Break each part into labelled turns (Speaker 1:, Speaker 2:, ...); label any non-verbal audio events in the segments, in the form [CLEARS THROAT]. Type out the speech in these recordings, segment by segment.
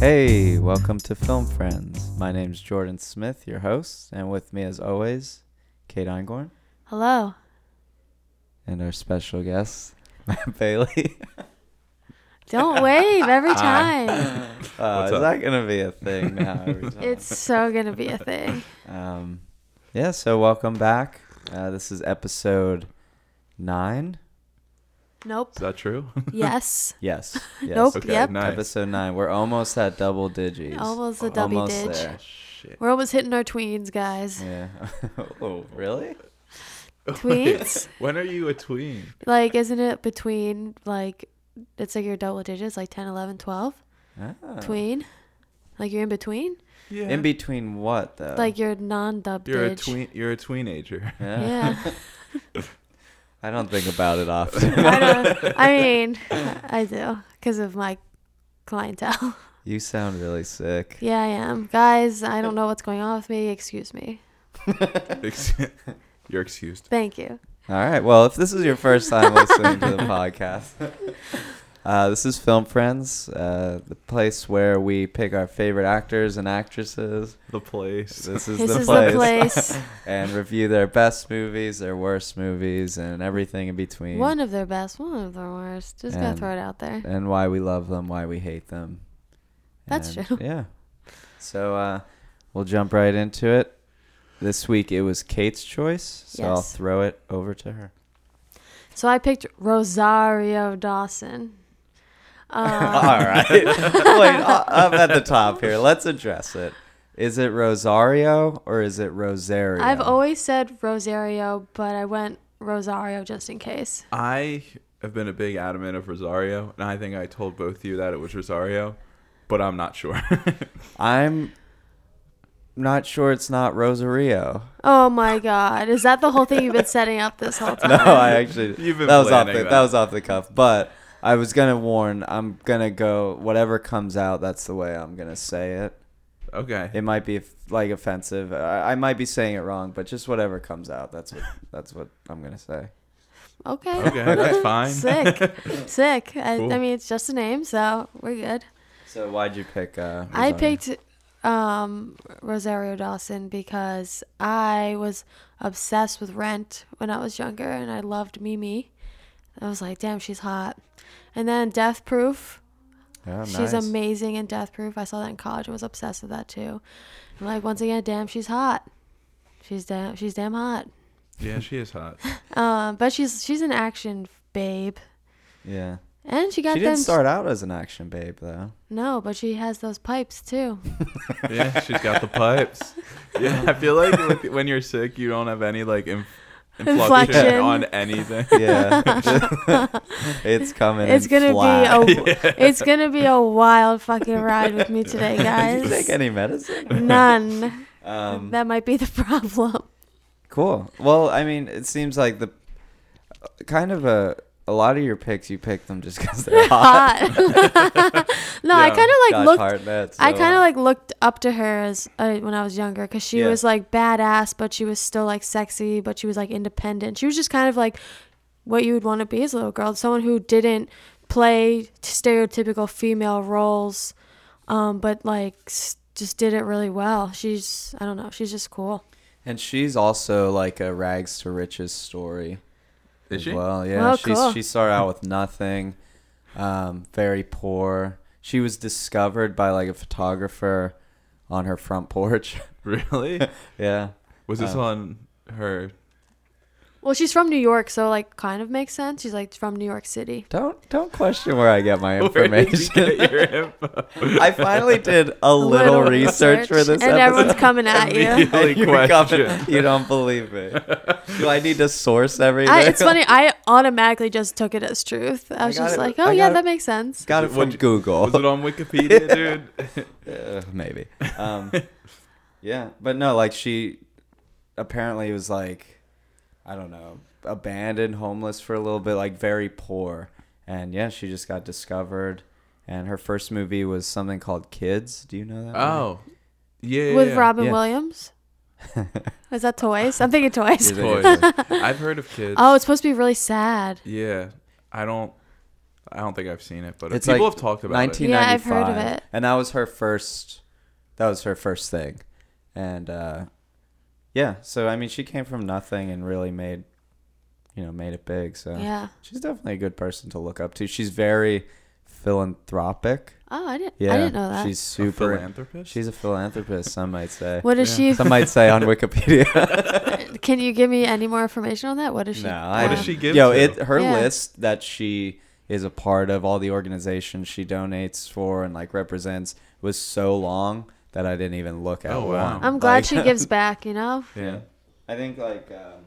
Speaker 1: Hey, welcome to Film Friends. My name's Jordan Smith, your host, and with me, as always, Kate Eingorn
Speaker 2: Hello.
Speaker 1: and our special guest, [LAUGHS] Matt Bailey. [LAUGHS]
Speaker 2: Don't wave every time.
Speaker 1: Uh,
Speaker 3: What's
Speaker 1: is
Speaker 3: up?
Speaker 1: that going to be a thing now? Every time?
Speaker 2: it's so going to be a thing.
Speaker 1: Um, yeah, so welcome back. Uh, this is episode nine.
Speaker 2: Nope.
Speaker 1: [LAUGHS]
Speaker 3: Is that true? [LAUGHS]
Speaker 2: Yes. [LAUGHS]
Speaker 1: Yes. yes.
Speaker 2: Nope.
Speaker 3: Okay,
Speaker 2: yep.
Speaker 3: nice.
Speaker 1: Episode nine. We're almost at double digits.
Speaker 2: Almost a double
Speaker 1: Almost
Speaker 2: dig.
Speaker 1: there.
Speaker 3: Ah, Shit. [LAUGHS]
Speaker 2: We're almost hitting our tweens,
Speaker 1: [LAUGHS]
Speaker 2: guys.
Speaker 1: Yeah. oh, really?
Speaker 2: Tweens?
Speaker 3: when are you a tween?
Speaker 2: Like, isn't it between, like, it's like your double digits, like 10, 11, 12?
Speaker 1: Ah.
Speaker 2: Tween? Like, you're in between?
Speaker 3: Yeah.
Speaker 1: In between what though?
Speaker 2: Like, you're non dub
Speaker 3: you're a tween. You're a tweenager. [LAUGHS]
Speaker 2: Yeah.
Speaker 1: [LAUGHS] I don't think about it often.
Speaker 2: [LAUGHS] I,
Speaker 1: [LAUGHS]
Speaker 2: don't, I mean, I do because of my clientele. [LAUGHS]
Speaker 1: you sound really sick.
Speaker 2: Yeah, I am. Guys, I don't know what's going on with me. Excuse me.
Speaker 3: Ex- you're excused.
Speaker 2: Thank you.
Speaker 1: [LAUGHS] All right. Well, if this is your first time listening
Speaker 2: [LAUGHS]
Speaker 1: to the podcast, uh, this is Film Friends, uh, the place where we pick our favorite actors and actresses.
Speaker 3: The place.
Speaker 1: This is,
Speaker 2: This
Speaker 1: the,
Speaker 2: is
Speaker 1: place.
Speaker 2: the place.
Speaker 1: [LAUGHS] And review their best movies, their worst movies, and everything in between.
Speaker 2: One of their best, one of their worst. Just gotta
Speaker 1: And-
Speaker 2: throw it out there.
Speaker 1: and why we love them, why we hate them.
Speaker 2: That's
Speaker 1: And,
Speaker 2: true.
Speaker 1: [LAUGHS] Yeah. So uh, we'll jump right into it. This week it was Kate's choice, so I'll
Speaker 2: Yes.
Speaker 1: throw it over to her.
Speaker 2: So I picked
Speaker 1: [LAUGHS]
Speaker 2: Rosario Dawson.
Speaker 1: All
Speaker 2: Um, [LAUGHS]
Speaker 1: right. Wait, I- I'm at the top here. Let's address it. Is it Rosario or is it Rosario?
Speaker 2: I've always said Rosario, but I went Rosario just in case.
Speaker 3: I have been a big adamant of Rosario, and I think I told both of you that it was Rosario, but I'm
Speaker 1: [LAUGHS]
Speaker 3: not sure.
Speaker 1: I'm not sure it's not Rosario.
Speaker 2: Oh my God! Is that the whole thing you've been setting up this whole time?
Speaker 1: [LAUGHS] No, I actually
Speaker 3: [LAUGHS] You've been
Speaker 1: that was off the,
Speaker 3: planning
Speaker 1: that.
Speaker 3: that.
Speaker 1: was off the cuff, but I was gonna warn. I'm gonna go whatever comes out. That's the way I'm gonna say it.
Speaker 3: okay.
Speaker 1: It might be like offensive. I, I might be saying it wrong, but just whatever comes out. That's
Speaker 3: [LAUGHS]
Speaker 1: what that's what I'm gonna say.
Speaker 2: Okay.
Speaker 3: Okay, that's
Speaker 2: [LAUGHS]
Speaker 3: fine.
Speaker 2: Sick,
Speaker 3: [LAUGHS]
Speaker 2: sick. I,
Speaker 3: Cool.
Speaker 2: I mean, it's just a name, so we're good.
Speaker 1: So why'd you pick? Uh,
Speaker 2: I
Speaker 1: Rosario?
Speaker 2: picked um, Rosario Dawson because I was obsessed with Rent when I was younger, and I loved Mimi. I was like, damn, she's hot. And then Death Proof,
Speaker 1: Oh, nice.
Speaker 2: she's amazing in Death Proof. I saw that in college and was obsessed with that too. And like once again, damn, she's hot. She's damn, she's damn hot.
Speaker 3: Yeah, she
Speaker 1: [LAUGHS]
Speaker 3: is hot.
Speaker 2: Um, but she's she's an action babe,
Speaker 1: Yeah.
Speaker 2: and she got
Speaker 1: She
Speaker 2: them.
Speaker 1: didn't start out as an action babe though.
Speaker 2: no, but she has those pipes too.
Speaker 3: [LAUGHS] Yeah, she's got
Speaker 1: [LAUGHS]
Speaker 3: the pipes. Yeah, I feel like with- when you're sick, you don't have any like inf- inflection,
Speaker 2: Inflection.
Speaker 3: on anything.
Speaker 1: [LAUGHS]
Speaker 2: [LAUGHS]
Speaker 1: Yeah. it's coming.
Speaker 2: It's
Speaker 1: in
Speaker 2: gonna
Speaker 1: flat. [LAUGHS]
Speaker 2: be a it's gonna be a wild fucking ride with me today,
Speaker 1: Did you take
Speaker 2: guys.
Speaker 1: any medicine?
Speaker 2: None.
Speaker 1: Um,
Speaker 2: That might be the [LAUGHS] problem.
Speaker 1: Cool. Well, I mean, it seems like the kind of a a lot of your picks you pick them just because
Speaker 2: [LAUGHS]
Speaker 1: they're hot.
Speaker 2: Hot. no, I
Speaker 3: Yeah.
Speaker 2: kind of
Speaker 1: Josh
Speaker 2: like looked.
Speaker 1: Hartnett,
Speaker 2: I
Speaker 1: so- uh,
Speaker 2: kind of like looked up to her as uh, when I was younger because she
Speaker 1: Yeah.
Speaker 2: was like badass, but she was still like sexy, but she was like independent. She was just kind of like what you would want to be as a little girl, someone who didn't play stereotypical female roles, um, but like s- just did it really well. She's I don't know, she's just cool.
Speaker 1: and she's also like a rags to riches story.
Speaker 3: Is
Speaker 1: as
Speaker 3: she?
Speaker 1: Well, yeah.
Speaker 2: Well,
Speaker 1: she's,
Speaker 2: Oh, cool.
Speaker 1: She started out with nothing, um, very poor. She was discovered by like a photographer on her front porch. [LAUGHS]
Speaker 3: Really?
Speaker 1: yeah.
Speaker 3: Was this
Speaker 1: Um,
Speaker 3: on her?
Speaker 2: Well, she's from New York, so like kind of makes sense. She's like from New York City.
Speaker 1: Don't don't question where I get my
Speaker 3: [LAUGHS] Where did you
Speaker 1: information.
Speaker 3: get your info?
Speaker 1: [LAUGHS] I finally did a little, research for this
Speaker 2: and
Speaker 1: episode.
Speaker 2: everyone's coming
Speaker 1: [LAUGHS]
Speaker 2: at [LAUGHS] you.
Speaker 3: Immediately
Speaker 1: you,
Speaker 3: question.
Speaker 1: come- you don't believe me. Do I need to source [LAUGHS] everything?
Speaker 2: I, it's funny. I automatically just took it as truth. I
Speaker 1: I
Speaker 2: was
Speaker 1: got
Speaker 2: just
Speaker 1: it-
Speaker 2: like,
Speaker 1: I
Speaker 2: oh
Speaker 1: got
Speaker 2: yeah,
Speaker 1: it.
Speaker 2: that makes sense.
Speaker 1: Got it from
Speaker 3: Would you-
Speaker 1: Google. [LAUGHS]
Speaker 3: Was it on Wikipedia, dude?
Speaker 1: Uh, maybe.
Speaker 3: [LAUGHS]
Speaker 1: Um, yeah, but no, like she apparently was like, I don't know, abandoned, homeless for a little bit, like very poor, and yeah, she just got discovered. And her first movie was something called Kids. Do you know that? movie?
Speaker 3: Oh, yeah.
Speaker 2: With
Speaker 3: yeah.
Speaker 2: Robin
Speaker 1: yeah.
Speaker 2: Williams.
Speaker 3: Oh.
Speaker 1: [LAUGHS]
Speaker 2: Is that toys? I'm thinking toys. [LAUGHS]
Speaker 1: Is [LAUGHS] it-
Speaker 3: Toys. I've heard of kids.
Speaker 2: Oh, it's supposed to be really sad.
Speaker 3: Yeah, I don't. I don't think I've seen it, but
Speaker 1: It's
Speaker 3: people
Speaker 1: like
Speaker 3: have talked about it.
Speaker 1: 1995.
Speaker 2: Yeah, I've heard of it.
Speaker 1: And that was her first. That was her first thing, and uh, yeah. So I mean, she came from nothing and really made, you know, made it big. So
Speaker 2: Yeah.
Speaker 1: she's definitely a good person to look up to. She's very philanthropic.
Speaker 2: Oh, I didn't.
Speaker 1: Yeah,
Speaker 2: I didn't know that.
Speaker 1: She's
Speaker 3: A
Speaker 1: super.
Speaker 3: philanthropist.
Speaker 1: she's a philanthropist. Some might say.
Speaker 2: what is she?
Speaker 1: Some
Speaker 2: [LAUGHS]
Speaker 1: might say on Wikipedia. [LAUGHS]
Speaker 2: Can you give me any more information on that? What is she?
Speaker 1: No,
Speaker 3: What
Speaker 1: I
Speaker 3: does
Speaker 1: don't-
Speaker 3: she give
Speaker 1: Yo,
Speaker 3: to?
Speaker 1: it her
Speaker 2: Yeah.
Speaker 1: list that she is a part of, all the organizations she donates for and like represents was so long that I didn't even look at.
Speaker 3: Oh,
Speaker 1: Oh
Speaker 3: wow.
Speaker 2: I'm glad
Speaker 1: Like- [LAUGHS]
Speaker 2: she gives back. You know,
Speaker 3: yeah.
Speaker 1: I think like um,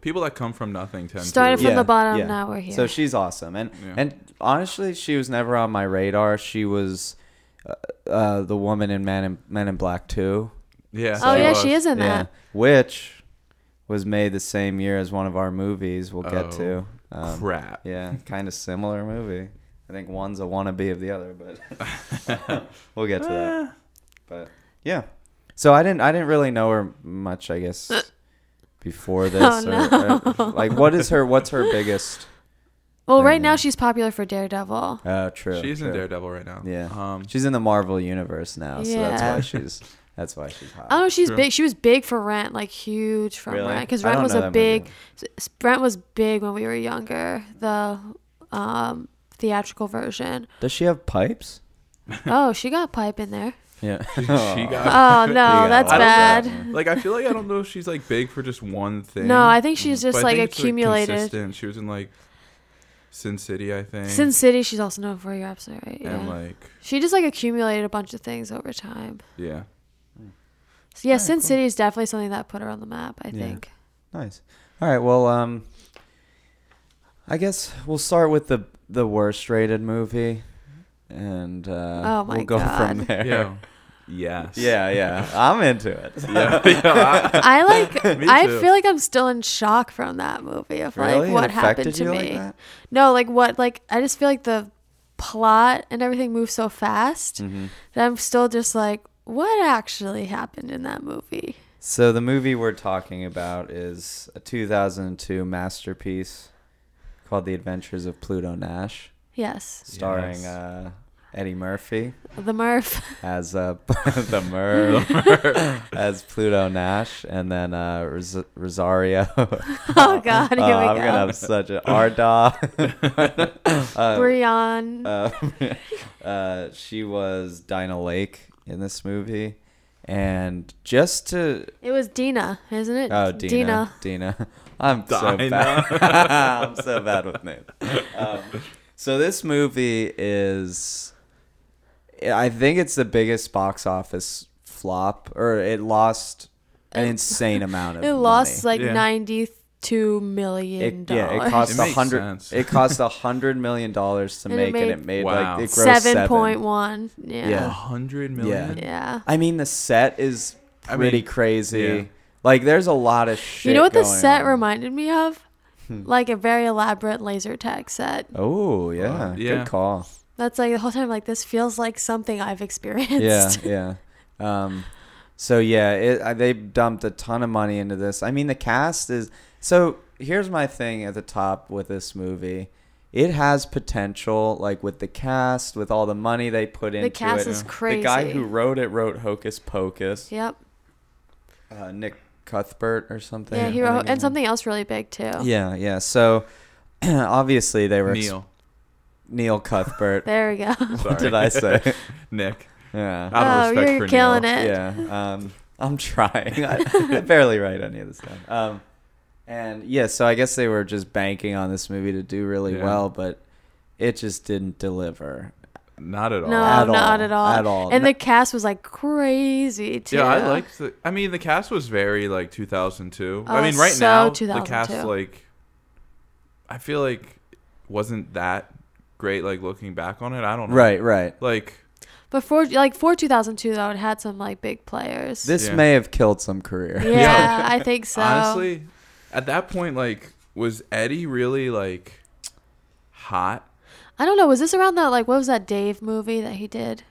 Speaker 3: People that come from nothing tend
Speaker 2: started
Speaker 3: to.
Speaker 2: from
Speaker 1: Yeah,
Speaker 2: the bottom.
Speaker 1: yeah.
Speaker 2: Now we're here.
Speaker 1: so she's awesome, and
Speaker 3: Yeah.
Speaker 1: and honestly, she was never on my radar. She was uh, uh, the woman in Man in Men in Black Two.
Speaker 3: yeah.
Speaker 2: oh
Speaker 1: she
Speaker 2: yeah,
Speaker 3: was.
Speaker 2: she is in that.
Speaker 1: which was made the same year as one of our movies. We'll get
Speaker 3: Oh,
Speaker 1: to. Um,
Speaker 3: Crap.
Speaker 1: Yeah, kind of similar movie. I think one's a wannabe of the other, but [LAUGHS] we'll get to that.
Speaker 3: Eh,
Speaker 1: But yeah, so I didn't I didn't really know her much, I
Speaker 2: [LAUGHS]
Speaker 1: guess, before this.
Speaker 2: Oh,
Speaker 1: or, or- like, what is her? What's her biggest?
Speaker 2: Well, right
Speaker 1: Mhm.
Speaker 2: now she's popular for Daredevil.
Speaker 1: Uh, true.
Speaker 3: she's in
Speaker 1: true.
Speaker 3: Daredevil right now.
Speaker 1: Yeah. [LAUGHS]
Speaker 3: Um,
Speaker 1: She's in the Marvel universe now, so that's
Speaker 2: Yeah.
Speaker 1: why she's that's why she's hot.
Speaker 2: Oh, she's
Speaker 3: True.
Speaker 2: big. She was big for Rent, like huge from
Speaker 1: Really?
Speaker 2: Rent, because
Speaker 1: I
Speaker 2: Rent
Speaker 1: don't
Speaker 2: was
Speaker 1: know
Speaker 2: a
Speaker 1: that movie.
Speaker 2: big. s- Rent was big when we were younger. The um, theatrical version.
Speaker 1: Does she have pipes?
Speaker 2: oh, she got pipe in there.
Speaker 1: [LAUGHS] Yeah.
Speaker 3: she got.
Speaker 2: Oh no,
Speaker 1: gotta
Speaker 2: that's
Speaker 3: watch
Speaker 1: that.
Speaker 2: bad.
Speaker 3: [LAUGHS] like I feel like I don't know if she's like big for just one thing.
Speaker 2: No, I think she's
Speaker 3: But
Speaker 2: just
Speaker 3: I
Speaker 2: like
Speaker 3: think it's,
Speaker 2: accumulated.
Speaker 3: consistent. she was in like Sin City, I think.
Speaker 2: Sin City, she's also known for. You're absolutely right. Yeah.
Speaker 3: And like,
Speaker 2: she just like accumulated a bunch of things over time.
Speaker 1: [LAUGHS]
Speaker 3: yeah.
Speaker 2: So, yeah,
Speaker 1: Alright,
Speaker 2: Sin
Speaker 1: cool.
Speaker 2: City is definitely something that put her on the map. I
Speaker 1: Yeah.
Speaker 2: think.
Speaker 1: Nice. All right. Well, um, I guess we'll start with the the worst rated movie, and uh,
Speaker 2: Oh my
Speaker 1: we'll go [LAUGHS] from
Speaker 2: God.
Speaker 1: there.
Speaker 3: Yeah. Yes.
Speaker 1: yeah, yeah. I'm into it. [LAUGHS]
Speaker 3: [LAUGHS] Yeah. yeah. I-
Speaker 2: I like.
Speaker 3: Me
Speaker 2: I
Speaker 3: too.
Speaker 2: feel like I'm still in shock from that movie of
Speaker 1: Really?
Speaker 2: like
Speaker 1: It
Speaker 2: what happened
Speaker 1: affected
Speaker 2: to
Speaker 1: you
Speaker 2: me.
Speaker 1: like that?
Speaker 2: No, like what? Like I just feel like the plot and everything moves so fast
Speaker 1: Mm-hmm.
Speaker 2: that I'm still just like, what actually happened in that movie?
Speaker 1: So the movie we're talking about is a 2002 masterpiece called The Adventures of Pluto Nash,
Speaker 2: Yes,
Speaker 1: starring
Speaker 3: Yes.
Speaker 1: uh, Eddie Murphy
Speaker 2: the Murph. [LAUGHS]
Speaker 1: as uh, [LAUGHS] the Merv, as Pluto Nash, and then uh, Ros- Rosario
Speaker 2: oh God, here
Speaker 1: Oh,
Speaker 2: we
Speaker 1: I'm
Speaker 2: go.
Speaker 1: gonna have such an Arda.
Speaker 2: Brian.
Speaker 1: uh, [LAUGHS] uh, she was Dinah Lake in this movie, and just to
Speaker 2: it was Dina, isn't it?
Speaker 1: oh Dina Dina, [LAUGHS] I'm so bad. [LAUGHS] I'm so bad with names. Um, so this movie is, I think it's the biggest box office flop, or it lost an insane amount of
Speaker 2: [LAUGHS] It
Speaker 1: money.
Speaker 2: lost like
Speaker 3: Yeah.
Speaker 2: 92 million
Speaker 1: It,
Speaker 2: dollars.
Speaker 1: yeah, it cost
Speaker 3: It
Speaker 1: a
Speaker 3: makes
Speaker 1: hundred.
Speaker 3: sense.
Speaker 1: It cost
Speaker 3: [LAUGHS]
Speaker 1: a hundred million dollars to
Speaker 2: And it
Speaker 1: make, and
Speaker 2: made-
Speaker 1: it made
Speaker 3: Wow.
Speaker 1: like it grossed
Speaker 2: seven
Speaker 1: seven
Speaker 2: point one. Yeah.
Speaker 1: Yeah.
Speaker 3: A hundred million.
Speaker 2: Yeah.
Speaker 1: I mean, the set is
Speaker 3: I
Speaker 1: pretty
Speaker 3: mean,
Speaker 1: crazy.
Speaker 3: yeah.
Speaker 1: Like, there's a lot of shit.
Speaker 2: You know what the
Speaker 1: going on.
Speaker 2: set
Speaker 1: Hmm.
Speaker 2: reminded me of? Like a very elaborate laser tag set.
Speaker 1: Oh yeah,
Speaker 3: Uh, yeah.
Speaker 1: good call.
Speaker 2: That's like the whole time. Like this feels like something I've experienced. [LAUGHS]
Speaker 1: Yeah, yeah. Um, so yeah, it, I- they dumped a ton of money into this. I mean, the cast is so. Here's my thing at the top with this movie. It has potential, like with the cast, with all the money they put into
Speaker 2: cast
Speaker 1: it.
Speaker 2: is
Speaker 1: The guy
Speaker 2: crazy.
Speaker 1: who wrote it wrote Hocus Pocus.
Speaker 2: Yep.
Speaker 1: Uh, Nick Cuthbert or something.
Speaker 2: Yeah.
Speaker 1: I
Speaker 2: Hero
Speaker 1: think
Speaker 2: and
Speaker 1: his name-
Speaker 2: something else really big too.
Speaker 1: Yeah, yeah. So [CLEARS THROAT] obviously they were ex-
Speaker 3: Neil.
Speaker 1: Neil
Speaker 2: [LAUGHS]
Speaker 1: Cuthbert.
Speaker 2: There we go.
Speaker 1: [LAUGHS] what did I say?
Speaker 3: [LAUGHS] Nick.
Speaker 1: yeah,
Speaker 3: Out of
Speaker 2: Oh,
Speaker 3: respect
Speaker 2: you're
Speaker 3: for
Speaker 2: killing
Speaker 3: Neil.
Speaker 2: it.
Speaker 3: [LAUGHS]
Speaker 1: yeah. Um, I'm trying. I, I barely write any of this stuff. Um, and yeah, so I guess they were just banking on this movie to do really
Speaker 3: Yeah.
Speaker 1: well, but it just didn't deliver.
Speaker 3: Not at all.
Speaker 2: No,
Speaker 1: At
Speaker 2: not
Speaker 1: all.
Speaker 2: at all.
Speaker 1: At all.
Speaker 2: And
Speaker 1: No-
Speaker 2: the cast was like crazy too.
Speaker 3: Yeah, I liked the. I mean, the cast was very like 2002. I
Speaker 2: Oh,
Speaker 3: mean, right
Speaker 2: so
Speaker 3: now the cast
Speaker 2: 2002.
Speaker 3: like, I feel like wasn't that great. Like looking back on it, I don't know.
Speaker 1: Right, right.
Speaker 3: Like
Speaker 2: Before like for 2002 though, it had some like big players.
Speaker 1: This
Speaker 3: Yeah.
Speaker 1: may have killed some career.
Speaker 2: yeah,
Speaker 3: Yeah.
Speaker 2: I think so.
Speaker 3: honestly, at that point, like was Eddie really like hot?
Speaker 2: I don't know. Was this around that like what was that Dave movie that he did?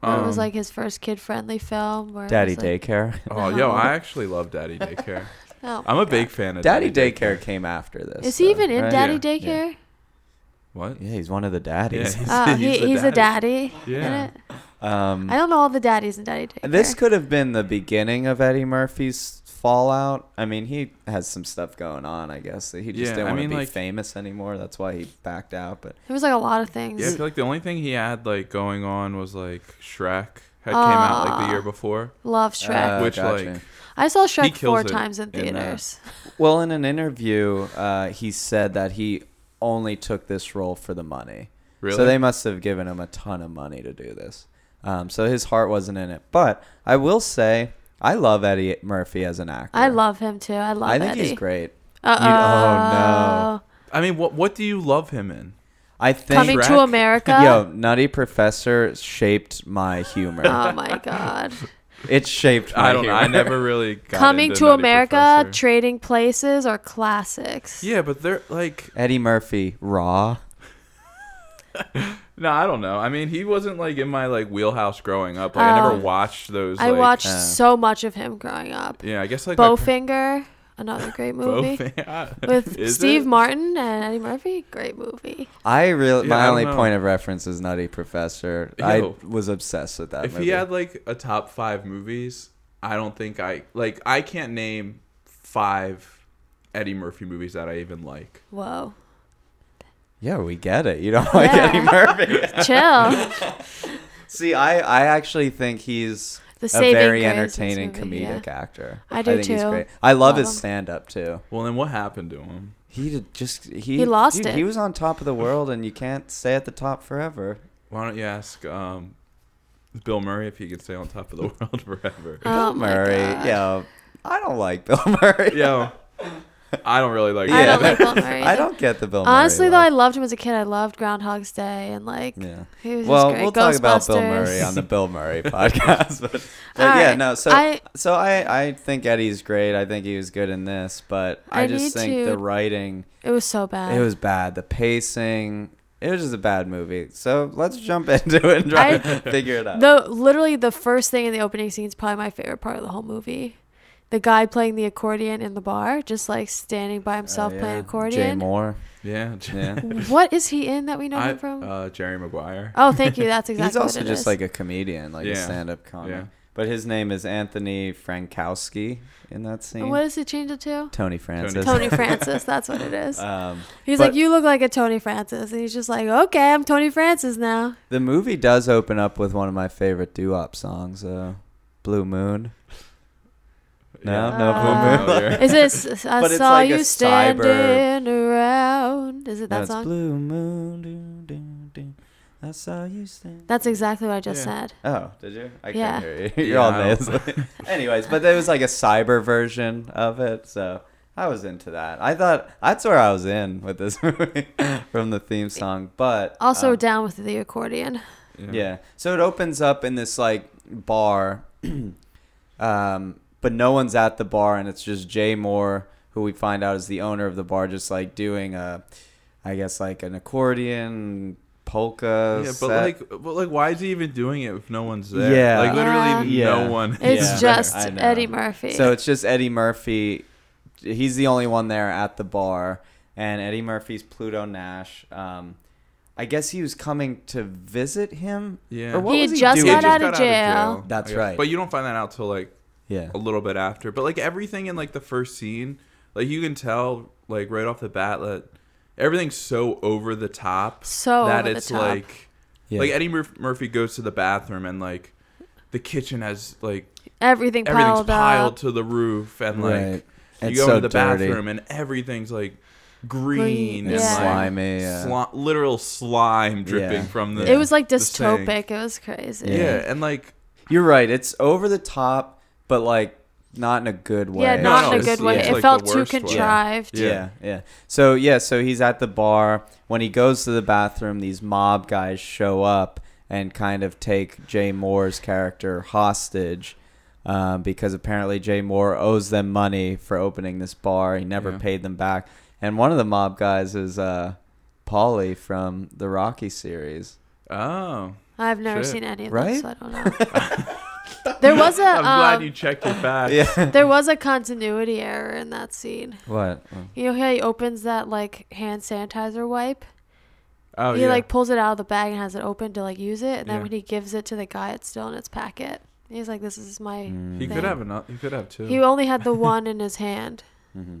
Speaker 2: Where it was
Speaker 3: Um,
Speaker 2: like his first kid friendly film. Where it
Speaker 1: Daddy
Speaker 2: was, like,
Speaker 1: Daycare. [LAUGHS]
Speaker 3: Oh, yo, I actually love Daddy Daycare.
Speaker 2: Oh,
Speaker 3: I'm a big fan of
Speaker 1: Daddy Daycare came after this.
Speaker 2: Is he
Speaker 1: though,
Speaker 2: even in
Speaker 1: right?
Speaker 2: Daddy
Speaker 3: Yeah.
Speaker 2: Daycare?
Speaker 3: What?
Speaker 1: Yeah, he's one of the daddies.
Speaker 3: Yeah,
Speaker 2: Uh,
Speaker 3: [LAUGHS] He's
Speaker 2: he,
Speaker 3: the
Speaker 2: he's a daddy.
Speaker 3: Yeah.
Speaker 2: in it.
Speaker 1: Um,
Speaker 2: I don't know all the daddies in Daddy Daycare.
Speaker 1: this could have been the beginning of Eddie Murphy's fallout. I mean, he has some stuff going on, I guess. He just
Speaker 3: Yeah,
Speaker 1: didn't
Speaker 3: I
Speaker 1: want
Speaker 3: mean,
Speaker 1: to be
Speaker 3: like-
Speaker 1: famous anymore. That's why he backed out. But uh,
Speaker 2: It was like a lot of things.
Speaker 3: Yeah, I feel like the only thing he had like going on was like Shrek had came out like the year
Speaker 2: Aw.
Speaker 3: before,
Speaker 2: Love Shrek.
Speaker 1: Uh,
Speaker 3: which
Speaker 1: gotcha.
Speaker 3: like
Speaker 2: I saw
Speaker 3: he
Speaker 2: Shrek
Speaker 3: kills
Speaker 2: four
Speaker 3: it
Speaker 2: times in
Speaker 3: in that.
Speaker 2: theaters.
Speaker 1: Well, in an interview, uh, he said that he only took this role for the money.
Speaker 3: really.
Speaker 1: So they must have given him a ton of money to do this. Um, so his heart wasn't in it. But I will say, I love Eddie Murphy as an actor.
Speaker 2: I love him too. I love
Speaker 1: I think
Speaker 2: Eddie.
Speaker 1: he's great.
Speaker 2: Uh-oh.
Speaker 1: oh,
Speaker 3: I mean, what what do you love him in?
Speaker 1: I think
Speaker 2: Coming to
Speaker 3: Shrek?
Speaker 2: America.
Speaker 1: [LAUGHS] Yo, Nutty Professor shaped my humor.
Speaker 2: Oh my god.
Speaker 1: it shaped my
Speaker 3: I don't know.
Speaker 1: humor.
Speaker 3: I never
Speaker 2: [LAUGHS]
Speaker 3: really got
Speaker 2: Coming
Speaker 3: into
Speaker 2: to
Speaker 3: Nutty
Speaker 2: America,
Speaker 3: Professor.
Speaker 2: Trading Places or classics.
Speaker 3: yeah, but they're like
Speaker 1: Eddie Murphy, raw.
Speaker 3: no, I don't know. I mean, he wasn't like in my like wheelhouse growing up. Like I never
Speaker 2: Oh.
Speaker 3: watched those.
Speaker 2: I
Speaker 3: like,
Speaker 2: watched
Speaker 1: uh,
Speaker 2: so much of him growing up.
Speaker 3: Yeah, I guess like my
Speaker 2: Bowfinger,
Speaker 1: [LAUGHS]
Speaker 2: another great
Speaker 3: par-
Speaker 2: movie.
Speaker 3: Bowfinger. [LAUGHS]
Speaker 2: With
Speaker 3: Is
Speaker 2: Steve
Speaker 3: it?
Speaker 2: Martin and Eddie Murphy, great movie.
Speaker 1: I really
Speaker 3: Yeah, I
Speaker 1: my
Speaker 3: don't
Speaker 1: only
Speaker 3: know.
Speaker 1: point of reference is Nutty Professor.
Speaker 3: Yo.
Speaker 1: I was obsessed with that
Speaker 3: If
Speaker 1: movie.
Speaker 3: he had like a top five movies, I don't think I like. I can't name five Eddie Murphy movies that I even like.
Speaker 1: [LAUGHS]
Speaker 2: Whoa,
Speaker 1: yeah, we get it. You don't like
Speaker 2: Yeah.
Speaker 1: Eddie Murphy. [LAUGHS]
Speaker 2: chill.
Speaker 1: See, I I actually think he's
Speaker 2: The
Speaker 1: a
Speaker 2: saving
Speaker 1: very
Speaker 2: grace of this
Speaker 1: entertaining
Speaker 2: movie, yeah.
Speaker 1: comedic actor.
Speaker 2: I do
Speaker 1: think He's
Speaker 2: too.
Speaker 1: great. I love,
Speaker 2: Love
Speaker 1: his
Speaker 2: him.
Speaker 1: stand up too.
Speaker 3: Well, then what happened to him?
Speaker 1: He did just he
Speaker 2: He lost
Speaker 1: dude,
Speaker 2: it.
Speaker 1: He was on top of the world, and you can't stay at the top forever.
Speaker 3: Why don't you ask um, Bill Murray if he could stay on top of the [LAUGHS] world forever?
Speaker 2: Oh
Speaker 1: Bill
Speaker 2: my
Speaker 1: Murray,
Speaker 2: God.
Speaker 1: yo, I don't like Bill [LAUGHS] Murray.
Speaker 3: Yo, I don't really like.
Speaker 2: I don't
Speaker 3: that.
Speaker 1: [LAUGHS]
Speaker 2: like Bill Murray.
Speaker 1: I don't get the Bill Murray.
Speaker 2: Honestly, though, I
Speaker 1: love.
Speaker 2: loved him as a kid. I loved Groundhog's Day and like
Speaker 1: Yeah.
Speaker 2: he was
Speaker 1: Well,
Speaker 2: just great.
Speaker 1: we'll talk about Bill
Speaker 2: Ghostbusters.
Speaker 1: Murray
Speaker 2: [LAUGHS]
Speaker 1: on the Bill Murray podcast, but, but
Speaker 2: All
Speaker 1: yeah,
Speaker 2: right.
Speaker 1: no. So
Speaker 2: I-
Speaker 1: so I I think Eddie's great. I think he was good in this, but I,
Speaker 2: I need
Speaker 1: just think
Speaker 2: to-
Speaker 1: the writing
Speaker 2: It was so bad.
Speaker 1: it was bad. The pacing it was just a bad movie. So let's jump [LAUGHS] into it and try
Speaker 2: I-
Speaker 1: to figure it out.
Speaker 2: the literally the first thing in the opening scene is probably my favorite part of the whole movie. The guy playing the accordion in the bar, just like standing by himself playing
Speaker 1: Oh, Jay
Speaker 2: accordion.
Speaker 1: Moore.
Speaker 2: [LAUGHS]
Speaker 3: Yeah, J-
Speaker 1: Yeah.
Speaker 2: What is he in that we know
Speaker 3: I,
Speaker 2: him from?
Speaker 3: uh, Jerry Maguire.
Speaker 2: oh, thank you. That's
Speaker 1: [LAUGHS]
Speaker 2: exactly.
Speaker 1: He's also
Speaker 2: what it
Speaker 1: just
Speaker 2: is.
Speaker 1: like a comedian, like a
Speaker 3: Yeah.
Speaker 1: stand-up comic.
Speaker 3: Yeah.
Speaker 1: But his name is Anthony Frankowski in that scene.
Speaker 2: What does he change
Speaker 1: [LAUGHS]
Speaker 2: it to?
Speaker 1: Tony Francis.
Speaker 2: Tony Francis. That's what it is.
Speaker 1: Um,
Speaker 2: He's
Speaker 1: but-
Speaker 2: like, you look like a Tony Francis, and he's just like, okay, I'm Tony Francis now.
Speaker 1: The movie does open up with one of my favorite doo-wop songs, uh, "Blue Moon." No,
Speaker 3: Oh, Yeah.
Speaker 1: no, Blue
Speaker 2: Uh,
Speaker 1: Moon.
Speaker 2: [LAUGHS]
Speaker 3: [LAUGHS]
Speaker 1: [LAUGHS]
Speaker 3: Familiar.
Speaker 2: Is this? I
Speaker 1: But it's
Speaker 2: saw
Speaker 1: like a
Speaker 2: you
Speaker 1: cyber-
Speaker 2: standing around. Is it that
Speaker 1: That's
Speaker 2: song?
Speaker 1: "Blue Moon." Doo, doo, doo. I saw you stand.
Speaker 2: That's exactly what I just
Speaker 3: Yeah.
Speaker 2: said.
Speaker 1: Oh, did you? I
Speaker 2: Yeah.
Speaker 1: couldn't hear you. You're
Speaker 3: Yeah,
Speaker 1: all
Speaker 3: I don't-
Speaker 1: nasally. [LAUGHS] Anyways, but there was like a cyber version of it, so I was into that. I thought that's where I was in with this [LAUGHS] movie from the theme song. But
Speaker 2: Also,
Speaker 1: um,
Speaker 2: down with the accordion.
Speaker 1: Yeah. So it opens up in this like bar, [CLEARS THROAT] um, but no one's at the bar, and it's just Jay Moore, who we find out is the owner of the bar, just like doing a, I guess like an accordion polka.
Speaker 3: Yeah, but
Speaker 1: set.
Speaker 3: like, but like, why is he even doing it if no one's there?
Speaker 1: Yeah.
Speaker 3: like literally
Speaker 1: Yeah.
Speaker 3: no
Speaker 1: Yeah.
Speaker 3: one.
Speaker 2: It's
Speaker 3: is
Speaker 1: Yeah.
Speaker 2: just
Speaker 1: I know.
Speaker 2: Eddie Murphy.
Speaker 1: so it's just Eddie Murphy. He's the only one there at the bar, and Eddie Murphy's Pluto Nash. Um, I guess he was coming to visit him.
Speaker 3: Yeah.
Speaker 1: Or what
Speaker 2: He
Speaker 1: was
Speaker 2: had just
Speaker 1: doing?
Speaker 2: got out of jail.
Speaker 1: That's
Speaker 3: I guess.
Speaker 1: right.
Speaker 3: But you don't find that out till like
Speaker 1: Yeah.
Speaker 3: a little bit after. But like everything in like the first scene, like you can tell like right off the bat that everything's so over the top
Speaker 2: So
Speaker 3: that
Speaker 2: over the
Speaker 3: it's
Speaker 2: top.
Speaker 3: like
Speaker 1: Yeah.
Speaker 3: like Eddie Mur- Murphy goes to the bathroom and like the kitchen has like
Speaker 2: everything
Speaker 3: everything's
Speaker 2: piled,
Speaker 3: piled
Speaker 2: up.
Speaker 3: to the roof and like
Speaker 1: Right.
Speaker 3: you
Speaker 1: It's
Speaker 3: go
Speaker 1: so
Speaker 3: into the
Speaker 1: dirty.
Speaker 3: bathroom and everything's like green
Speaker 2: Green,
Speaker 3: and
Speaker 2: yeah.
Speaker 1: Slimy, yeah.
Speaker 3: like sli- literal slime
Speaker 1: Yeah.
Speaker 3: dripping from the
Speaker 2: It was like
Speaker 3: the sink.
Speaker 2: dystopic. It was crazy.
Speaker 1: Yeah.
Speaker 3: yeah. and like
Speaker 1: You're right. It's over the top, but like not in a good way.
Speaker 2: Yeah,
Speaker 3: No,
Speaker 2: not
Speaker 3: no,
Speaker 2: in a
Speaker 3: it's-
Speaker 2: good way.
Speaker 1: yeah.
Speaker 2: It
Speaker 3: like
Speaker 2: felt
Speaker 3: the
Speaker 2: too
Speaker 3: worst way.
Speaker 2: contrived.
Speaker 3: Yeah.
Speaker 1: Yeah, yeah. So yeah, so he's at the bar. When he goes to the bathroom, these mob guys show up and kind of take Jay Moore's character hostage. Um, because apparently Jay Moore owes them money for opening this bar. He never
Speaker 3: Yeah.
Speaker 1: paid them back. And one of the mob guys is uh, Paulie from the Rocky series.
Speaker 3: oh
Speaker 2: I've never
Speaker 3: Shit.
Speaker 2: seen any of
Speaker 1: Right?
Speaker 2: this, so I don't know.
Speaker 1: [LAUGHS]
Speaker 2: there was a
Speaker 3: [LAUGHS] I'm glad
Speaker 2: um,
Speaker 3: you checked it back.
Speaker 1: Yeah.
Speaker 2: there was a continuity error in that scene.
Speaker 1: what?
Speaker 2: You know how he opens that like hand sanitizer wipe,
Speaker 3: Oh
Speaker 2: he
Speaker 3: yeah.
Speaker 2: like pulls it out of the bag and has it open to like use it, and then
Speaker 3: Yeah.
Speaker 2: when he gives it to the guy, it's still in its packet. He's like, "This is my."
Speaker 1: Mm.
Speaker 3: he could
Speaker 2: thing.
Speaker 3: have another. He could have two.
Speaker 2: He only had the one in his hand.
Speaker 1: hmm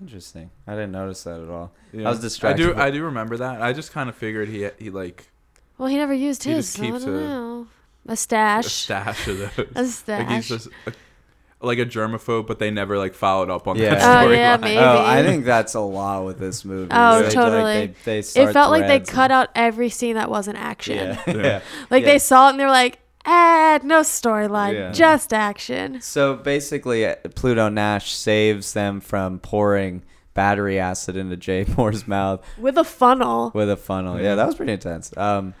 Speaker 1: Interesting. I didn't notice that at all.
Speaker 3: Yeah.
Speaker 1: I was distracted
Speaker 3: I do.
Speaker 1: with-
Speaker 3: I do remember that. I just kind of figured he he like
Speaker 2: Well, he never used
Speaker 3: He
Speaker 2: his.
Speaker 3: just
Speaker 2: so I
Speaker 3: keeps
Speaker 2: don't
Speaker 3: a-
Speaker 2: know. A
Speaker 3: a
Speaker 2: stash.
Speaker 3: stash of those.
Speaker 2: [LAUGHS] A
Speaker 3: Like he's
Speaker 2: stash.
Speaker 3: just a, like a germaphobe, but they never like followed up on [LAUGHS] that
Speaker 1: Yeah.
Speaker 2: Oh,
Speaker 3: storyline.
Speaker 2: yeah, maybe.
Speaker 1: Oh, I think that's a lot with this movie.
Speaker 2: Oh,
Speaker 1: They, like,
Speaker 2: totally.
Speaker 1: they- they start
Speaker 2: it felt like they
Speaker 1: threads
Speaker 2: cut out every scene that wasn't action.
Speaker 1: and- Yeah. [LAUGHS]
Speaker 3: Yeah.
Speaker 1: yeah.
Speaker 2: [LAUGHS] Like
Speaker 1: Yeah.
Speaker 2: they saw it and they were like, "Eh, no storyline,
Speaker 1: Yeah.
Speaker 2: just action."
Speaker 1: So basically, uh, Pluto Nash saves them from pouring battery acid into Jay Moore's mouth
Speaker 2: With a funnel.
Speaker 1: with a funnel.
Speaker 2: Mm-hmm.
Speaker 1: Yeah, that was pretty intense. Um,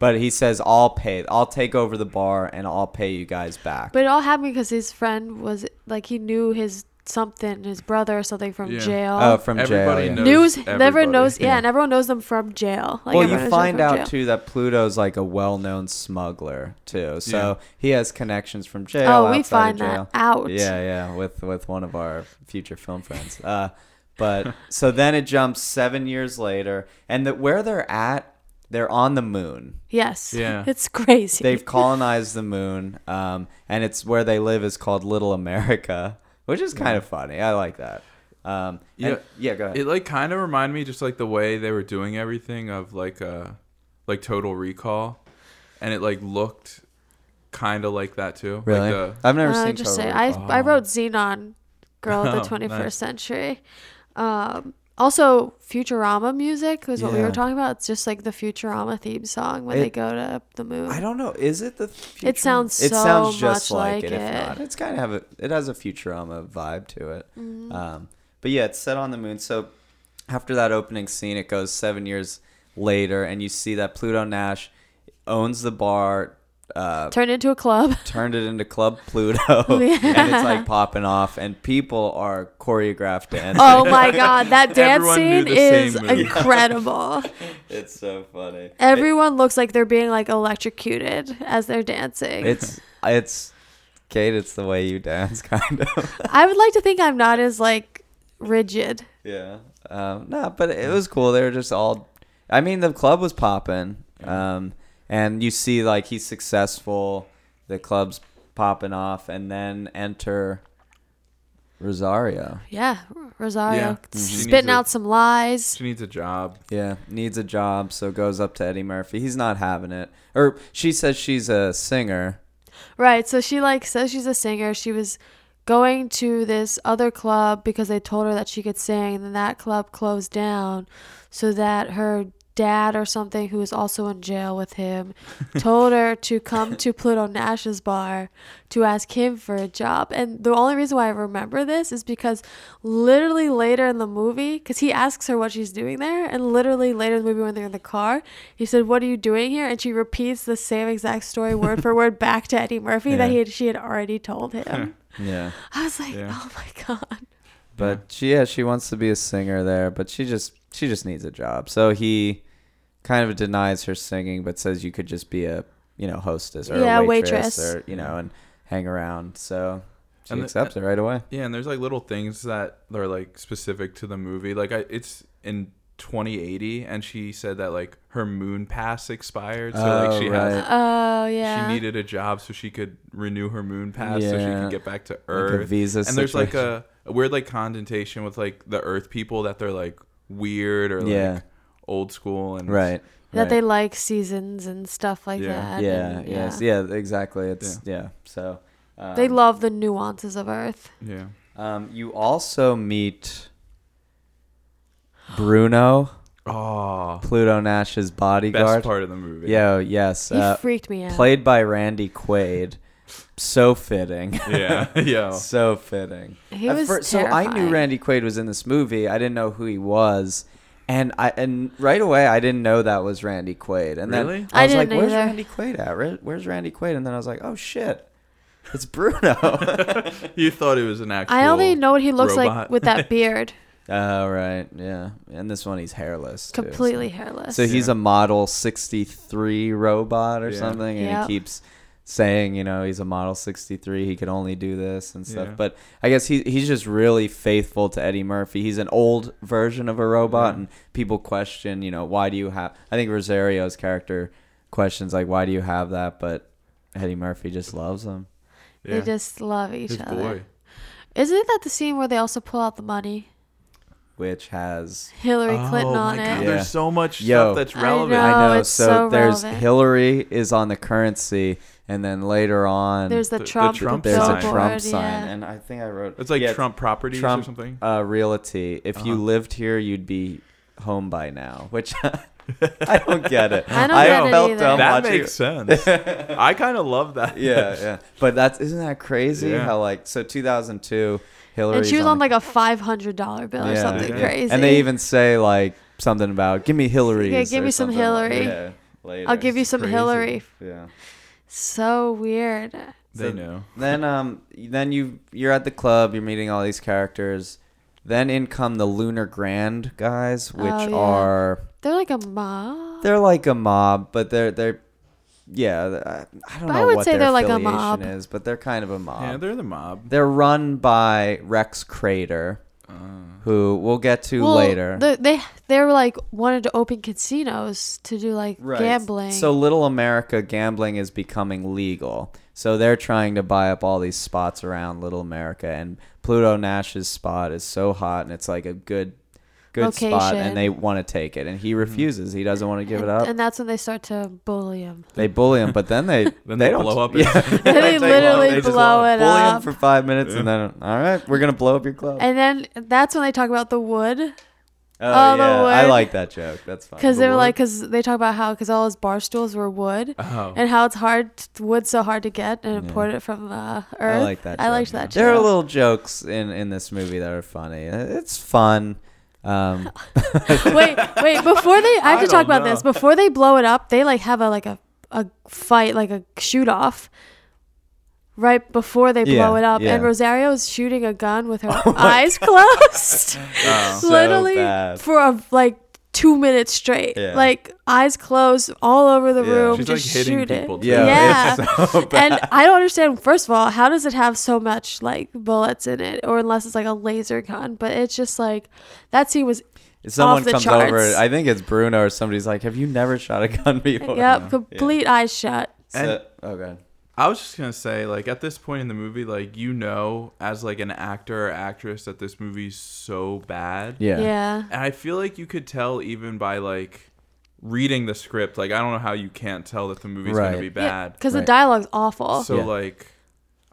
Speaker 1: but he says, "I'll pay. I'll take over the bar, and I'll pay you guys back."
Speaker 2: But it all happened because his friend was like he knew his something, his brother or something from
Speaker 3: Yeah.
Speaker 2: jail.
Speaker 1: oh, from
Speaker 3: Everybody
Speaker 1: jail. yeah.
Speaker 3: knows
Speaker 2: News never
Speaker 3: everybody.
Speaker 2: knows. Yeah,
Speaker 1: Yeah.
Speaker 2: and everyone knows them from jail. Like,
Speaker 1: well,
Speaker 2: everyone knows
Speaker 1: you
Speaker 2: them
Speaker 1: find
Speaker 2: from
Speaker 1: out
Speaker 2: jail.
Speaker 1: too that Pluto's like a well-known smuggler too, so he has connections from jail.
Speaker 2: Oh, we
Speaker 1: outside of
Speaker 2: find that
Speaker 1: jail.
Speaker 2: out.
Speaker 1: Yeah, yeah, with with one of our future film friends. Uh, but so then it jumps seven years later, and that where they're at, they're on the moon.
Speaker 2: Yes.
Speaker 3: Yeah.
Speaker 2: [LAUGHS] It's crazy. [LAUGHS]
Speaker 1: They've colonized the moon, um, and it's where they live is called Little America, which is kind of funny. I like that. Um, yeah,
Speaker 3: Yeah.
Speaker 1: yeah, go ahead.
Speaker 3: It like kind of reminded me just like the way they were doing everything of like a like Total Recall, and it like looked kind of like that too.
Speaker 1: really,
Speaker 3: Like uh, the,
Speaker 1: I've never
Speaker 2: Oh, I
Speaker 1: seen.
Speaker 2: would Uh, just
Speaker 1: Total
Speaker 2: say
Speaker 1: Recall.
Speaker 2: I, I
Speaker 3: Oh.
Speaker 2: wrote Xenon, girl of
Speaker 3: Oh,
Speaker 2: the
Speaker 3: nice.
Speaker 2: 21st century. Um, also, Futurama music was what we
Speaker 1: Yeah.
Speaker 2: were talking about. It's just like the Futurama theme song when
Speaker 1: It-
Speaker 2: they go to the moon.
Speaker 1: I don't know. Is it the? Futurama?
Speaker 2: It sounds
Speaker 1: It
Speaker 2: so
Speaker 1: sounds just
Speaker 2: much
Speaker 1: like,
Speaker 2: like
Speaker 1: it. If
Speaker 2: it.
Speaker 1: not, it's kind of have a. It has a Futurama vibe to it.
Speaker 2: Mm-hmm.
Speaker 1: Um, but yeah, it's set on the moon. So after that opening scene, it goes seven years later, and you see that Pluto Nash owns the bar.
Speaker 2: [LAUGHS]
Speaker 1: Uh,
Speaker 2: Turned into a club.
Speaker 1: turned it into Club Pluto,
Speaker 2: [LAUGHS] Yeah.
Speaker 1: and it's like popping off, and people are choreographed to end. [LAUGHS]
Speaker 2: Oh my god, that dance
Speaker 3: [LAUGHS] Everyone knew
Speaker 2: scene
Speaker 3: the same
Speaker 2: is
Speaker 3: move. [LAUGHS]
Speaker 2: incredible.
Speaker 1: It's so funny.
Speaker 2: Everyone looks like they're being like electrocuted as they're dancing.
Speaker 1: It's it's Kate. It's the way you dance, [LAUGHS] kind of.
Speaker 2: I would like to think I'm not as like rigid.
Speaker 1: Yeah. Um, no, but it was cool. They were just all. I mean, the club was popping. Um, and you see, like, he's successful. The club's popping off, and then enter Rosario.
Speaker 2: Yeah, Rosario
Speaker 3: Yeah. Mhm. She needs
Speaker 2: spitting
Speaker 3: a-
Speaker 2: out some lies.
Speaker 3: she needs a job.
Speaker 1: Yeah, needs a job, so goes up to Eddie Murphy. He's not having it. Or she says she's a singer.
Speaker 2: Right. So she like says she's a singer. She was going to this other club because they told her that she could sing. And then that club closed down so that her dad or something who was also in jail with him told her to come to Pluto Nash's bar to ask him for a job. And the only reason why I remember this is because literally later in the movie, because he asks her what she's doing there, and literally later in the movie when they're in the car, he said, "What are you doing here?" And she repeats the same exact story word for word back to Eddie Murphy that
Speaker 1: Yeah.
Speaker 2: he had, she had already told him.
Speaker 1: Yeah.
Speaker 2: I was like,
Speaker 3: Yeah.
Speaker 2: "Oh my god!"
Speaker 1: But she yeah, she wants to be a singer there, but she just she just needs a job. So he kind of denies her singing but says you could just be a, you know, hostess or
Speaker 2: Yeah,
Speaker 1: a waitress,
Speaker 2: waitress.
Speaker 1: or, you know, and hang around. So she
Speaker 3: And the- uh,
Speaker 1: accepts it right away.
Speaker 3: Yeah, and there's like little things that are like specific to the movie. Like I, it's in 2080, and she said that like her moon pass expired, so
Speaker 1: Oh,
Speaker 3: like she has
Speaker 1: right.
Speaker 2: Oh yeah.
Speaker 3: she needed a job so she could renew her moon pass so she
Speaker 1: Yeah.
Speaker 3: could get back to
Speaker 1: Like
Speaker 3: Earth.
Speaker 1: a visa
Speaker 3: and there's like
Speaker 1: situation.
Speaker 3: a, a weird like connotation with like the Earth people that they're like weird or like
Speaker 1: Yeah.
Speaker 3: old school and
Speaker 1: right.
Speaker 2: that
Speaker 1: right.
Speaker 2: they like seasons and stuff like
Speaker 3: Yeah.
Speaker 2: that.
Speaker 1: yeah,
Speaker 2: and,
Speaker 1: yes. Yeah, exactly. It's yeah. So um,
Speaker 2: They love the nuances of Earth.
Speaker 3: Yeah.
Speaker 1: Um, you also meet Bruno,
Speaker 3: Oh,
Speaker 1: Pluto Nash's
Speaker 3: best
Speaker 1: bodyguard.
Speaker 3: part of the movie.
Speaker 1: Yo, yes.
Speaker 2: He
Speaker 1: Uh,
Speaker 2: freaked me out.
Speaker 1: played by Randy Quaid. So fitting.
Speaker 3: Yeah.
Speaker 1: [LAUGHS]
Speaker 3: Yeah. [LAUGHS]
Speaker 1: so fitting.
Speaker 2: He
Speaker 1: At
Speaker 2: was
Speaker 1: fir- so I knew
Speaker 2: terrifying.
Speaker 1: Randy Quaid was in this movie. I didn't know who he was. And I and right away I didn't know that was Randy Quaid. And
Speaker 3: Really?
Speaker 1: then I
Speaker 2: I
Speaker 1: was like,
Speaker 2: didn't
Speaker 1: "Where's
Speaker 2: either.
Speaker 1: Randy Quaid at? Where- Where's Randy Quaid?" And then I was like, "Oh shit, it's [LAUGHS] Bruno."
Speaker 3: you thought it was an actual.
Speaker 2: I only know what he looks like
Speaker 3: robot.
Speaker 2: with
Speaker 1: [LAUGHS]
Speaker 2: that beard,
Speaker 1: Oh right, yeah. And this one he's hairless. too, so-
Speaker 2: completely hairless.
Speaker 1: So he's
Speaker 3: Yeah.
Speaker 1: a model sixty three robot or
Speaker 3: Yeah.
Speaker 1: something, and
Speaker 2: Yep.
Speaker 1: he keeps saying, you know, he's a model 63, he could only do this and stuff.
Speaker 3: Yeah.
Speaker 1: But I guess he he's just really faithful to Eddie Murphy. He's an old version of a robot
Speaker 3: Yeah.
Speaker 1: and people question, you know, why do you have I think Rosario's character questions like why do you have that, but Eddie Murphy just loves him.
Speaker 3: Yeah.
Speaker 2: They just love each
Speaker 3: His
Speaker 2: other.
Speaker 3: boy.
Speaker 2: Isn't that the scene where they also pull out the money?
Speaker 1: Which has
Speaker 2: Hillary
Speaker 3: Oh
Speaker 2: Clinton on it.
Speaker 1: God. Yeah.
Speaker 3: There's so much
Speaker 1: Yo.
Speaker 3: stuff that's
Speaker 2: I
Speaker 3: relevant.
Speaker 2: know.
Speaker 1: I know.
Speaker 2: Oh, it's
Speaker 1: so,
Speaker 2: so
Speaker 1: there's
Speaker 2: relevant.
Speaker 1: Hillary is on the currency, and then later on
Speaker 2: There's the,
Speaker 3: The- the
Speaker 2: Trump,
Speaker 3: Trump
Speaker 1: there's a
Speaker 3: sign.
Speaker 2: billboard,
Speaker 1: Trump sign,
Speaker 2: yeah.
Speaker 1: and I think I wrote
Speaker 3: It's like
Speaker 1: yeah,
Speaker 3: Trump properties
Speaker 1: Trump,
Speaker 3: or something.
Speaker 1: Uh, realty. If you
Speaker 3: Uh-huh.
Speaker 1: lived here, you'd be home by now. Which [LAUGHS] I don't get it.
Speaker 2: [LAUGHS] I don't get it
Speaker 1: felt
Speaker 2: either.
Speaker 1: dumb
Speaker 3: that
Speaker 1: watching
Speaker 3: makes sense. I kind of love
Speaker 1: [LAUGHS]
Speaker 3: that.
Speaker 1: yeah,
Speaker 3: [LAUGHS]
Speaker 1: yeah. But that's isn't that crazy?
Speaker 3: Yeah.
Speaker 1: How like so 2002, Hillary.
Speaker 2: and she was on like a five hundred dollar bill or
Speaker 1: Yeah.
Speaker 2: something
Speaker 3: Yeah.
Speaker 2: crazy.
Speaker 1: and they even say like something about give me Hillary.
Speaker 2: Yeah, give me some Hillary.
Speaker 1: yeah, later.
Speaker 2: I'll give you some
Speaker 3: crazy.
Speaker 2: Hillary.
Speaker 1: Yeah.
Speaker 2: So weird.
Speaker 3: They
Speaker 1: So-
Speaker 3: know.
Speaker 1: then um then you you're at the club you're meeting all these characters then in come the lunar grand guys which
Speaker 2: Oh, yeah.
Speaker 1: are
Speaker 2: They're like a mob.
Speaker 1: they're like a mob but they're they're yeah th- i I don't
Speaker 2: But I
Speaker 1: know
Speaker 2: would
Speaker 1: what
Speaker 2: say
Speaker 1: their
Speaker 2: they're like a
Speaker 1: affiliation
Speaker 2: mob.
Speaker 1: is but they're kind of a mob
Speaker 3: Yeah,
Speaker 1: they're,
Speaker 3: they're the mob.
Speaker 1: run by rex crater
Speaker 3: Uh,
Speaker 1: who we'll get to
Speaker 2: Well,
Speaker 1: later
Speaker 2: the- they they were like wanted to open casinos to do like
Speaker 1: Right.
Speaker 2: gambling.
Speaker 1: so little america gambling is becoming legal so they're trying to buy up all these spots around little america and pluto nash's spot is so hot and it's like a good good spot
Speaker 2: Location.
Speaker 1: and they want to take it and he refuses he doesn't want to give
Speaker 2: and,
Speaker 1: it up
Speaker 2: and that's when they start to bully him. [LAUGHS]
Speaker 1: they bully him but then they
Speaker 3: Then
Speaker 1: they,
Speaker 3: they
Speaker 1: don't
Speaker 3: blow
Speaker 1: [LAUGHS]
Speaker 3: up
Speaker 1: yeah,
Speaker 3: his-
Speaker 2: They
Speaker 1: take long.
Speaker 2: literally
Speaker 1: just
Speaker 2: blow it
Speaker 1: bully him
Speaker 2: up.
Speaker 1: for five minutes and then all right we're gonna blow up your club
Speaker 2: Oh. And then that's when they talk about the wood
Speaker 1: oh
Speaker 2: oh, the
Speaker 1: yeah i
Speaker 2: word.
Speaker 1: like that joke that's fine
Speaker 2: because
Speaker 1: The
Speaker 2: they were
Speaker 1: word.
Speaker 2: like because they talk about how because all his bar stools were wood
Speaker 3: Oh.
Speaker 2: and how it's hard wood's so hard to get and import it from uh, earth.
Speaker 1: I like that.
Speaker 2: I liked that.
Speaker 1: There are
Speaker 2: joke.
Speaker 1: little jokes in in this movie that are funny. It's fun.
Speaker 2: [LAUGHS]
Speaker 1: Um,
Speaker 2: wait,
Speaker 1: [LAUGHS]
Speaker 2: wait. Before they, I have
Speaker 3: I
Speaker 2: to talk
Speaker 3: don't
Speaker 2: about this.
Speaker 3: know.
Speaker 2: Before they blow it up, they like have a like a a fight, like a shoot off. Right before they blow
Speaker 1: Yeah,
Speaker 2: it up,
Speaker 1: yeah. Oh
Speaker 2: and Rosario is shooting a
Speaker 1: [LAUGHS]
Speaker 2: gun with her eyes closed,
Speaker 1: so
Speaker 2: literally
Speaker 1: bad.
Speaker 2: for a, like two minutes straight,
Speaker 1: Yeah.
Speaker 2: like eyes closed all over the
Speaker 1: Yeah.
Speaker 2: room,
Speaker 3: She's, like,
Speaker 2: just
Speaker 3: hitting
Speaker 2: shoot
Speaker 3: people,
Speaker 2: it.
Speaker 3: too.
Speaker 1: yeah,
Speaker 2: yeah.
Speaker 1: it's [LAUGHS] so bad.
Speaker 2: [LAUGHS] and I don't understand. First of all, how does it have so much like bullets in it, or unless it's like a laser gun? But it's just like that scene was
Speaker 1: Someone
Speaker 2: off the
Speaker 1: comes
Speaker 2: charts.
Speaker 1: over. I think it's Bruno or somebody's like, "Have you never shot a gun [LAUGHS] before?"
Speaker 2: Yep, complete eyes shut.
Speaker 1: So, oh god.
Speaker 3: I was just gonna say, like, at this point in the movie, like, you know, as like an actor or actress, that this movie's so bad.
Speaker 1: Yeah.
Speaker 2: Yeah.
Speaker 3: And I feel like you could tell even by like reading the script. Like, I don't know how you can't tell that the movie's
Speaker 1: Right.
Speaker 3: gonna be bad.
Speaker 2: Because
Speaker 1: Right.
Speaker 2: the dialogue's awful.
Speaker 3: so
Speaker 1: Yeah.
Speaker 3: like,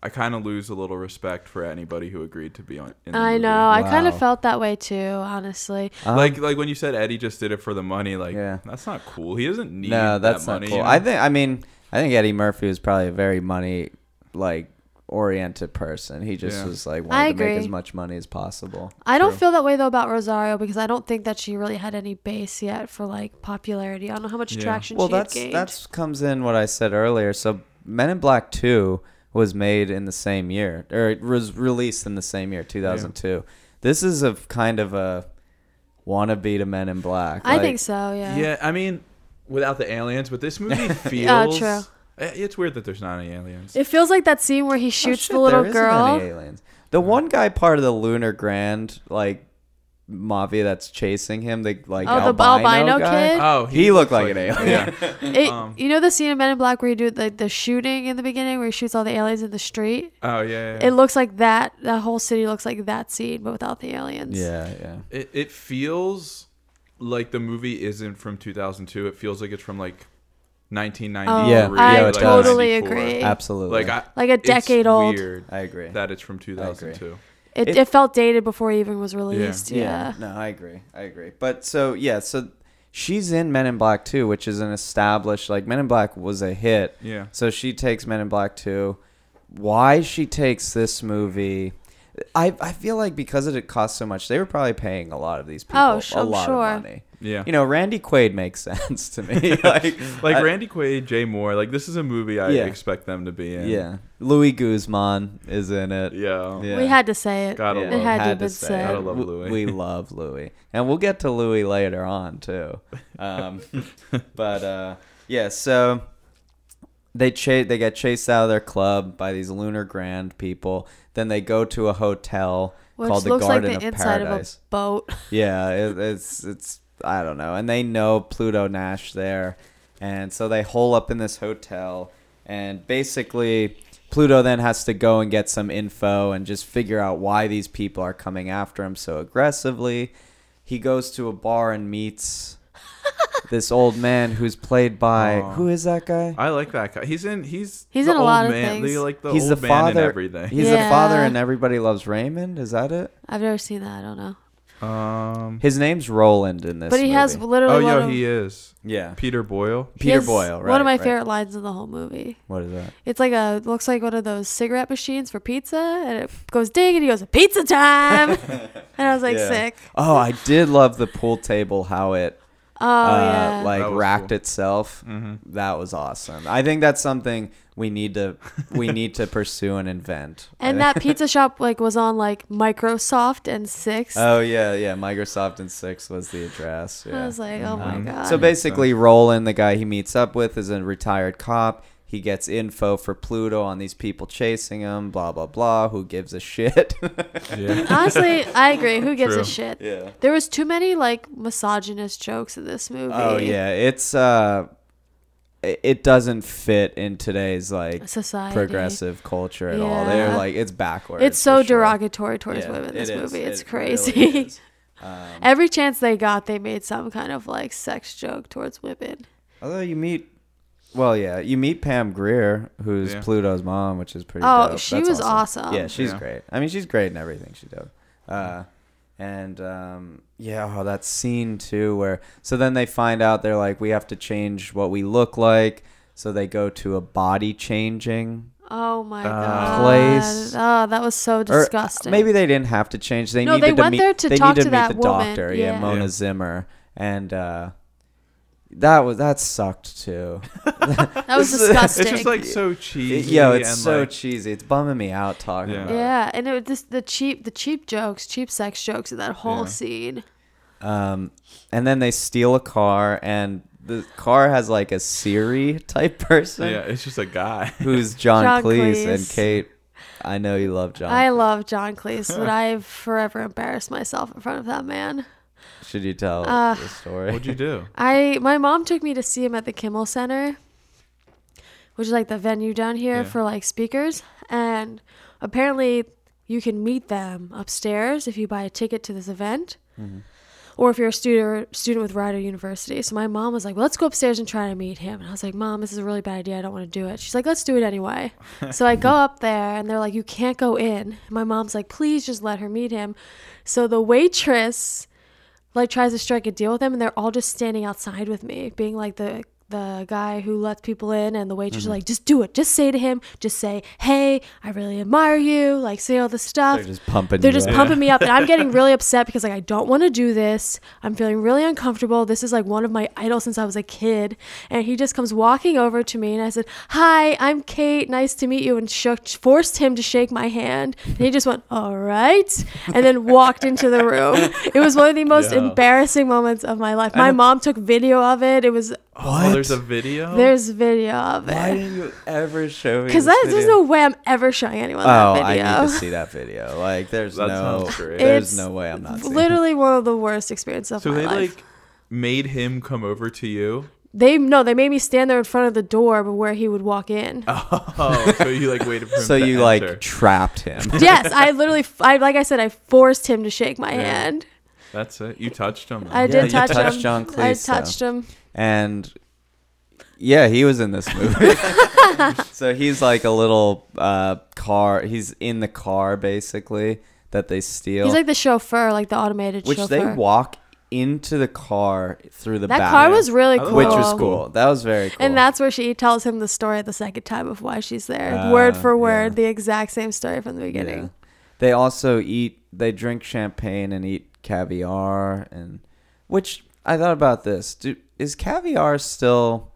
Speaker 3: I kind of lose a little respect for anybody who agreed to be on. In the
Speaker 2: I
Speaker 3: movie.
Speaker 2: know. I kind
Speaker 1: Wow.
Speaker 2: of felt that way too, honestly.
Speaker 1: Um,
Speaker 3: like like when you said Eddie just did it for the money, like
Speaker 1: Yeah.
Speaker 3: that's not cool. He doesn't need
Speaker 1: no, that's
Speaker 3: that
Speaker 1: not
Speaker 3: money.
Speaker 1: cool.
Speaker 3: you
Speaker 1: I
Speaker 3: know?
Speaker 1: think. I mean, I think Eddie Murphy was probably a very money like oriented person. He just
Speaker 3: Yeah.
Speaker 1: was like
Speaker 2: I
Speaker 1: wanted to make
Speaker 2: agree.
Speaker 1: as much money as possible.
Speaker 2: I don't
Speaker 3: True.
Speaker 2: feel that way though about Rosario because I don't think that she really had any base yet for like popularity. I don't know how much
Speaker 3: Yeah.
Speaker 2: traction
Speaker 1: well
Speaker 2: she
Speaker 1: that's
Speaker 2: had gained.
Speaker 1: that's comes in what i said earlier so men in black 2 was made in the same year or it was released in the same year 2002 this is a f- kind of a wannabe to men in black
Speaker 2: I
Speaker 1: Like,
Speaker 2: think so. Yeah.
Speaker 3: Yeah, I mean, without the aliens, but
Speaker 1: [LAUGHS]
Speaker 3: this movie
Speaker 2: [LAUGHS] Yeah,
Speaker 3: feels.
Speaker 2: true.
Speaker 3: I- It's weird that there's not any aliens.
Speaker 2: It feels like that scene where he
Speaker 1: oh,
Speaker 2: shoots
Speaker 1: shit,
Speaker 2: the little
Speaker 1: there isn't any
Speaker 2: girl.
Speaker 1: aliens. the one guy part of the lunar grand like mafia that's chasing him the like
Speaker 2: Oh, the
Speaker 1: albino,
Speaker 2: albino
Speaker 1: guy,
Speaker 2: kid?
Speaker 3: Oh,
Speaker 1: he, looked like, an alien
Speaker 3: Yeah.
Speaker 2: It,
Speaker 3: Um,
Speaker 2: you know the scene in Men in Black where you do the, the shooting in the beginning where he shoots all the aliens in the street?
Speaker 3: Oh yeah. yeah.
Speaker 2: It looks like that. The whole city looks like that scene, but without the aliens.
Speaker 1: [LAUGHS] yeah yeah
Speaker 3: It it feels like the movie isn't from 2002. It feels like it's from like 1993.
Speaker 1: Yeah,
Speaker 2: Oh, I
Speaker 1: yeah, it
Speaker 3: like,
Speaker 1: does.
Speaker 2: totally
Speaker 3: 94.
Speaker 2: agree.
Speaker 1: absolutely
Speaker 3: Like I,
Speaker 2: Like a
Speaker 3: it's
Speaker 2: decade old.
Speaker 3: Weird
Speaker 1: I agree
Speaker 3: that it's from 2002.
Speaker 2: It,
Speaker 1: It-
Speaker 2: it, felt dated before he even was released. Yeah.
Speaker 1: No, I agree. I agree. But so yeah, so she's in Men in Black 2, which is an established like Men in Black was a hit.
Speaker 3: Yeah.
Speaker 1: So she takes Men in Black 2. Why she takes this movie I, I feel like because it cost so much, they were probably paying a lot of these people
Speaker 2: Oh, sh-
Speaker 1: a
Speaker 2: I'm
Speaker 1: lot
Speaker 2: sure.
Speaker 1: of money.
Speaker 3: Yeah.
Speaker 1: You know, Randy Quaid makes [LAUGHS] sense to me.
Speaker 2: [LAUGHS]
Speaker 1: like
Speaker 3: like
Speaker 1: I-
Speaker 3: Randy Quaid, Jay Moore. Like this is a movie I
Speaker 1: Yeah.
Speaker 3: expect them to be in.
Speaker 1: Yeah. Louis Guzman is in it.
Speaker 3: Yeah.
Speaker 1: Yeah.
Speaker 2: We had to say it.
Speaker 3: Gotta
Speaker 1: Yeah.
Speaker 3: love.
Speaker 2: It had to have
Speaker 1: to
Speaker 2: been
Speaker 1: say.
Speaker 2: said.
Speaker 3: Gotta love
Speaker 1: We-
Speaker 3: Louis. [LAUGHS]
Speaker 1: We love Louis, and we'll get to Louis
Speaker 3: [LAUGHS]
Speaker 1: later on too. Um, but uh, yeah, so they chase they get chased out of their club by these lunar grand people. Then they go to a hotel
Speaker 2: Which
Speaker 1: called the
Speaker 2: looks like
Speaker 1: Garden
Speaker 2: the
Speaker 1: of
Speaker 2: inside
Speaker 1: Paradise.
Speaker 2: of a boat. [LAUGHS]
Speaker 1: yeah, it, it's it's I don't know, and they know Pluto Nash there, and so they hole up in this hotel, and basically Pluto then has to go and get some info and just figure out why these people are coming after him so aggressively. He goes to a bar and
Speaker 2: [LAUGHS]
Speaker 1: meets this old man who's played by
Speaker 3: Aw.
Speaker 1: who is that guy?
Speaker 3: I like that guy. He's in. He's
Speaker 2: He's
Speaker 3: the
Speaker 2: in a
Speaker 3: old
Speaker 2: lot of
Speaker 3: man.
Speaker 2: things.
Speaker 3: They like the
Speaker 1: he's
Speaker 3: old
Speaker 1: the
Speaker 3: man
Speaker 1: father.
Speaker 3: and everything.
Speaker 1: He's the father,
Speaker 2: Yeah.
Speaker 1: and everybody loves Raymond. Is that it?
Speaker 2: I've never seen that. I don't know.
Speaker 3: um.
Speaker 1: His name's Roland in this.
Speaker 2: but he has
Speaker 1: movie.
Speaker 2: literally.
Speaker 3: Oh
Speaker 2: one
Speaker 3: yeah,
Speaker 2: of,
Speaker 3: he is
Speaker 1: yeah.
Speaker 3: Peter Boyle.
Speaker 2: he
Speaker 1: Peter
Speaker 2: has
Speaker 1: Boyle, right?
Speaker 2: One of my
Speaker 1: right.
Speaker 2: favorite lines in the whole movie.
Speaker 1: What is that?
Speaker 2: It's like a looks like one of those cigarette machines for pizza, and it goes ding, and he goes
Speaker 1: [LAUGHS]
Speaker 2: pizza time, and I was like
Speaker 1: Yeah.
Speaker 2: sick.
Speaker 1: Oh, I did love the pool table how it
Speaker 2: Oh
Speaker 1: uh,
Speaker 2: yeah,
Speaker 1: like
Speaker 3: That was
Speaker 1: racked
Speaker 3: cool.
Speaker 1: itself. That was awesome. I think that's something we need to we
Speaker 2: [LAUGHS]
Speaker 1: need to pursue and invent.
Speaker 2: and that pizza shop like was on like Microsoft and Six.
Speaker 1: oh yeah, yeah. Microsoft and six was the address. Yeah.
Speaker 2: I was like, oh my
Speaker 3: Mm-hmm.
Speaker 1: Um,
Speaker 2: god.
Speaker 1: So basically, Roland, the guy he meets up with, is a retired cop. He gets info for Pluto on these people chasing him, blah, blah, blah. Who gives a shit? [LAUGHS]
Speaker 3: Yeah.
Speaker 2: Honestly, I agree. Who gives
Speaker 3: True.
Speaker 2: a shit?
Speaker 1: yeah.
Speaker 2: There was too many like misogynist jokes in this movie.
Speaker 1: Oh, yeah. It's, uh, it it doesn't fit in today's, like,
Speaker 2: Society.
Speaker 1: progressive culture at all.
Speaker 2: Yeah.
Speaker 1: They're, like, it's backwards.
Speaker 2: It's so
Speaker 1: for sure.
Speaker 2: derogatory towards
Speaker 1: Yeah,
Speaker 2: women.
Speaker 1: it
Speaker 2: This
Speaker 1: is.
Speaker 2: movie, it's
Speaker 1: It really
Speaker 2: crazy.
Speaker 1: is. Um,
Speaker 2: [LAUGHS] Every chance they got, they made some kind of like sex joke towards women.
Speaker 1: although you meet, well, yeah, you meet Pam Greer, who's
Speaker 3: Yeah.
Speaker 1: Pluto's mom, which is pretty.
Speaker 2: Oh,
Speaker 1: dope.
Speaker 2: she
Speaker 1: That's
Speaker 2: was awesome.
Speaker 1: Yeah, she's
Speaker 3: Yeah.
Speaker 1: great. I mean, she's great in everything she does. Uh, and um, yeah, oh, that scene too, where so then they find out they're like, we have to change what we look like, so they go to a body changing.
Speaker 2: Oh my god!
Speaker 1: Place.
Speaker 2: Oh, that was so
Speaker 1: Or, uh,
Speaker 2: disgusting.
Speaker 1: maybe they didn't have to change. They
Speaker 2: No,
Speaker 1: needed
Speaker 2: they
Speaker 1: to
Speaker 2: went
Speaker 1: meet.
Speaker 2: there to
Speaker 1: they
Speaker 2: talk
Speaker 1: needed to
Speaker 2: to
Speaker 1: meet
Speaker 2: that
Speaker 1: the
Speaker 2: woman,
Speaker 1: doctor. Yeah,
Speaker 2: yeah.
Speaker 1: Mona
Speaker 3: Yeah.
Speaker 1: Zimmer, and uh, that was that sucked too.
Speaker 2: that was
Speaker 1: It's
Speaker 2: disgusting.
Speaker 3: It's just like so
Speaker 1: It-
Speaker 3: cheesy.
Speaker 1: Yo, it's
Speaker 3: and,
Speaker 1: so
Speaker 3: like,
Speaker 1: cheesy. It's bumming me out talking
Speaker 3: Yeah.
Speaker 1: about. it.
Speaker 2: yeah, and it was just the cheap, the cheap jokes, cheap sex jokes in that whole
Speaker 3: Yeah.
Speaker 2: scene.
Speaker 1: Um, and then they steal a car, and the car has like a Siri type person
Speaker 3: yeah. It's just a guy.
Speaker 1: [LAUGHS]
Speaker 2: [LAUGHS]
Speaker 1: who's John,
Speaker 2: John
Speaker 1: Cleese,
Speaker 2: Cleese.
Speaker 1: and Kate. I know you love John.
Speaker 2: I love John Cleese, but I've forever embarrassed myself in front of that man.
Speaker 1: Should you tell
Speaker 2: Uh,
Speaker 1: the story?
Speaker 3: What'd you do?
Speaker 2: I my mom took me to see him at the Kimmel Center, which is like the venue down here
Speaker 3: Yeah.
Speaker 2: for like speakers, and apparently you can meet them upstairs if you buy a ticket to this event. Or if you're a student student with Rider University, so my mom was like, well, "Let's go upstairs and try to meet him." And I was like, "Mom, this is a really bad idea. I don't want to do it." She's like, "Let's do it anyway." so I go up there, and they're like, "You can't go in." My mom's like, "Please just let her meet him." So the waitress like tries to strike a deal with them and they're all just standing outside with me being like the the guy who lets people in and the waitress are like just do it just say to him just say hey i really admire you like say all the
Speaker 1: [LAUGHS]
Speaker 2: stuff
Speaker 1: They're just pumping.
Speaker 2: they're
Speaker 1: you
Speaker 2: just
Speaker 1: up.
Speaker 2: pumping me up and
Speaker 1: [LAUGHS]
Speaker 2: i'm getting really upset because like i don't want to do this i'm feeling really uncomfortable this is like one of my idols since i was a kid and he just comes walking over to me and i said hi i'm kate nice to meet you and shook, forced him to shake my hand and he just went all right and then walked into the room
Speaker 1: [LAUGHS]
Speaker 2: it was one of the most
Speaker 3: Yeah.
Speaker 2: embarrassing moments of my life my
Speaker 3: don't-
Speaker 2: mom took video of it it was
Speaker 3: Oh, there's a video.
Speaker 2: there's video of
Speaker 1: Why
Speaker 2: it
Speaker 1: didn't you ever show me?
Speaker 2: because
Speaker 1: this
Speaker 2: there's
Speaker 1: video?
Speaker 2: no way i'm ever showing anyone
Speaker 1: Oh,
Speaker 2: that
Speaker 1: I
Speaker 2: video
Speaker 1: need to see that video. Like, there's
Speaker 3: That
Speaker 1: no,
Speaker 3: sounds great.
Speaker 1: there's
Speaker 2: It's
Speaker 1: no way I'm
Speaker 2: [LAUGHS]
Speaker 1: not. Seeing it.
Speaker 2: literally one of the worst experiences of
Speaker 3: so
Speaker 2: my
Speaker 3: they
Speaker 2: life
Speaker 3: like made him come over to
Speaker 1: [LAUGHS]
Speaker 3: you.
Speaker 2: They no, they made me stand there in front of the door, but where he would walk in.
Speaker 3: Oh, so you like waited for him.
Speaker 1: So
Speaker 3: to
Speaker 1: you like
Speaker 3: enter.
Speaker 1: trapped him. [LAUGHS]
Speaker 2: yes, I literally, I like I said, I forced him to shake my hand.
Speaker 3: That's it. You touched him.
Speaker 2: I
Speaker 3: then.
Speaker 1: Yeah, you
Speaker 2: did touch
Speaker 1: touched
Speaker 2: him.
Speaker 1: John
Speaker 2: I
Speaker 1: Cleese, though.
Speaker 2: touched him.
Speaker 1: and yeah, he was in this
Speaker 2: [LAUGHS]
Speaker 1: movie. so he's like a little uh, car. He's in the car basically that they steal,
Speaker 2: He's like the chauffeur, like the automated
Speaker 1: which
Speaker 2: chauffeur.
Speaker 1: they walk into the car through the
Speaker 2: that
Speaker 1: back, Oh.
Speaker 2: car was really
Speaker 3: I
Speaker 2: cool.
Speaker 3: love
Speaker 1: which was cool. That was very cool.
Speaker 2: And that's where she tells him the story the second time of why she's there, word
Speaker 1: Ah,
Speaker 2: for word,
Speaker 1: yeah.
Speaker 2: the exact same story from the beginning.
Speaker 1: Yeah. They also eat. They drink champagne and eat caviar, and which I thought about this. Do, is caviar still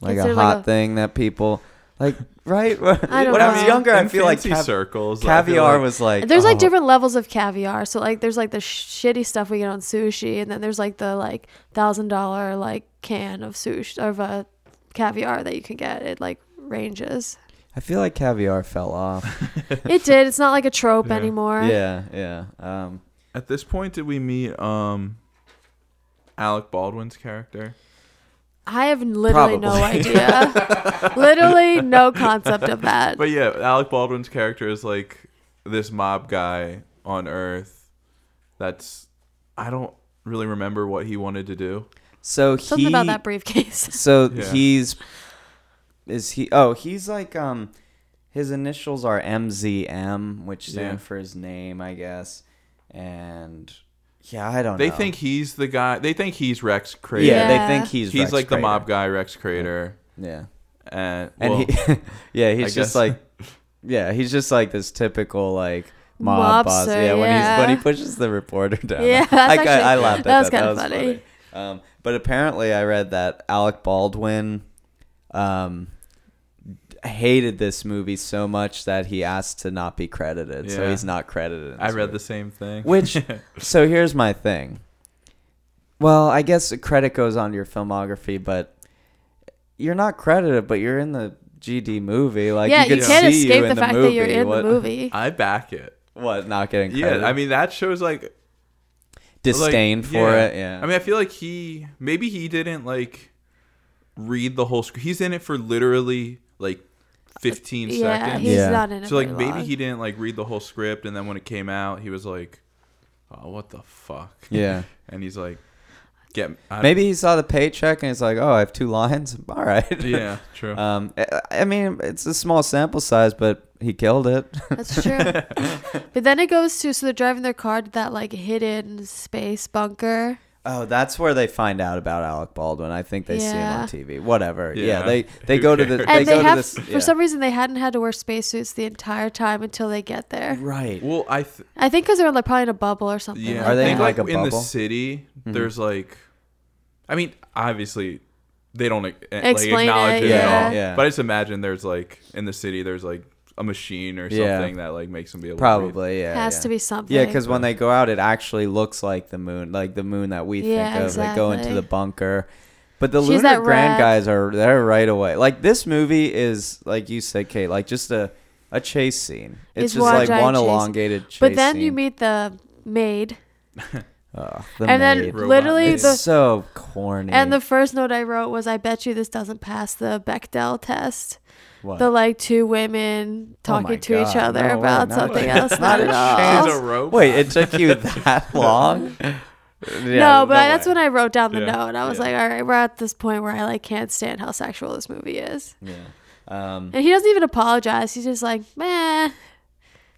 Speaker 1: like a
Speaker 2: Considered
Speaker 1: hot
Speaker 2: like a-
Speaker 1: thing that people like? [LAUGHS] Right
Speaker 2: I don't
Speaker 1: when I was
Speaker 2: know.
Speaker 1: younger, I
Speaker 3: In
Speaker 1: feel like
Speaker 3: fancy
Speaker 1: cav-
Speaker 3: circles. I feel
Speaker 1: caviar
Speaker 3: like-
Speaker 1: was like
Speaker 2: there's like
Speaker 1: oh.
Speaker 2: different levels of caviar. So like there's like the shitty stuff we get on sushi, and then there's like the like thousand dollar like can of sushi of uh, caviar that you can get at like
Speaker 1: [LAUGHS]
Speaker 2: ranges.
Speaker 1: I feel like caviar fell off.
Speaker 2: it did. It's not like a trope
Speaker 3: Yeah.
Speaker 2: anymore.
Speaker 1: yeah, yeah. Um,
Speaker 3: At this point, did we meet um Alec Baldwin's character?
Speaker 2: I have literally no
Speaker 1: Probably.
Speaker 2: idea.
Speaker 1: [LAUGHS]
Speaker 2: literally no concept of that.
Speaker 3: But yeah, Alec Baldwin's character is like this mob guy on Earth. That's I don't really remember what he wanted to do.
Speaker 1: so he.
Speaker 2: Something about that briefcase.
Speaker 1: [LAUGHS] So
Speaker 3: Yeah.
Speaker 1: he's is he oh he's like um his initials are MZM which stand
Speaker 3: Yeah.
Speaker 1: for his name I guess and yeah I don't
Speaker 3: They
Speaker 1: know.
Speaker 3: think he's the guy. They think he's Rex
Speaker 1: yeah,
Speaker 3: Crater.
Speaker 1: they
Speaker 2: Yeah.
Speaker 1: think he's
Speaker 3: he's,
Speaker 1: Rex
Speaker 3: like the
Speaker 1: Crater.
Speaker 3: mob guy, Rex Crater,
Speaker 1: yeah
Speaker 3: and
Speaker 1: and [LAUGHS]
Speaker 3: well,
Speaker 1: he yeah he's
Speaker 3: I
Speaker 1: just
Speaker 3: guess.
Speaker 1: like yeah he's just like this typical like mob boss
Speaker 2: Mobster,
Speaker 1: yeah when he's when he
Speaker 2: yeah.
Speaker 1: pushes the reporter down
Speaker 2: Yeah, that's
Speaker 1: [LAUGHS] I,
Speaker 2: actually-
Speaker 1: I, I laughed at
Speaker 2: that
Speaker 1: that
Speaker 2: was kinda
Speaker 1: that was
Speaker 2: funny.
Speaker 1: funny um but apparently I read that Alec Baldwin um hated this movie so much that he asked to not be credited so
Speaker 3: Yeah.
Speaker 1: he's not credited in
Speaker 3: I read
Speaker 1: movie.
Speaker 3: the same thing.
Speaker 1: Which, so here's my thing. Well, I guess the credit goes on to your filmography, but you're not credited, but you're in the GD movie. Like,
Speaker 2: yeah,
Speaker 1: you,
Speaker 2: you,
Speaker 1: could
Speaker 2: can't
Speaker 1: see
Speaker 2: escape
Speaker 1: you in
Speaker 2: the fact
Speaker 1: movie.
Speaker 2: that you're in
Speaker 1: what,
Speaker 2: the movie.
Speaker 3: [LAUGHS] I back it.
Speaker 1: [LAUGHS] What, not getting credit?
Speaker 3: Yeah, I mean that shows like like,
Speaker 1: disdain for
Speaker 3: yeah.
Speaker 1: it. Yeah.
Speaker 3: I mean, I feel like he maybe he didn't like read the whole script. He's in it for literally like 15
Speaker 2: Yeah,
Speaker 3: seconds.
Speaker 2: he's
Speaker 1: Yeah.
Speaker 2: not in it.
Speaker 3: So like
Speaker 2: very
Speaker 3: maybe
Speaker 2: long.
Speaker 3: he didn't like read the whole script, and then when it came out, he was like, "Oh, what the fuck?"
Speaker 1: yeah.
Speaker 3: [LAUGHS] and he's like, "Get I
Speaker 1: Maybe he saw the paycheck and he's like, oh, I have two lines. [LAUGHS] All right.
Speaker 3: [LAUGHS] [LAUGHS] yeah, true."
Speaker 1: Um, I- I mean, it's a small sample size, but he killed it. [LAUGHS]
Speaker 2: That's true. but then it goes to so they're driving their car to that like hidden space bunker.
Speaker 1: Oh, that's where they find out about Alec Baldwin. I think they
Speaker 2: Yeah.
Speaker 1: see him on TV. Whatever. Yeah,
Speaker 3: Yeah.
Speaker 1: they they
Speaker 3: Who
Speaker 1: go to the
Speaker 3: cares?
Speaker 1: they,
Speaker 2: And they,
Speaker 1: go
Speaker 2: have
Speaker 1: to this
Speaker 2: for
Speaker 1: yeah.
Speaker 2: some reason they hadn't had to wear spacesuits the entire time until they get there.
Speaker 1: right.
Speaker 3: well, I th-
Speaker 2: I think because they're like probably in a bubble or something.
Speaker 3: yeah,
Speaker 2: like
Speaker 1: Are they
Speaker 2: that.
Speaker 3: I think
Speaker 1: in, like,
Speaker 3: like,
Speaker 1: a
Speaker 3: in the
Speaker 1: bubble? Mm-hmm.
Speaker 3: city, there's like, I mean, obviously. They don't like,
Speaker 2: Explain
Speaker 3: acknowledge
Speaker 2: it,
Speaker 3: it,
Speaker 1: yeah.
Speaker 3: at all.
Speaker 1: Yeah.
Speaker 3: But I just imagine there's like in the city, there's like a machine or something
Speaker 1: Yeah.
Speaker 3: that like makes them be able to read.
Speaker 1: Probably. Yeah.
Speaker 2: has
Speaker 1: yeah.
Speaker 2: to be something?
Speaker 1: Yeah, because when they go out, it actually looks like the moon, like the moon that we
Speaker 2: Yeah,
Speaker 1: think of. They go into
Speaker 2: exactly.
Speaker 1: the bunker, but the
Speaker 2: She's
Speaker 1: Lunar
Speaker 2: that
Speaker 1: Grand
Speaker 2: rat.
Speaker 1: guys are there right away. Like this movie is, like you said, Kate, like just a a chase scene. It's,
Speaker 2: It's
Speaker 1: just
Speaker 2: one
Speaker 1: like
Speaker 2: giant
Speaker 1: one
Speaker 2: chase-
Speaker 1: elongated chase.
Speaker 2: but then you
Speaker 1: scene.
Speaker 2: meet the maid,
Speaker 1: Ugh, the maid.
Speaker 2: and then
Speaker 3: Robot
Speaker 2: literally
Speaker 1: it's
Speaker 2: the
Speaker 1: so corny.
Speaker 2: and the first note I wrote was, "I bet you this doesn't pass the Bechdel test."
Speaker 1: What?
Speaker 2: The like two
Speaker 1: Oh
Speaker 2: women
Speaker 1: my
Speaker 2: talking to each
Speaker 1: God,
Speaker 2: other
Speaker 1: no
Speaker 2: about
Speaker 1: way, no
Speaker 2: something
Speaker 1: way.
Speaker 2: else.
Speaker 1: [LAUGHS] Not
Speaker 2: Not
Speaker 1: a
Speaker 2: at
Speaker 1: chance.
Speaker 3: She's
Speaker 2: all.
Speaker 3: a robot. [LAUGHS]
Speaker 1: Wait, it took
Speaker 2: [LAUGHS]
Speaker 1: you that long?
Speaker 2: no, but I, that's when I wrote down the
Speaker 3: Yeah.
Speaker 2: note. I was
Speaker 3: Yeah.
Speaker 2: like, all right, we're at this point where I like can't stand how sexual this movie is.
Speaker 1: Yeah. Um,
Speaker 2: And he doesn't even apologize. He's just like, meh,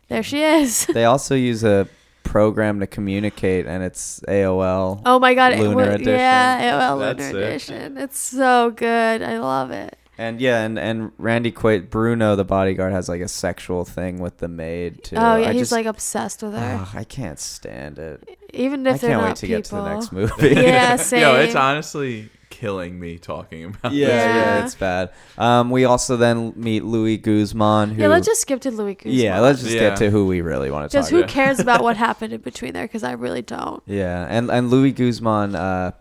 Speaker 2: there she is. [LAUGHS]
Speaker 1: they also use a program to communicate, and it's AOL.
Speaker 2: Oh my god, it
Speaker 1: Lunar
Speaker 2: was-
Speaker 1: Edition.
Speaker 2: yeah, AOL Lunar
Speaker 3: That's it.
Speaker 2: Edition. It's so good. I love it.
Speaker 1: And yeah, and, and Randy Quaid, Bruno, the bodyguard, has like a sexual thing with the maid too.
Speaker 2: oh yeah,
Speaker 1: I
Speaker 2: he's
Speaker 1: just-
Speaker 2: like obsessed with her.
Speaker 1: Ugh, I can't stand it.
Speaker 2: Even
Speaker 1: I
Speaker 2: if they're
Speaker 1: can't
Speaker 2: not
Speaker 1: wait to
Speaker 2: people.
Speaker 1: get to the next
Speaker 2: [LAUGHS]
Speaker 1: movie. [LAUGHS]
Speaker 2: yeah, same.
Speaker 3: [LAUGHS] Yo, it's honestly killing me talking about.
Speaker 1: Yeah, yeah,
Speaker 2: Yeah.
Speaker 1: it's bad. Um, we also then meet Louis Guzman. Who,
Speaker 2: yeah, let's just skip to Louis Guzman.
Speaker 1: yeah, let's just
Speaker 3: Yeah.
Speaker 1: get to who we really want to talk
Speaker 2: because
Speaker 1: about.
Speaker 2: who
Speaker 3: about-
Speaker 2: cares
Speaker 1: [LAUGHS]
Speaker 2: about what happened in between there? Because I really don't.
Speaker 1: Yeah, and and Louis Guzman uh,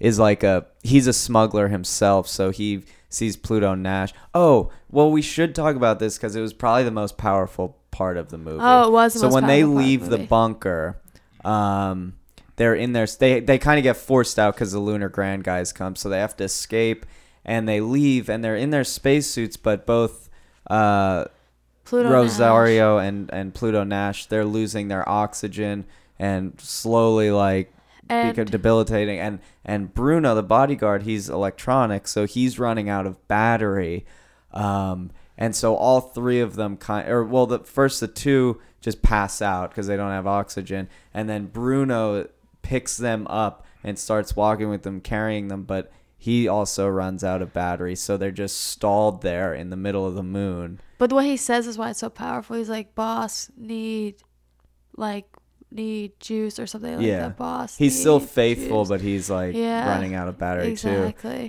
Speaker 1: is like a he's a smuggler himself, so he sees Pluto Nash. Oh, well, we should talk about this because it was probably the most powerful part of the movie.
Speaker 2: Oh, it was the
Speaker 1: so
Speaker 2: most
Speaker 1: when they
Speaker 2: powerful part of
Speaker 1: leave
Speaker 2: the
Speaker 1: the
Speaker 2: movie.
Speaker 1: bunker, um, they're in their they they kind of get forced out because the Lunar Grand guys come, so they have to escape, and they leave, and they're in their spacesuits, but both. Uh,
Speaker 2: Pluto Nash.
Speaker 1: Rosario and and Pluto Nash, they're losing their oxygen and slowly like
Speaker 2: And-
Speaker 1: become debilitating. And and Bruno, the bodyguard, he's electronic, so he's running out of battery. Um, and so all three of them kind or well, the first the two just pass out because they don't have oxygen, and then Bruno picks them up and starts walking with them, carrying them, but. He also runs out of battery, so they're just stalled there in the middle of the moon.
Speaker 2: But what he says is why it's so powerful. He's like, boss, need, like, need juice or something like
Speaker 1: Yeah.
Speaker 2: that. Boss.
Speaker 1: He's still
Speaker 2: need
Speaker 1: faithful,
Speaker 2: juice."
Speaker 1: but he's like
Speaker 2: Yeah.
Speaker 1: running out of battery
Speaker 2: Exactly.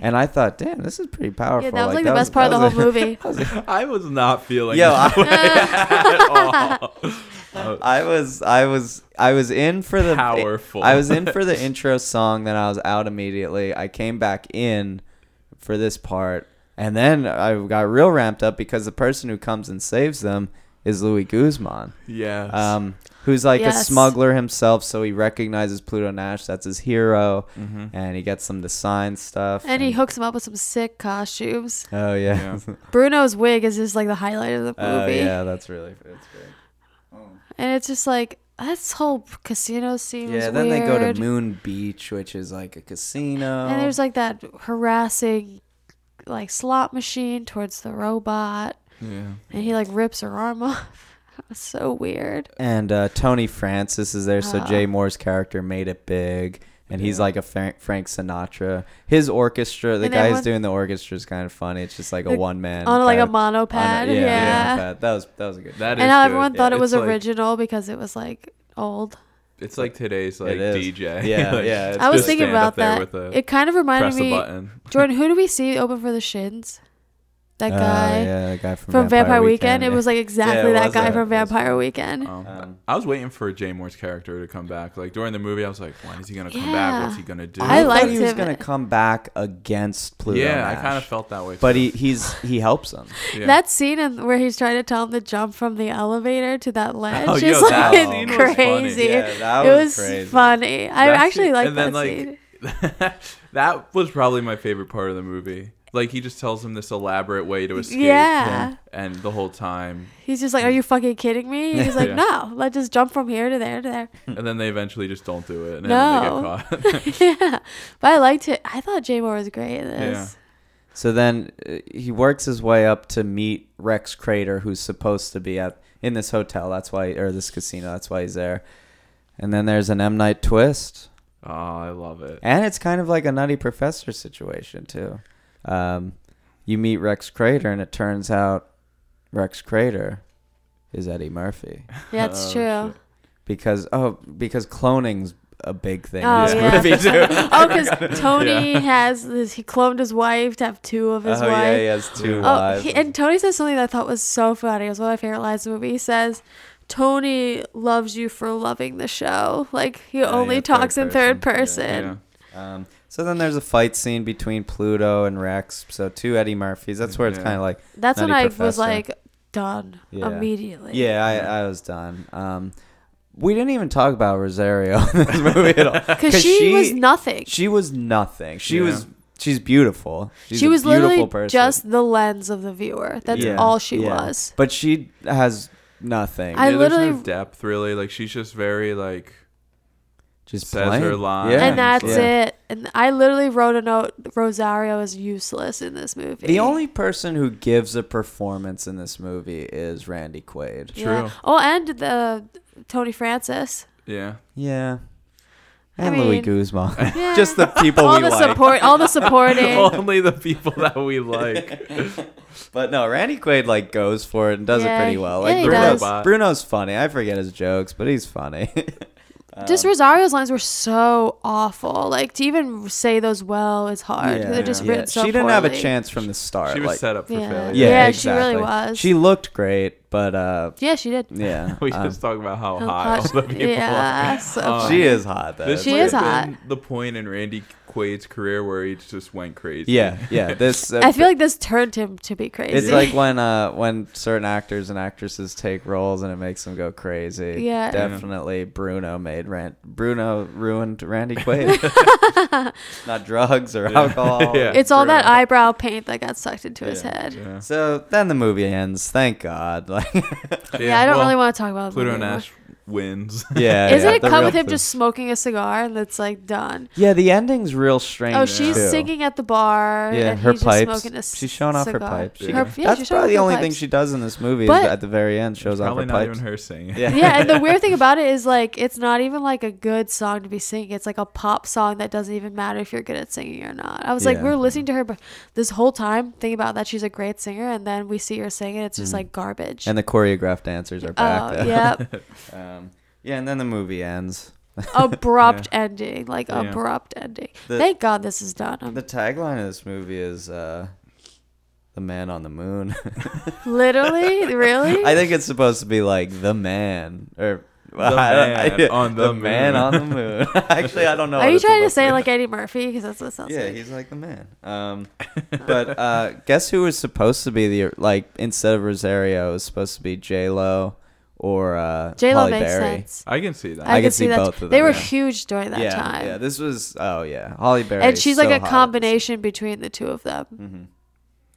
Speaker 1: too. And I thought, damn, this is pretty powerful.
Speaker 2: yeah, that was like, the best
Speaker 1: [LAUGHS]
Speaker 2: part
Speaker 1: that
Speaker 2: of the whole
Speaker 1: was
Speaker 2: movie.
Speaker 3: [LAUGHS] I was not feeling.
Speaker 1: a- [LAUGHS] Yo,
Speaker 3: that
Speaker 1: I,
Speaker 3: at all.
Speaker 2: [LAUGHS]
Speaker 3: [LAUGHS]
Speaker 1: I was, I was, I was in for the
Speaker 3: Powerful.
Speaker 1: I was in
Speaker 3: [LAUGHS]
Speaker 1: for the intro song, then I was out immediately. I came back in for this part, And then I got real ramped up because the person who comes and saves them is Louis Guzman,
Speaker 3: Yes.
Speaker 1: um, who's like a
Speaker 2: Yes.
Speaker 1: smuggler himself. So he recognizes Pluto Nash. That's his hero.
Speaker 3: Mhm.
Speaker 1: And he gets them to sign stuff.
Speaker 2: And he hooks him up with some sick costumes.
Speaker 1: Oh, [LAUGHS] yeah.
Speaker 3: Yeah.
Speaker 2: Bruno's wig is just like the highlight of the movie.
Speaker 1: Oh, yeah. That's really that's great.
Speaker 2: And it's just like this whole casino scene
Speaker 1: Yeah,
Speaker 2: was
Speaker 1: then they go
Speaker 2: weird.
Speaker 1: to Moon Beach, which is like a casino.
Speaker 2: And there's like that harassing like slot machine towards the robot
Speaker 3: yeah.
Speaker 2: and he like rips her arm [LAUGHS] off. It's so weird.
Speaker 1: and uh, Tony Francis is there, so
Speaker 2: Ah.
Speaker 1: Jay Moore's character made it big, and he's like a Frank, Frank Sinatra. His orchestra, the
Speaker 2: And
Speaker 1: guy who's
Speaker 2: everyone-
Speaker 1: doing the orchestra is kind of funny. It's just like a
Speaker 2: The-
Speaker 1: one man
Speaker 2: on like a monopad. yeah.
Speaker 1: That was that was a good.
Speaker 3: That
Speaker 2: And
Speaker 3: is
Speaker 2: how
Speaker 3: good.
Speaker 2: everyone thought
Speaker 3: Yeah,
Speaker 2: it was
Speaker 3: it's like-
Speaker 2: original because it was like old.
Speaker 3: It's like today's like
Speaker 1: is.
Speaker 3: DJ.
Speaker 1: Yeah,
Speaker 3: [LAUGHS] Like,
Speaker 1: yeah, it's
Speaker 2: I was
Speaker 1: just
Speaker 2: thinking
Speaker 3: stand up
Speaker 2: about
Speaker 3: there
Speaker 2: that.
Speaker 3: with a-
Speaker 2: It kind of reminded
Speaker 3: press a
Speaker 2: me
Speaker 3: button. [LAUGHS]
Speaker 2: Jordan, who do we see open for the shins? That
Speaker 1: Oh,
Speaker 2: guy
Speaker 1: yeah, the guy from,
Speaker 2: from Vampire, Weekend. It
Speaker 1: yeah.
Speaker 2: was like exactly
Speaker 1: it
Speaker 2: that
Speaker 1: was
Speaker 2: guy
Speaker 1: that.
Speaker 2: from
Speaker 1: It was-
Speaker 2: Vampire Weekend.
Speaker 3: Um,
Speaker 1: Um,
Speaker 3: I was waiting for Jay Moore's character to come back. Like during the movie, I was like, when is he gonna come back? What's
Speaker 2: Yeah.
Speaker 3: he gonna do?
Speaker 2: I
Speaker 1: thought
Speaker 2: liked
Speaker 1: he was
Speaker 2: him.
Speaker 1: gonna come back against Pluto.
Speaker 3: Yeah, I
Speaker 1: Nash,
Speaker 3: kind of felt that way.
Speaker 1: But
Speaker 3: too.
Speaker 1: he he's he helps him.
Speaker 3: Yeah.
Speaker 2: That scene in, where he's trying to tell him to jump from the elevator to that ledge
Speaker 3: Oh,
Speaker 2: is
Speaker 3: yo, that
Speaker 2: like
Speaker 1: scene was
Speaker 3: funny.
Speaker 2: crazy.
Speaker 1: Yeah, that
Speaker 2: it
Speaker 1: was
Speaker 2: was
Speaker 1: crazy.
Speaker 2: funny. I
Speaker 3: That
Speaker 2: actually
Speaker 3: scene-
Speaker 2: like
Speaker 3: and
Speaker 2: that
Speaker 3: then,
Speaker 2: scene.
Speaker 3: like, [LAUGHS] that was probably my favorite part of the movie. Like he just tells him this elaborate way to escape.
Speaker 2: Yeah.
Speaker 3: And the whole time,
Speaker 2: He's just like, "Are you fucking kidding me?" He's like,
Speaker 3: Yeah.
Speaker 2: "No, let's just jump from here to there to there."
Speaker 3: and then they eventually just don't do it, and
Speaker 2: No.
Speaker 3: then
Speaker 2: [LAUGHS]
Speaker 3: they get caught. [LAUGHS]
Speaker 2: yeah, but I liked it. I thought Jay Moore was great in this.
Speaker 1: So then uh, he works his way up to meet Rex Crater, who's supposed to be at in this hotel. That's why, or this casino. That's why he's there. And then there's an M Night twist,
Speaker 3: oh, I love it.
Speaker 1: and it's kind of like a Nutty Professor situation too. Um, you meet Rex Crater, and it turns out Rex Crater is Eddie [LAUGHS] Murphy
Speaker 2: Yeah, it's
Speaker 3: Oh,
Speaker 2: true.
Speaker 3: shit.
Speaker 1: because oh because cloning's a big thing in
Speaker 2: Oh,
Speaker 1: this
Speaker 2: yeah.
Speaker 1: movie
Speaker 2: [LAUGHS]
Speaker 1: too. [LAUGHS]
Speaker 2: oh, because Tony has this. He cloned his wife to have two of his
Speaker 1: oh
Speaker 2: wife.
Speaker 1: yeah, he has two
Speaker 2: Oh,
Speaker 1: wives.
Speaker 2: he, and Tony says something that I thought was so funny. It was one of my favorite lines in the movie. He says, Tony loves you for loving the show. Like, he
Speaker 1: Yeah,
Speaker 2: only
Speaker 1: yeah, third
Speaker 2: talks in third
Speaker 1: person.
Speaker 2: person.
Speaker 3: Yeah.
Speaker 1: Um, so then there's a fight scene between Pluto and Rex. So two Eddie Murphys. That's where it's
Speaker 3: Yeah.
Speaker 1: kind of like,
Speaker 2: That's when I
Speaker 1: Nutty
Speaker 2: was
Speaker 1: Professor.
Speaker 2: like, done
Speaker 1: Yeah.
Speaker 2: immediately.
Speaker 1: yeah, I, I was done. Um, we didn't even talk about Rosario [LAUGHS] in this movie at all.
Speaker 2: [LAUGHS] Because she, was nothing. She,
Speaker 1: She was nothing. She
Speaker 3: Yeah.
Speaker 1: was. She's beautiful. She's a
Speaker 2: was
Speaker 1: beautiful
Speaker 2: literally
Speaker 1: person.
Speaker 2: just the lens of the viewer. That's
Speaker 1: Yeah,
Speaker 2: all she
Speaker 1: yeah.
Speaker 2: was.
Speaker 1: But she has nothing.
Speaker 2: I
Speaker 3: Yeah, there's no
Speaker 2: literally-
Speaker 3: depth really. Like she's just very like
Speaker 1: just
Speaker 3: says her
Speaker 1: plain.
Speaker 3: lines.
Speaker 1: Yeah.
Speaker 2: and that's
Speaker 1: yeah.
Speaker 2: it. And I literally wrote a note Rosario is useless in this movie.
Speaker 1: The only person who gives a performance in this movie is Randy Quaid.
Speaker 2: Yeah.
Speaker 3: True.
Speaker 2: Oh, and the Tony Francis.
Speaker 3: yeah.
Speaker 1: Yeah.
Speaker 2: I
Speaker 1: And Louis
Speaker 2: mean-
Speaker 1: Guzman. [LAUGHS]
Speaker 2: Yeah.
Speaker 1: Just the people Oh,
Speaker 2: all
Speaker 1: we
Speaker 2: the
Speaker 1: like. Oh,
Speaker 2: support, all
Speaker 1: [LAUGHS]
Speaker 2: the supporting.
Speaker 3: [LAUGHS] Only the people that we like.
Speaker 1: But no, Randy Quaid like goes for it and does it
Speaker 2: Yeah,
Speaker 1: pretty well. Like
Speaker 2: yeah, he
Speaker 1: Bruno's,
Speaker 3: does.
Speaker 1: Bruno's funny. I forget his jokes, but he's funny. [LAUGHS] Um,
Speaker 2: Just Rosario's lines were so awful. Like to even say those well is hard.
Speaker 1: Yeah.
Speaker 2: They're just
Speaker 1: Yeah.
Speaker 2: written so
Speaker 1: she didn't have a
Speaker 2: poorly.
Speaker 1: chance from the start.
Speaker 3: She was
Speaker 1: like-
Speaker 3: set up for
Speaker 2: Yeah.
Speaker 3: failure.
Speaker 1: Yeah,
Speaker 2: Yeah, she
Speaker 1: exactly.
Speaker 2: really was.
Speaker 1: She looked great, but uh,
Speaker 2: Yeah, she did.
Speaker 1: yeah,
Speaker 3: [LAUGHS] We
Speaker 1: um,
Speaker 3: just talk about how
Speaker 2: How
Speaker 3: hot all
Speaker 2: hot-
Speaker 3: [LAUGHS] the people
Speaker 2: yeah,
Speaker 3: are.
Speaker 2: so
Speaker 1: Oh, she is hot though.
Speaker 3: This
Speaker 2: She
Speaker 3: might
Speaker 2: is
Speaker 3: have
Speaker 2: hot.
Speaker 3: been the point in Randy Quaid's career where he just went crazy.
Speaker 1: yeah,
Speaker 3: [LAUGHS]
Speaker 1: yeah. This uh,
Speaker 2: I feel like this turned him to be crazy.
Speaker 1: it's like when uh when certain actors and actresses take roles and it makes them go crazy.
Speaker 2: Yeah.
Speaker 1: definitely. Bruno made Rand. Bruno ruined
Speaker 2: [LAUGHS]
Speaker 1: Randy Quaid. Not drugs or [LAUGHS] alcohol.
Speaker 3: Yeah.
Speaker 2: [LAUGHS] it's all that
Speaker 3: Bruno.
Speaker 2: eyebrow paint that got sucked into his
Speaker 1: Yeah.
Speaker 2: head. Yeah,
Speaker 3: Yeah.
Speaker 1: So then the movie ends. Thank God. [LAUGHS] Like,
Speaker 2: I don't
Speaker 3: well,
Speaker 2: really want to talk about the
Speaker 3: Pluto
Speaker 2: movie anymore.
Speaker 3: Nash wins.
Speaker 1: yeah.
Speaker 2: Isn't
Speaker 1: yeah,
Speaker 2: it
Speaker 1: the
Speaker 2: cut
Speaker 1: real
Speaker 2: with him
Speaker 1: Pluto-
Speaker 2: just smoking a cigar and it's like done?
Speaker 1: Yeah, the ending's real strange.
Speaker 2: Oh, she's
Speaker 1: too.
Speaker 2: singing at the bar.
Speaker 1: Yeah,
Speaker 2: and
Speaker 1: her
Speaker 2: he's
Speaker 1: pipes.
Speaker 2: Just smoking a c-
Speaker 1: she's showing off her
Speaker 2: cigar.
Speaker 1: pipes. She-
Speaker 3: Yeah.
Speaker 2: Her- yeah,
Speaker 1: That's
Speaker 2: she's showing
Speaker 1: probably the
Speaker 2: off her
Speaker 1: only thing
Speaker 2: pipes.
Speaker 1: she does in this movie.
Speaker 2: But-
Speaker 1: is at the very end, shows off
Speaker 3: Probably
Speaker 1: her
Speaker 3: not
Speaker 1: pipes.
Speaker 3: even her singing.
Speaker 1: Yeah. [LAUGHS]
Speaker 2: yeah, and the weird thing about it is like it's not even like a good song to be singing. It's like a pop song that doesn't even matter if you're good at singing or not. I was like,
Speaker 1: Yeah.
Speaker 2: we we're listening to her but this whole time, thinking about that she's a great singer, and then we see her sing and it's just like garbage.
Speaker 1: Mm. And the choreographed dancers are back.
Speaker 2: oh
Speaker 1: though.
Speaker 2: yeah,
Speaker 1: [LAUGHS] Um, yeah, and then the movie ends.
Speaker 2: abrupt ending, like
Speaker 3: Yeah.
Speaker 2: abrupt ending.
Speaker 1: The-
Speaker 2: Thank God this is done. I'm
Speaker 1: The tagline of this movie is uh, "The Man on the
Speaker 2: [LAUGHS]
Speaker 1: Moon." [LAUGHS]
Speaker 2: literally, really.
Speaker 1: I think it's supposed to be like "The Man" or Well, I don't-
Speaker 3: man [LAUGHS] on the
Speaker 1: man
Speaker 3: moon.
Speaker 1: on the moon. [LAUGHS] Actually, I don't know.
Speaker 2: Are
Speaker 1: what
Speaker 2: you
Speaker 1: it's
Speaker 2: trying to
Speaker 1: about.
Speaker 2: say it like Eddie Murphy? Because that's what it sounds
Speaker 1: Yeah,
Speaker 2: like.
Speaker 1: he's like the man.
Speaker 3: [LAUGHS]
Speaker 1: Um, but uh, guess who was supposed to be the like instead of Rosario, it was supposed to be J Lo or uh,
Speaker 2: J Lo
Speaker 1: Halle
Speaker 2: makes
Speaker 1: Berry.
Speaker 2: sense.
Speaker 3: I can see that.
Speaker 1: I- could see
Speaker 2: that.
Speaker 1: both of
Speaker 2: They
Speaker 1: them,
Speaker 2: were
Speaker 1: yeah.
Speaker 2: huge during that
Speaker 1: yeah,
Speaker 2: time.
Speaker 1: yeah. This was oh yeah, Holly Berry,
Speaker 2: and she's like
Speaker 1: so
Speaker 2: a
Speaker 1: hot. Mm-hmm.
Speaker 2: combination between the two of them.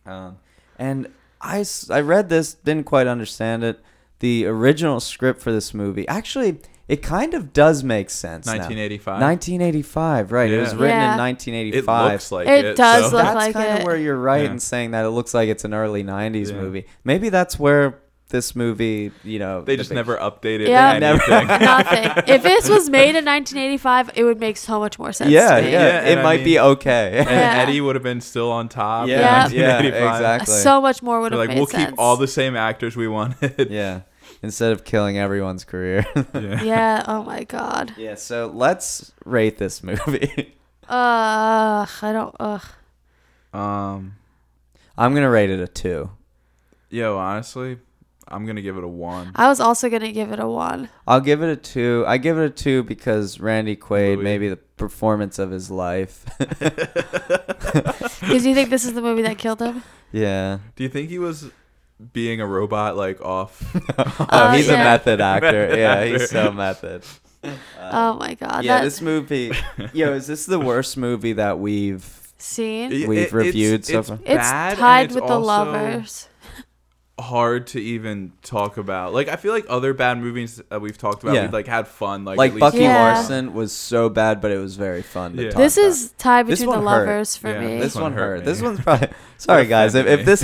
Speaker 1: Um, and I s- I read this, didn't quite understand it. The original script for this movie, actually, it kind of does make sense. now.
Speaker 3: 1985.
Speaker 1: 1985, right? It was
Speaker 3: Yeah.
Speaker 1: written
Speaker 2: Yeah.
Speaker 1: in
Speaker 3: it
Speaker 1: 1985.
Speaker 3: looks like
Speaker 2: It
Speaker 3: it. [LAUGHS]
Speaker 2: does
Speaker 3: so-
Speaker 2: look-
Speaker 1: that's
Speaker 2: like
Speaker 1: kind
Speaker 2: it.
Speaker 1: of where you're right
Speaker 3: Yeah.
Speaker 1: in saying that it looks like it's an early 90s
Speaker 3: Yeah.
Speaker 1: movie maybe that's where this movie you know
Speaker 3: They
Speaker 1: the
Speaker 3: just
Speaker 1: big-
Speaker 3: never updated
Speaker 2: Yeah. [LAUGHS]
Speaker 3: anything.
Speaker 2: Nothing. if this
Speaker 1: [LAUGHS]
Speaker 2: was made in 1985, it would make so much more sense.
Speaker 1: yeah
Speaker 2: to me.
Speaker 1: yeah,
Speaker 3: Yeah,
Speaker 1: it
Speaker 3: and I
Speaker 1: might be
Speaker 3: mean-
Speaker 1: okay
Speaker 3: and
Speaker 2: Yeah.
Speaker 3: Eddie would have been still on top.
Speaker 2: Yeah.
Speaker 3: Yeah, in
Speaker 1: yeah
Speaker 3: 1985.
Speaker 1: exactly
Speaker 2: Uh, So much more would
Speaker 3: They're
Speaker 2: have
Speaker 3: like
Speaker 2: made
Speaker 3: we'll
Speaker 2: sense.
Speaker 3: keep all the same actors we wanted.
Speaker 1: [LAUGHS] yeah instead of killing everyone's career [LAUGHS]
Speaker 3: [LAUGHS]
Speaker 2: [LAUGHS]
Speaker 3: Yeah.
Speaker 2: Yeah. Oh my God.
Speaker 1: yeah so let's rate this movie [LAUGHS]
Speaker 2: Ugh. I don't. Ugh.
Speaker 3: Um.
Speaker 1: i'm gonna rate it a two
Speaker 3: Yo, honestly, I'm gonna give it a one.
Speaker 2: I was also gonna give it a one.
Speaker 1: i'll give it a two i give it a two because randy quaid
Speaker 3: Louis.
Speaker 1: maybe the performance of his
Speaker 3: [LAUGHS]
Speaker 1: life
Speaker 2: Because you think this is the movie that killed
Speaker 1: [LAUGHS]
Speaker 2: him?
Speaker 3: [LAUGHS]
Speaker 1: yeah
Speaker 3: Do you think he was being a robot like off?
Speaker 1: oh
Speaker 2: Uh,
Speaker 1: he's
Speaker 2: yeah.
Speaker 1: a
Speaker 3: [LAUGHS]
Speaker 1: method actor yeah he's
Speaker 3: actor.
Speaker 1: so method
Speaker 2: [LAUGHS] Oh my God.
Speaker 1: Uh, yeah,
Speaker 2: that
Speaker 1: this movie. Yo, is this the worst movie that we've?
Speaker 2: scene.
Speaker 3: It-
Speaker 1: We've
Speaker 3: it's-
Speaker 1: reviewed so
Speaker 3: it's
Speaker 1: far.
Speaker 2: It's
Speaker 3: bad, and
Speaker 2: tied
Speaker 3: it's
Speaker 2: with the
Speaker 3: also
Speaker 2: lovers.
Speaker 3: Hard to even talk about. Like I feel like other bad movies that we've talked about,
Speaker 1: Yeah.
Speaker 3: we like had fun. Like,
Speaker 1: Like
Speaker 3: at least
Speaker 1: Bucky
Speaker 2: Yeah.
Speaker 1: Larson was so bad, but it was very fun. To
Speaker 3: Yeah.
Speaker 1: talk
Speaker 2: This
Speaker 1: about.
Speaker 2: is tied
Speaker 1: This
Speaker 2: between the
Speaker 1: one hurt.
Speaker 2: lovers for
Speaker 3: Yeah,
Speaker 2: me.
Speaker 1: this one
Speaker 3: hurt
Speaker 1: hurt.
Speaker 3: me.
Speaker 1: This one's
Speaker 3: [LAUGHS]
Speaker 1: probably [LAUGHS] sorry, guys. If, if this [LAUGHS]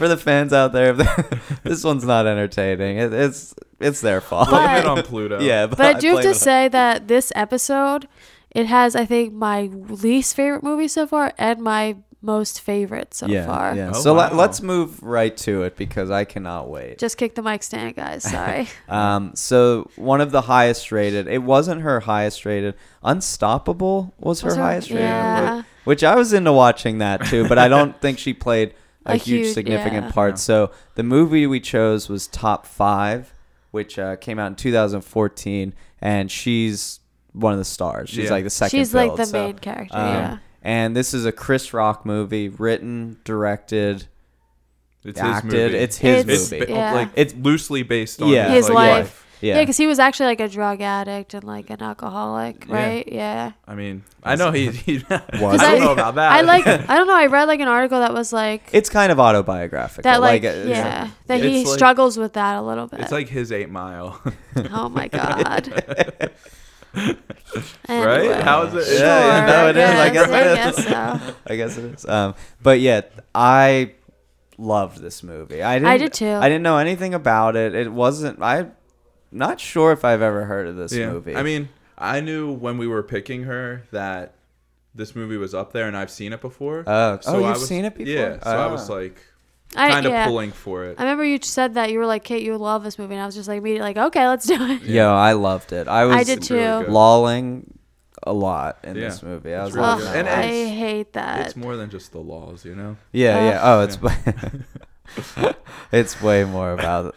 Speaker 1: for the fans out there, if this one's not entertaining, it, it's it's their fault.
Speaker 3: blame
Speaker 2: But-
Speaker 3: it on Pluto.
Speaker 1: yeah, but, [LAUGHS]
Speaker 2: but I do have
Speaker 1: blame
Speaker 2: to
Speaker 1: it-
Speaker 2: say that this episode, it has I think my least favorite movie so far and my most favorite so
Speaker 1: yeah,
Speaker 2: far.
Speaker 1: yeah.
Speaker 3: Oh,
Speaker 1: so
Speaker 3: wow.
Speaker 1: let, let's move right to it because I cannot wait.
Speaker 2: Just kick the mic stand, guys.
Speaker 1: [LAUGHS]
Speaker 2: Sorry.
Speaker 1: Um, so one of the highest rated. It wasn't her highest rated. Unstoppable was,
Speaker 2: Was
Speaker 1: her
Speaker 2: her-
Speaker 1: highest rated,
Speaker 2: yeah.
Speaker 1: but- which I was into watching that too. But I
Speaker 2: [LAUGHS]
Speaker 1: don't think she played a,
Speaker 2: A
Speaker 1: huge,
Speaker 2: huge-
Speaker 1: significant
Speaker 2: yeah.
Speaker 1: part. So the movie we chose was Top Five, which uh, came out in 2014, and she's one of the stars. She's
Speaker 3: Yeah.
Speaker 1: like the second.
Speaker 2: She's like
Speaker 1: build,
Speaker 2: the
Speaker 1: so,
Speaker 2: main character.
Speaker 1: um,
Speaker 2: yeah.
Speaker 1: And this is a Chris Rock movie, written, directed,
Speaker 3: it's
Speaker 1: acted.
Speaker 3: his movie.
Speaker 1: It's his
Speaker 3: It's
Speaker 1: movie.
Speaker 3: ba-
Speaker 2: Yeah.
Speaker 3: like it's loosely based on
Speaker 1: Yeah.
Speaker 2: His
Speaker 3: like,
Speaker 2: life.
Speaker 1: yeah.
Speaker 2: Yeah, because he was actually like a drug addict and like an alcoholic,
Speaker 3: Yeah.
Speaker 2: right? Yeah.
Speaker 3: I mean, I know he. he [LAUGHS] I
Speaker 1: Was
Speaker 2: it?
Speaker 3: don't know about that.
Speaker 1: [LAUGHS]
Speaker 2: I
Speaker 3: [LAUGHS]
Speaker 2: like. I don't know. I read like an article that was like
Speaker 1: Ah. It's kind of autobiographical.
Speaker 2: that, like,
Speaker 1: uh,
Speaker 2: yeah, that he
Speaker 3: It's like-
Speaker 2: struggles with that a little bit.
Speaker 3: It's like his
Speaker 2: [LAUGHS]
Speaker 3: Eight Mile,
Speaker 2: oh my god.
Speaker 3: [LAUGHS] right?
Speaker 2: Anyway.
Speaker 3: How is it?
Speaker 1: Yeah, yeah, no,
Speaker 2: I
Speaker 1: it is, I
Speaker 2: guess,
Speaker 1: guess it is.
Speaker 2: I guess so.
Speaker 1: [LAUGHS] I guess it is. Um, but yeah, I loved this movie. I didn't,
Speaker 2: did too.
Speaker 1: I didn't know anything about it. It wasn't. I'm not sure if I've ever heard of this
Speaker 3: Yeah.
Speaker 1: movie.
Speaker 3: I mean, I knew when we were picking her that this movie was up there, and I've seen it before.
Speaker 1: Oh, oh,
Speaker 3: I
Speaker 1: you've
Speaker 3: was-
Speaker 1: seen it before?
Speaker 3: Yeah, so I was
Speaker 1: Ah.
Speaker 3: like
Speaker 2: [LAUGHS] I-
Speaker 3: kind of
Speaker 2: yeah.
Speaker 3: pulling for it.
Speaker 2: I remember you said that you were like, Kate, you love this movie, and I was just like, immediately like, okay, let's do it.
Speaker 1: yo, I loved it. I was
Speaker 2: I did
Speaker 3: It's
Speaker 2: too.
Speaker 3: really good.
Speaker 1: lolling a lot in
Speaker 3: Yeah.
Speaker 1: this movie. I was
Speaker 3: It's
Speaker 1: like,
Speaker 2: Ugh,
Speaker 3: really good. And
Speaker 2: I
Speaker 3: it's-
Speaker 2: hate that.
Speaker 3: It's more than just the laws, you know.
Speaker 1: yeah, yeah. Oh, it's [LAUGHS] it's way more
Speaker 3: [LAUGHS]
Speaker 1: about.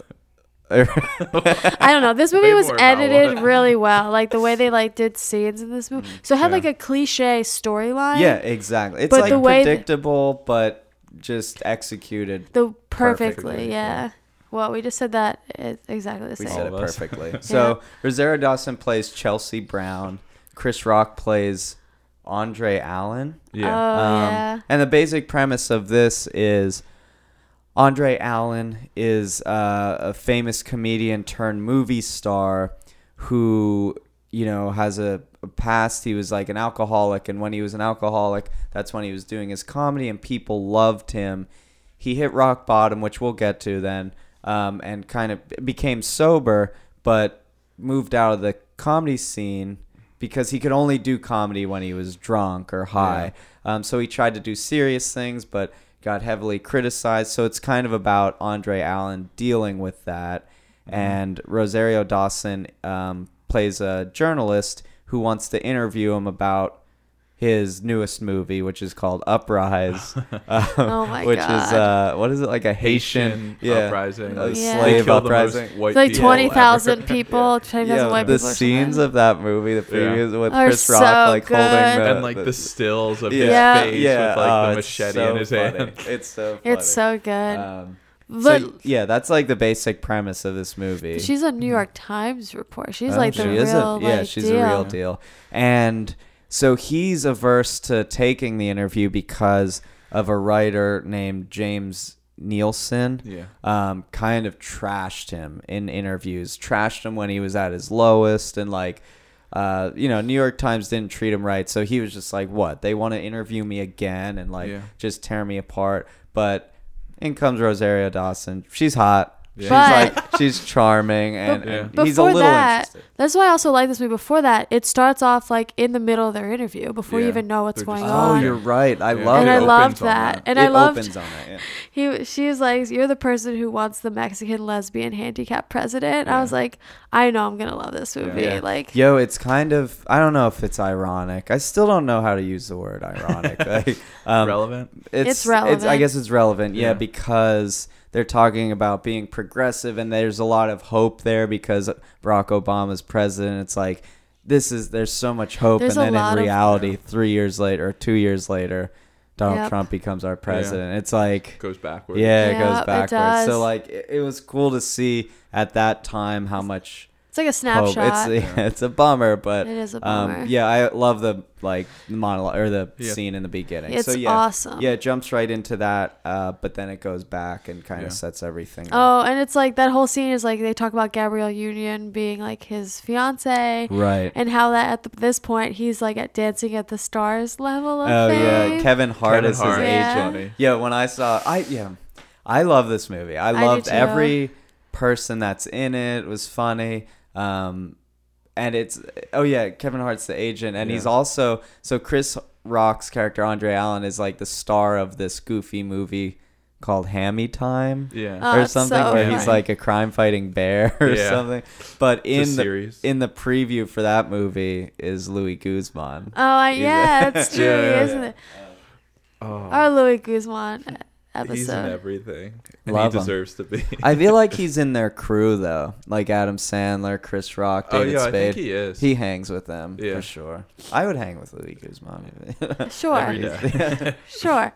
Speaker 2: I don't know. This movie
Speaker 3: Way
Speaker 2: was
Speaker 3: more about
Speaker 2: edited
Speaker 3: what-
Speaker 2: really well. Like the way they like did scenes in this movie. So it had
Speaker 3: Mm-hmm. Yeah.
Speaker 2: like a cliche storyline.
Speaker 1: yeah, exactly. It's
Speaker 2: But
Speaker 1: like
Speaker 2: the way that-
Speaker 1: predictable, but just executed.
Speaker 2: The perfectly,
Speaker 1: Perfectly,
Speaker 2: yeah. Well, we just said that i- exactly the
Speaker 1: We
Speaker 2: same.
Speaker 1: said it
Speaker 3: All of
Speaker 2: [LAUGHS]
Speaker 3: us.
Speaker 1: perfectly. So Rosario Dawson plays Chelsea Brown. Chris Rock plays Andre Allen.
Speaker 3: Yeah.
Speaker 2: Oh
Speaker 1: Um,
Speaker 2: yeah.
Speaker 1: And the basic premise of this is Andre Allen is uh, a famous comedian turned movie star who, you know, has a, a past. He was like an alcoholic. And when he was an alcoholic, that's when he was doing his comedy, and people loved him. He hit rock bottom, which we'll get to then, um, and kind of became sober, but moved out of the comedy scene because he could only do comedy when he was drunk or high. Um, so he tried to do serious things, but got heavily criticized. So it's kind of about Andre Allen dealing with that.
Speaker 3: Mm-hmm.
Speaker 1: And Rosario Dawson um, plays a journalist who wants to interview him about his newest movie, which is called
Speaker 3: [LAUGHS]
Speaker 1: Uprise. um,
Speaker 2: Oh
Speaker 1: [LAUGHS]
Speaker 2: my
Speaker 1: which is
Speaker 2: God.
Speaker 1: uh, what is it like a Haitian,
Speaker 3: Haitian
Speaker 1: yeah,
Speaker 3: uprising,
Speaker 1: a
Speaker 3: like,
Speaker 2: Yeah.
Speaker 3: They
Speaker 1: slave
Speaker 3: kill the most
Speaker 1: uprising?
Speaker 3: white
Speaker 2: It's like
Speaker 3: people ever.
Speaker 2: twenty
Speaker 3: [LAUGHS]
Speaker 2: thousand people, twenty thousand
Speaker 1: Yeah,
Speaker 2: white
Speaker 1: the
Speaker 2: people. or something.
Speaker 1: scenes of that movie, the previous with
Speaker 2: Are
Speaker 1: Chris Rock,
Speaker 2: so
Speaker 1: like holding
Speaker 2: good.
Speaker 1: the,
Speaker 3: and like the, stills of
Speaker 2: Yeah.
Speaker 3: his face with like
Speaker 1: oh, it's
Speaker 3: the machete
Speaker 1: so
Speaker 3: in his
Speaker 1: funny.
Speaker 3: [LAUGHS] hand.
Speaker 1: It's so funny.
Speaker 2: it's so good.
Speaker 1: Um, so,
Speaker 2: but
Speaker 1: yeah, that's like the basic premise of this movie.
Speaker 2: she's a New York Times reporter. She's
Speaker 1: Oh,
Speaker 2: like the
Speaker 1: she
Speaker 2: real
Speaker 1: is a- yeah,
Speaker 2: like,
Speaker 1: she's
Speaker 2: deal.
Speaker 1: a real deal. And so he's averse to taking the interview because of a writer named James Nielsen.
Speaker 3: Yeah.
Speaker 1: Um, kind of trashed him in interviews, trashed him when he was at his lowest, and like, uh, you know, New York Times didn't treat him right, so he was just like, "What? They want to interview me again and like
Speaker 3: Yeah.
Speaker 1: just tear me apart." But in comes Rosario Dawson. She's hot. She's
Speaker 2: But-
Speaker 1: like she's charming, and,
Speaker 3: Yeah.
Speaker 1: and he's a little interested.
Speaker 2: that's why I also like this movie. Before that, it starts off like in the middle of their interview before you
Speaker 3: Yeah.
Speaker 2: even know what's
Speaker 3: They're
Speaker 2: going
Speaker 3: just-
Speaker 1: Oh,
Speaker 2: on.
Speaker 1: you're right. I
Speaker 3: Yeah.
Speaker 1: love
Speaker 2: and
Speaker 1: it.
Speaker 2: I
Speaker 3: opens
Speaker 2: loved
Speaker 3: on
Speaker 2: that.
Speaker 3: that.
Speaker 2: And
Speaker 1: it
Speaker 2: I loved
Speaker 1: opens on
Speaker 2: [LAUGHS]
Speaker 1: that. Yeah.
Speaker 2: he. She was like, "You're the person who wants the Mexican lesbian handicap president." I was like, "I know I'm gonna love this movie."
Speaker 3: Yeah.
Speaker 2: Like,
Speaker 1: Yo, it's kind of I don't know if it's ironic. I still don't know how to use the word
Speaker 3: [LAUGHS]
Speaker 1: ironic. Like, um,
Speaker 3: Relevant.
Speaker 2: It's relevant.
Speaker 1: I guess it's relevant. Yeah,
Speaker 3: Yeah.
Speaker 1: because they're talking about being progressive, and there's a lot of hope there because Barack Obama's president. It's like this is there's so much hope,
Speaker 2: There's a
Speaker 1: and then
Speaker 2: lot
Speaker 1: in
Speaker 2: of-
Speaker 1: reality, three years later, or two years later, Donald
Speaker 2: Yep.
Speaker 1: Trump becomes our president. It's like
Speaker 3: Goes backwards.
Speaker 1: Yeah, it
Speaker 2: Yep,
Speaker 1: goes
Speaker 2: it
Speaker 1: backwards.
Speaker 2: does.
Speaker 1: so like it, it was cool to see at that time how much
Speaker 2: it's like a snapshot.
Speaker 1: hope. Oh, It's [LAUGHS] yeah, it's a bummer, but
Speaker 2: It is a bummer.
Speaker 1: Um, yeah, I love the like monologue or the
Speaker 3: Yeah.
Speaker 1: scene in the beginning.
Speaker 2: It's
Speaker 1: so yeah,
Speaker 2: awesome.
Speaker 1: Yeah, it jumps right into that, uh, but then it goes back and kind
Speaker 3: Yeah.
Speaker 1: of sets everything. up.
Speaker 2: Oh, and it's like that whole scene is like they talk about Gabrielle Union being like his fiance,
Speaker 1: right.
Speaker 2: and how that at the, this point he's like at Dancing at the Stars level of
Speaker 1: Oh
Speaker 2: fame.
Speaker 1: yeah, Kevin Hart
Speaker 3: Kevin
Speaker 1: is
Speaker 3: Hart.
Speaker 1: his
Speaker 2: Yeah.
Speaker 1: agent. Yeah, when I saw, I yeah, I love this movie. I
Speaker 2: do
Speaker 1: loved
Speaker 2: too.
Speaker 1: every person that's in it. It was funny. Um, and it's oh yeah, Kevin Hart's the agent, and he's
Speaker 3: Yeah.
Speaker 1: also so Chris Rock's character Andre Allen is like the star of this goofy movie called Hammy Time.
Speaker 3: Yeah.
Speaker 2: Oh,
Speaker 1: Or
Speaker 2: it's
Speaker 1: something
Speaker 2: so
Speaker 1: where
Speaker 2: funny.
Speaker 1: he's like a crime fighting bear [LAUGHS] or
Speaker 3: Yeah.
Speaker 1: something. But
Speaker 3: It's
Speaker 1: in
Speaker 3: a
Speaker 1: the
Speaker 3: series.
Speaker 1: in the preview for that movie is Louis Guzman.
Speaker 2: Oh I, yeah, that's true,
Speaker 3: [LAUGHS] Yeah, yeah.
Speaker 2: isn't it?
Speaker 3: oh,
Speaker 2: Our Louis Guzman
Speaker 3: he's in
Speaker 2: episode.
Speaker 3: everything. And
Speaker 1: Love
Speaker 3: he
Speaker 1: him.
Speaker 3: deserves to be.
Speaker 1: I feel like he's in their crew though, like Adam Sandler, Chris Rock,
Speaker 3: oh,
Speaker 1: David
Speaker 3: yeah, I
Speaker 1: Spade.
Speaker 3: think he is.
Speaker 1: he, hangs with them
Speaker 3: Yeah.
Speaker 1: for sure. I would hang with Louis Guzman. [LAUGHS]
Speaker 2: Sure,
Speaker 3: Every day.
Speaker 2: sure.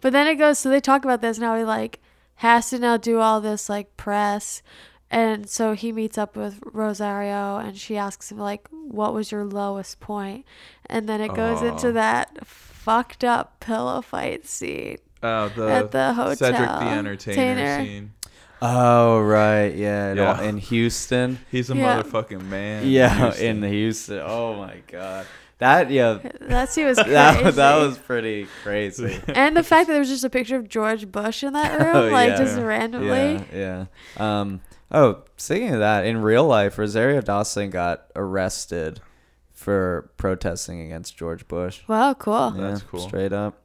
Speaker 2: But then it goes. So they talk about this and how he like has to now do all this like press, and so he meets up with Rosario and she asks him like, "What was your lowest point?" And then it goes
Speaker 3: Aw.
Speaker 2: into that fucked up pillow fight scene.
Speaker 3: Uh, the
Speaker 2: At the
Speaker 3: Cedric the
Speaker 2: hotel.
Speaker 3: Entertainer
Speaker 2: Tainer.
Speaker 3: scene.
Speaker 1: oh right, yeah, it all-
Speaker 3: Yeah.
Speaker 1: in Houston.
Speaker 3: He's a
Speaker 2: Yeah.
Speaker 3: motherfucking
Speaker 1: [LAUGHS]
Speaker 3: man.
Speaker 1: Yeah,
Speaker 3: Houston.
Speaker 1: in Houston. Oh my god, that yeah,
Speaker 2: That scene was crazy.
Speaker 1: [LAUGHS] that that was pretty
Speaker 3: [LAUGHS]
Speaker 1: crazy.
Speaker 2: and the fact that there was just a picture of George Bush in that room,
Speaker 1: Oh,
Speaker 2: like
Speaker 1: yeah.
Speaker 2: just
Speaker 1: Yeah.
Speaker 2: randomly.
Speaker 1: Yeah, yeah. Um, oh, speaking of that, in real life, Rosario Dawson got arrested for protesting against George Bush.
Speaker 2: Wow, Oh, cool.
Speaker 3: That's cool.
Speaker 1: Straight up.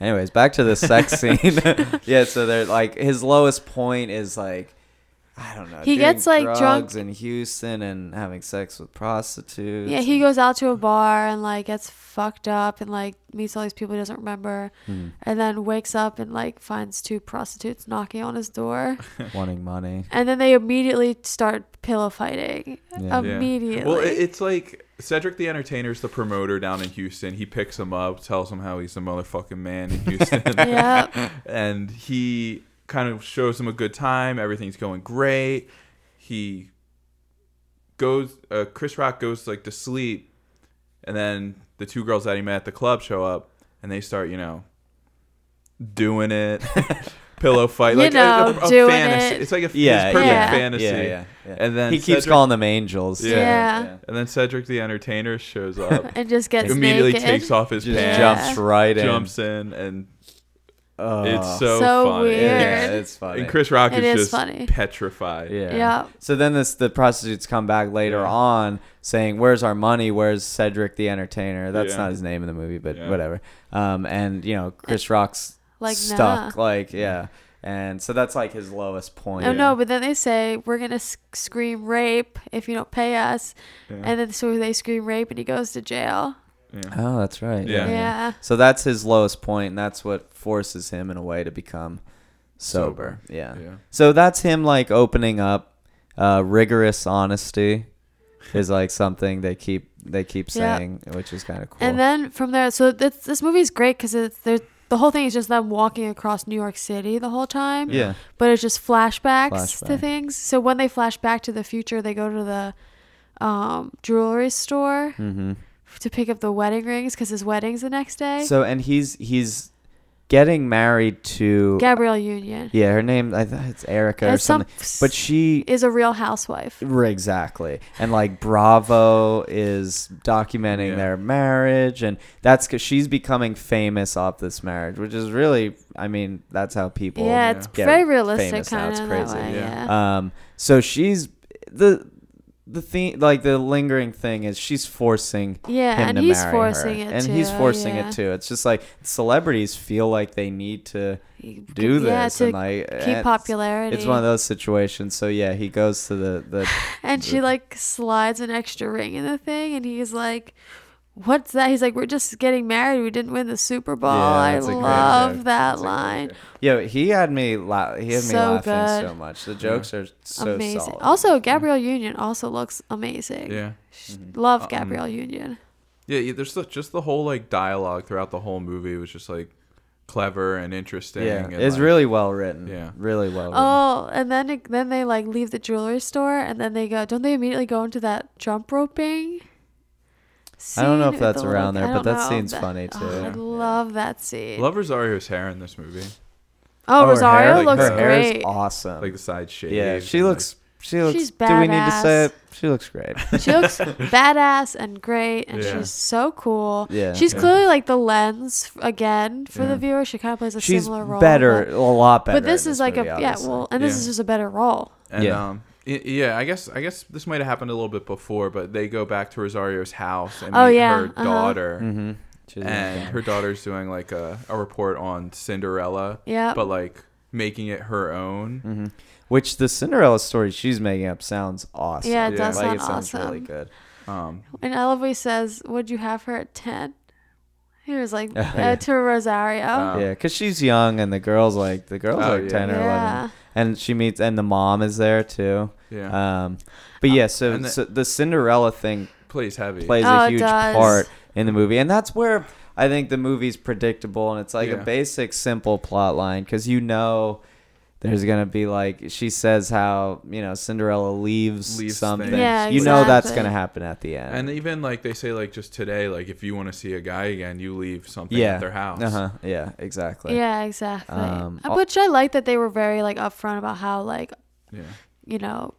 Speaker 1: Anyways, back to the
Speaker 2: [LAUGHS]
Speaker 1: sex scene. [LAUGHS] yeah, so they're like his lowest point is like I don't know.
Speaker 2: He
Speaker 1: doing
Speaker 2: gets, like,
Speaker 1: drugs
Speaker 2: drunk-
Speaker 1: in Houston and having sex with prostitutes.
Speaker 2: Yeah, he goes out to a bar and like gets fucked up and like meets all these people he doesn't remember,
Speaker 1: Hmm.
Speaker 2: and then wakes up and like finds two prostitutes knocking on his door,
Speaker 1: and [LAUGHS] wanting
Speaker 3: [LAUGHS]
Speaker 1: money.
Speaker 2: and then they immediately start pillow fighting.
Speaker 1: Yeah.
Speaker 3: Yeah.
Speaker 2: Immediately.
Speaker 3: Well, it, it's like Cedric the Entertainer's the promoter down in Houston. He picks him up, tells him how he's the
Speaker 1: [LAUGHS]
Speaker 3: motherfucking man in Houston,
Speaker 2: yeah.
Speaker 3: [LAUGHS] and he kind of shows him a good time. Everything's going great. He goes. Uh, Chris Rock goes like to sleep, and then the two girls that he met at the club show up, and they start, you know,
Speaker 1: [LAUGHS]
Speaker 3: doing it. Pillow fight,
Speaker 2: You
Speaker 3: like
Speaker 2: know,
Speaker 3: a, a,
Speaker 2: doing
Speaker 3: fantasy.
Speaker 2: it.
Speaker 3: It's like a
Speaker 1: Yeah,
Speaker 3: his perfect
Speaker 2: yeah.
Speaker 3: fantasy.
Speaker 1: Yeah, yeah, yeah.
Speaker 3: And then
Speaker 1: he keeps
Speaker 3: Cedric-
Speaker 1: calling them angels.
Speaker 3: Yeah.
Speaker 2: Yeah.
Speaker 3: and then Cedric the Entertainer
Speaker 2: [LAUGHS]
Speaker 3: shows up.
Speaker 2: And just gets
Speaker 3: immediately
Speaker 2: naked.
Speaker 3: takes off his
Speaker 1: Just
Speaker 3: pants,
Speaker 1: jumps right in.
Speaker 3: jumps in, and
Speaker 1: Oh.
Speaker 3: it's so,
Speaker 2: So
Speaker 3: funny.
Speaker 1: Yeah,
Speaker 2: Weird.
Speaker 1: it's funny.
Speaker 3: And Chris Rock
Speaker 2: It
Speaker 3: is
Speaker 2: is
Speaker 3: just
Speaker 2: funny.
Speaker 3: petrified.
Speaker 1: Yeah.
Speaker 2: Yeah.
Speaker 1: So then this the prostitutes come back later
Speaker 3: Yeah.
Speaker 1: on saying, "Where's our money? Where's Cedric the Entertainer?" That's
Speaker 3: Yeah.
Speaker 1: not his name in the movie, but
Speaker 3: Yeah.
Speaker 1: whatever. Um, and you know Chris Rock's
Speaker 2: Eh, Like,
Speaker 1: stuck, like yeah, and so that's like his lowest point.
Speaker 2: Oh no! But then they say we're gonna s- scream rape if you don't pay us, and then so they scream rape and he goes to jail.
Speaker 3: Yeah.
Speaker 1: Oh, that's right.
Speaker 3: Yeah.
Speaker 2: yeah.
Speaker 1: So that's his lowest point, and that's what forces him in a way to become sober. Yeah.
Speaker 3: Yeah.
Speaker 1: So that's him like opening up. Uh, rigorous honesty is like something they keep they keep
Speaker 2: Yeah.
Speaker 1: saying, which is kind of cool.
Speaker 2: And then from there, so this, this movie is great because the whole thing is just them walking across New York City the whole time.
Speaker 1: yeah.
Speaker 2: But it's just flashbacks to
Speaker 1: Flashback.
Speaker 2: things. So when they flash back to the future, they go to the um, jewelry store
Speaker 1: Mm-hmm.
Speaker 2: to pick up the wedding rings because his wedding's the next day.
Speaker 1: So and he's he's getting married to
Speaker 2: Gabrielle Union
Speaker 1: yeah her name I thought it's Erica or
Speaker 2: It's some-
Speaker 1: something, but she
Speaker 2: is a real housewife.
Speaker 1: r- exactly and like Bravo is documenting
Speaker 3: Yeah.
Speaker 1: their marriage and that's because she's becoming famous off this marriage, which is really I mean that's how people
Speaker 2: yeah, it's
Speaker 1: get
Speaker 2: very realistic
Speaker 1: famous now,
Speaker 2: kind
Speaker 1: it's
Speaker 2: of
Speaker 1: crazy.
Speaker 2: That way,
Speaker 3: Yeah.
Speaker 2: yeah.
Speaker 1: Um, so she's the the thing, like the lingering thing is she's forcing.
Speaker 2: Yeah,
Speaker 1: him
Speaker 2: and
Speaker 1: to
Speaker 2: he's
Speaker 1: marry
Speaker 2: forcing
Speaker 1: her.
Speaker 2: it
Speaker 1: and he's
Speaker 2: too,
Speaker 1: forcing
Speaker 2: yeah.
Speaker 1: it too. It's just like celebrities feel like they need to
Speaker 2: You c-
Speaker 1: do this,
Speaker 2: yeah, to
Speaker 1: and like
Speaker 2: keep
Speaker 1: it's-
Speaker 2: popularity.
Speaker 1: It's one of those situations. So yeah, he goes to the
Speaker 2: [SIGHS]
Speaker 1: the
Speaker 2: And she like slides an extra ring in the thing, and he's like, "What's that?" He's like, "We're just getting married. We didn't win the Super Bowl."
Speaker 1: Yeah,
Speaker 2: I
Speaker 1: that's a great
Speaker 2: love
Speaker 1: joke.
Speaker 2: that line.
Speaker 1: yo. He had me la- he had me
Speaker 2: So
Speaker 1: laughing
Speaker 2: good.
Speaker 1: so much. The jokes are so
Speaker 2: amazing.
Speaker 1: solid. Mm-hmm.
Speaker 2: Also, Gabrielle Union also looks amazing.
Speaker 3: Yeah.
Speaker 2: Sh-
Speaker 1: Mm-hmm.
Speaker 2: Love
Speaker 1: Uh-uh.
Speaker 3: Um,
Speaker 2: Gabrielle Union.
Speaker 3: Yeah, yeah, there's the, just the whole like dialogue throughout the whole movie was just like clever and interesting.
Speaker 1: yeah,
Speaker 3: and,
Speaker 1: it's
Speaker 3: like-
Speaker 1: really well written.
Speaker 3: Yeah.
Speaker 1: really well.
Speaker 2: Oh, and then it- then they like leave the jewelry store, and then they go. Don't they immediately go into that jump roping?
Speaker 1: written. I don't know
Speaker 2: scene
Speaker 1: if
Speaker 2: with
Speaker 1: that's
Speaker 2: the little
Speaker 1: around there,
Speaker 2: guy? I
Speaker 1: but
Speaker 2: don't
Speaker 1: that
Speaker 2: know.
Speaker 1: scene's
Speaker 2: That-
Speaker 1: funny too.
Speaker 2: Oh, I
Speaker 3: Yeah.
Speaker 2: love that scene.
Speaker 3: Love Rosario's hair in this movie,
Speaker 2: oh,
Speaker 1: her
Speaker 2: Rosario
Speaker 1: hair-
Speaker 3: like,
Speaker 2: looks
Speaker 1: her hair is
Speaker 2: great.
Speaker 1: awesome.
Speaker 3: like the side shades.
Speaker 1: yeah, she
Speaker 3: and,
Speaker 1: looks. She looks.
Speaker 2: She's
Speaker 1: Do we need to say
Speaker 2: badass.
Speaker 1: it? She looks great.
Speaker 2: she
Speaker 3: [LAUGHS]
Speaker 2: looks badass and great, and
Speaker 3: Yeah.
Speaker 2: she's so cool.
Speaker 1: Yeah.
Speaker 2: she's
Speaker 3: Yeah.
Speaker 2: clearly like the lens f- again for
Speaker 3: Yeah.
Speaker 2: the viewer. She kind of plays a
Speaker 1: She's
Speaker 2: similar role.
Speaker 1: better,
Speaker 2: but-
Speaker 1: a lot better.
Speaker 2: But this
Speaker 1: in
Speaker 2: is like
Speaker 1: movie,
Speaker 2: a
Speaker 1: obviously.
Speaker 2: yeah, well, and this
Speaker 3: Yeah.
Speaker 2: is just a better role.
Speaker 3: And
Speaker 1: Yeah.
Speaker 3: um, y- yeah, I guess I guess this might have happened a little bit before, but they go back to Rosario's house and
Speaker 2: Oh,
Speaker 3: meet
Speaker 2: yeah,
Speaker 3: her
Speaker 2: uh-huh.
Speaker 3: daughter,
Speaker 1: Mhm. She's
Speaker 3: and her daughter's doing like a, a report on Cinderella,
Speaker 2: Yeah,
Speaker 3: but like making it her own.
Speaker 1: Mm-hmm. Which the Cinderella story she's making up sounds awesome.
Speaker 2: yeah, it
Speaker 3: Yeah.
Speaker 2: does
Speaker 1: like
Speaker 2: sound
Speaker 1: it sounds
Speaker 2: awesome.
Speaker 1: really good.
Speaker 3: Um,
Speaker 2: And I love what he says. Would you have her at ten? He was like
Speaker 1: Oh,
Speaker 2: uh,
Speaker 1: [LAUGHS] yeah.
Speaker 2: to Rosario.
Speaker 3: Uh, Um,
Speaker 1: Yeah, because she's young and the girl's like the girl's
Speaker 3: Oh,
Speaker 1: like
Speaker 3: yeah.
Speaker 1: ten or eleven,
Speaker 2: yeah,
Speaker 1: and she meets and the mom is there too.
Speaker 3: yeah,
Speaker 1: Um, but yeah, so,
Speaker 3: and the-
Speaker 1: so the Cinderella thing
Speaker 3: plays heavy.
Speaker 1: plays
Speaker 2: Oh,
Speaker 1: a
Speaker 2: it
Speaker 1: huge
Speaker 2: does.
Speaker 1: part in the movie, and that's where I think the movie's predictable, and it's like
Speaker 3: Yeah.
Speaker 1: a basic, simple plot line because you know there's gonna be like she says how you know Cinderella leaves,
Speaker 3: Leaves
Speaker 1: something,
Speaker 3: things.
Speaker 2: Yeah,
Speaker 1: you know that's
Speaker 2: exactly.
Speaker 1: gonna happen at the end.
Speaker 3: and even like they say, like just today, like if you want to see a guy again, you leave something
Speaker 1: yeah,
Speaker 3: at their house.
Speaker 1: Uh huh. Yeah, exactly.
Speaker 2: yeah, exactly.
Speaker 1: Um,
Speaker 2: Uh,
Speaker 1: al-
Speaker 2: Which I like that they were very like upfront about how like
Speaker 3: Yeah.
Speaker 2: you know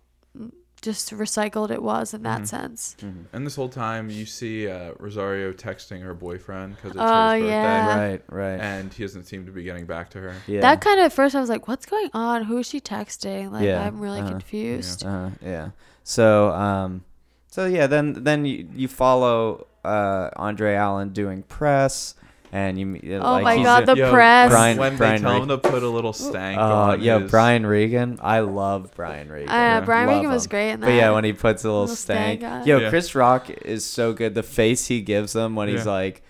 Speaker 2: just recycled it was in that
Speaker 3: Mm-hmm.
Speaker 2: sense.
Speaker 3: And this whole time, you see uh, Rosario texting her boyfriend because it's
Speaker 2: Oh,
Speaker 3: his birthday,
Speaker 2: yeah.
Speaker 1: Right. Right.
Speaker 3: and he doesn't seem to be getting back to her.
Speaker 1: yeah.
Speaker 2: That kind of at first I was like, what's going on? Who is she texting? Like
Speaker 1: Yeah,
Speaker 2: I'm really
Speaker 1: uh-huh.
Speaker 2: confused.
Speaker 1: Uh, yeah. So um, so yeah. Then then you you follow uh Andre Allen doing press, and you meet-
Speaker 2: Oh
Speaker 1: like
Speaker 2: my
Speaker 1: he's
Speaker 2: God,
Speaker 1: doing-
Speaker 2: the press.
Speaker 1: Brian-
Speaker 3: when
Speaker 1: Brian
Speaker 3: they tell
Speaker 1: Regan.
Speaker 3: him to put a little stank
Speaker 1: Oh,
Speaker 3: on
Speaker 1: yeah,
Speaker 3: his-
Speaker 1: Brian Regan. I love Brian Regan.
Speaker 2: Uh, Brian
Speaker 1: Love
Speaker 2: Regan was
Speaker 1: him.
Speaker 2: great in that.
Speaker 1: But yeah, when he puts a little,
Speaker 2: Little
Speaker 1: stank.
Speaker 2: stank on it.
Speaker 1: Yo,
Speaker 3: Yeah.
Speaker 1: Chris Rock is so good. The face he gives them when he's
Speaker 3: Yeah.
Speaker 1: like,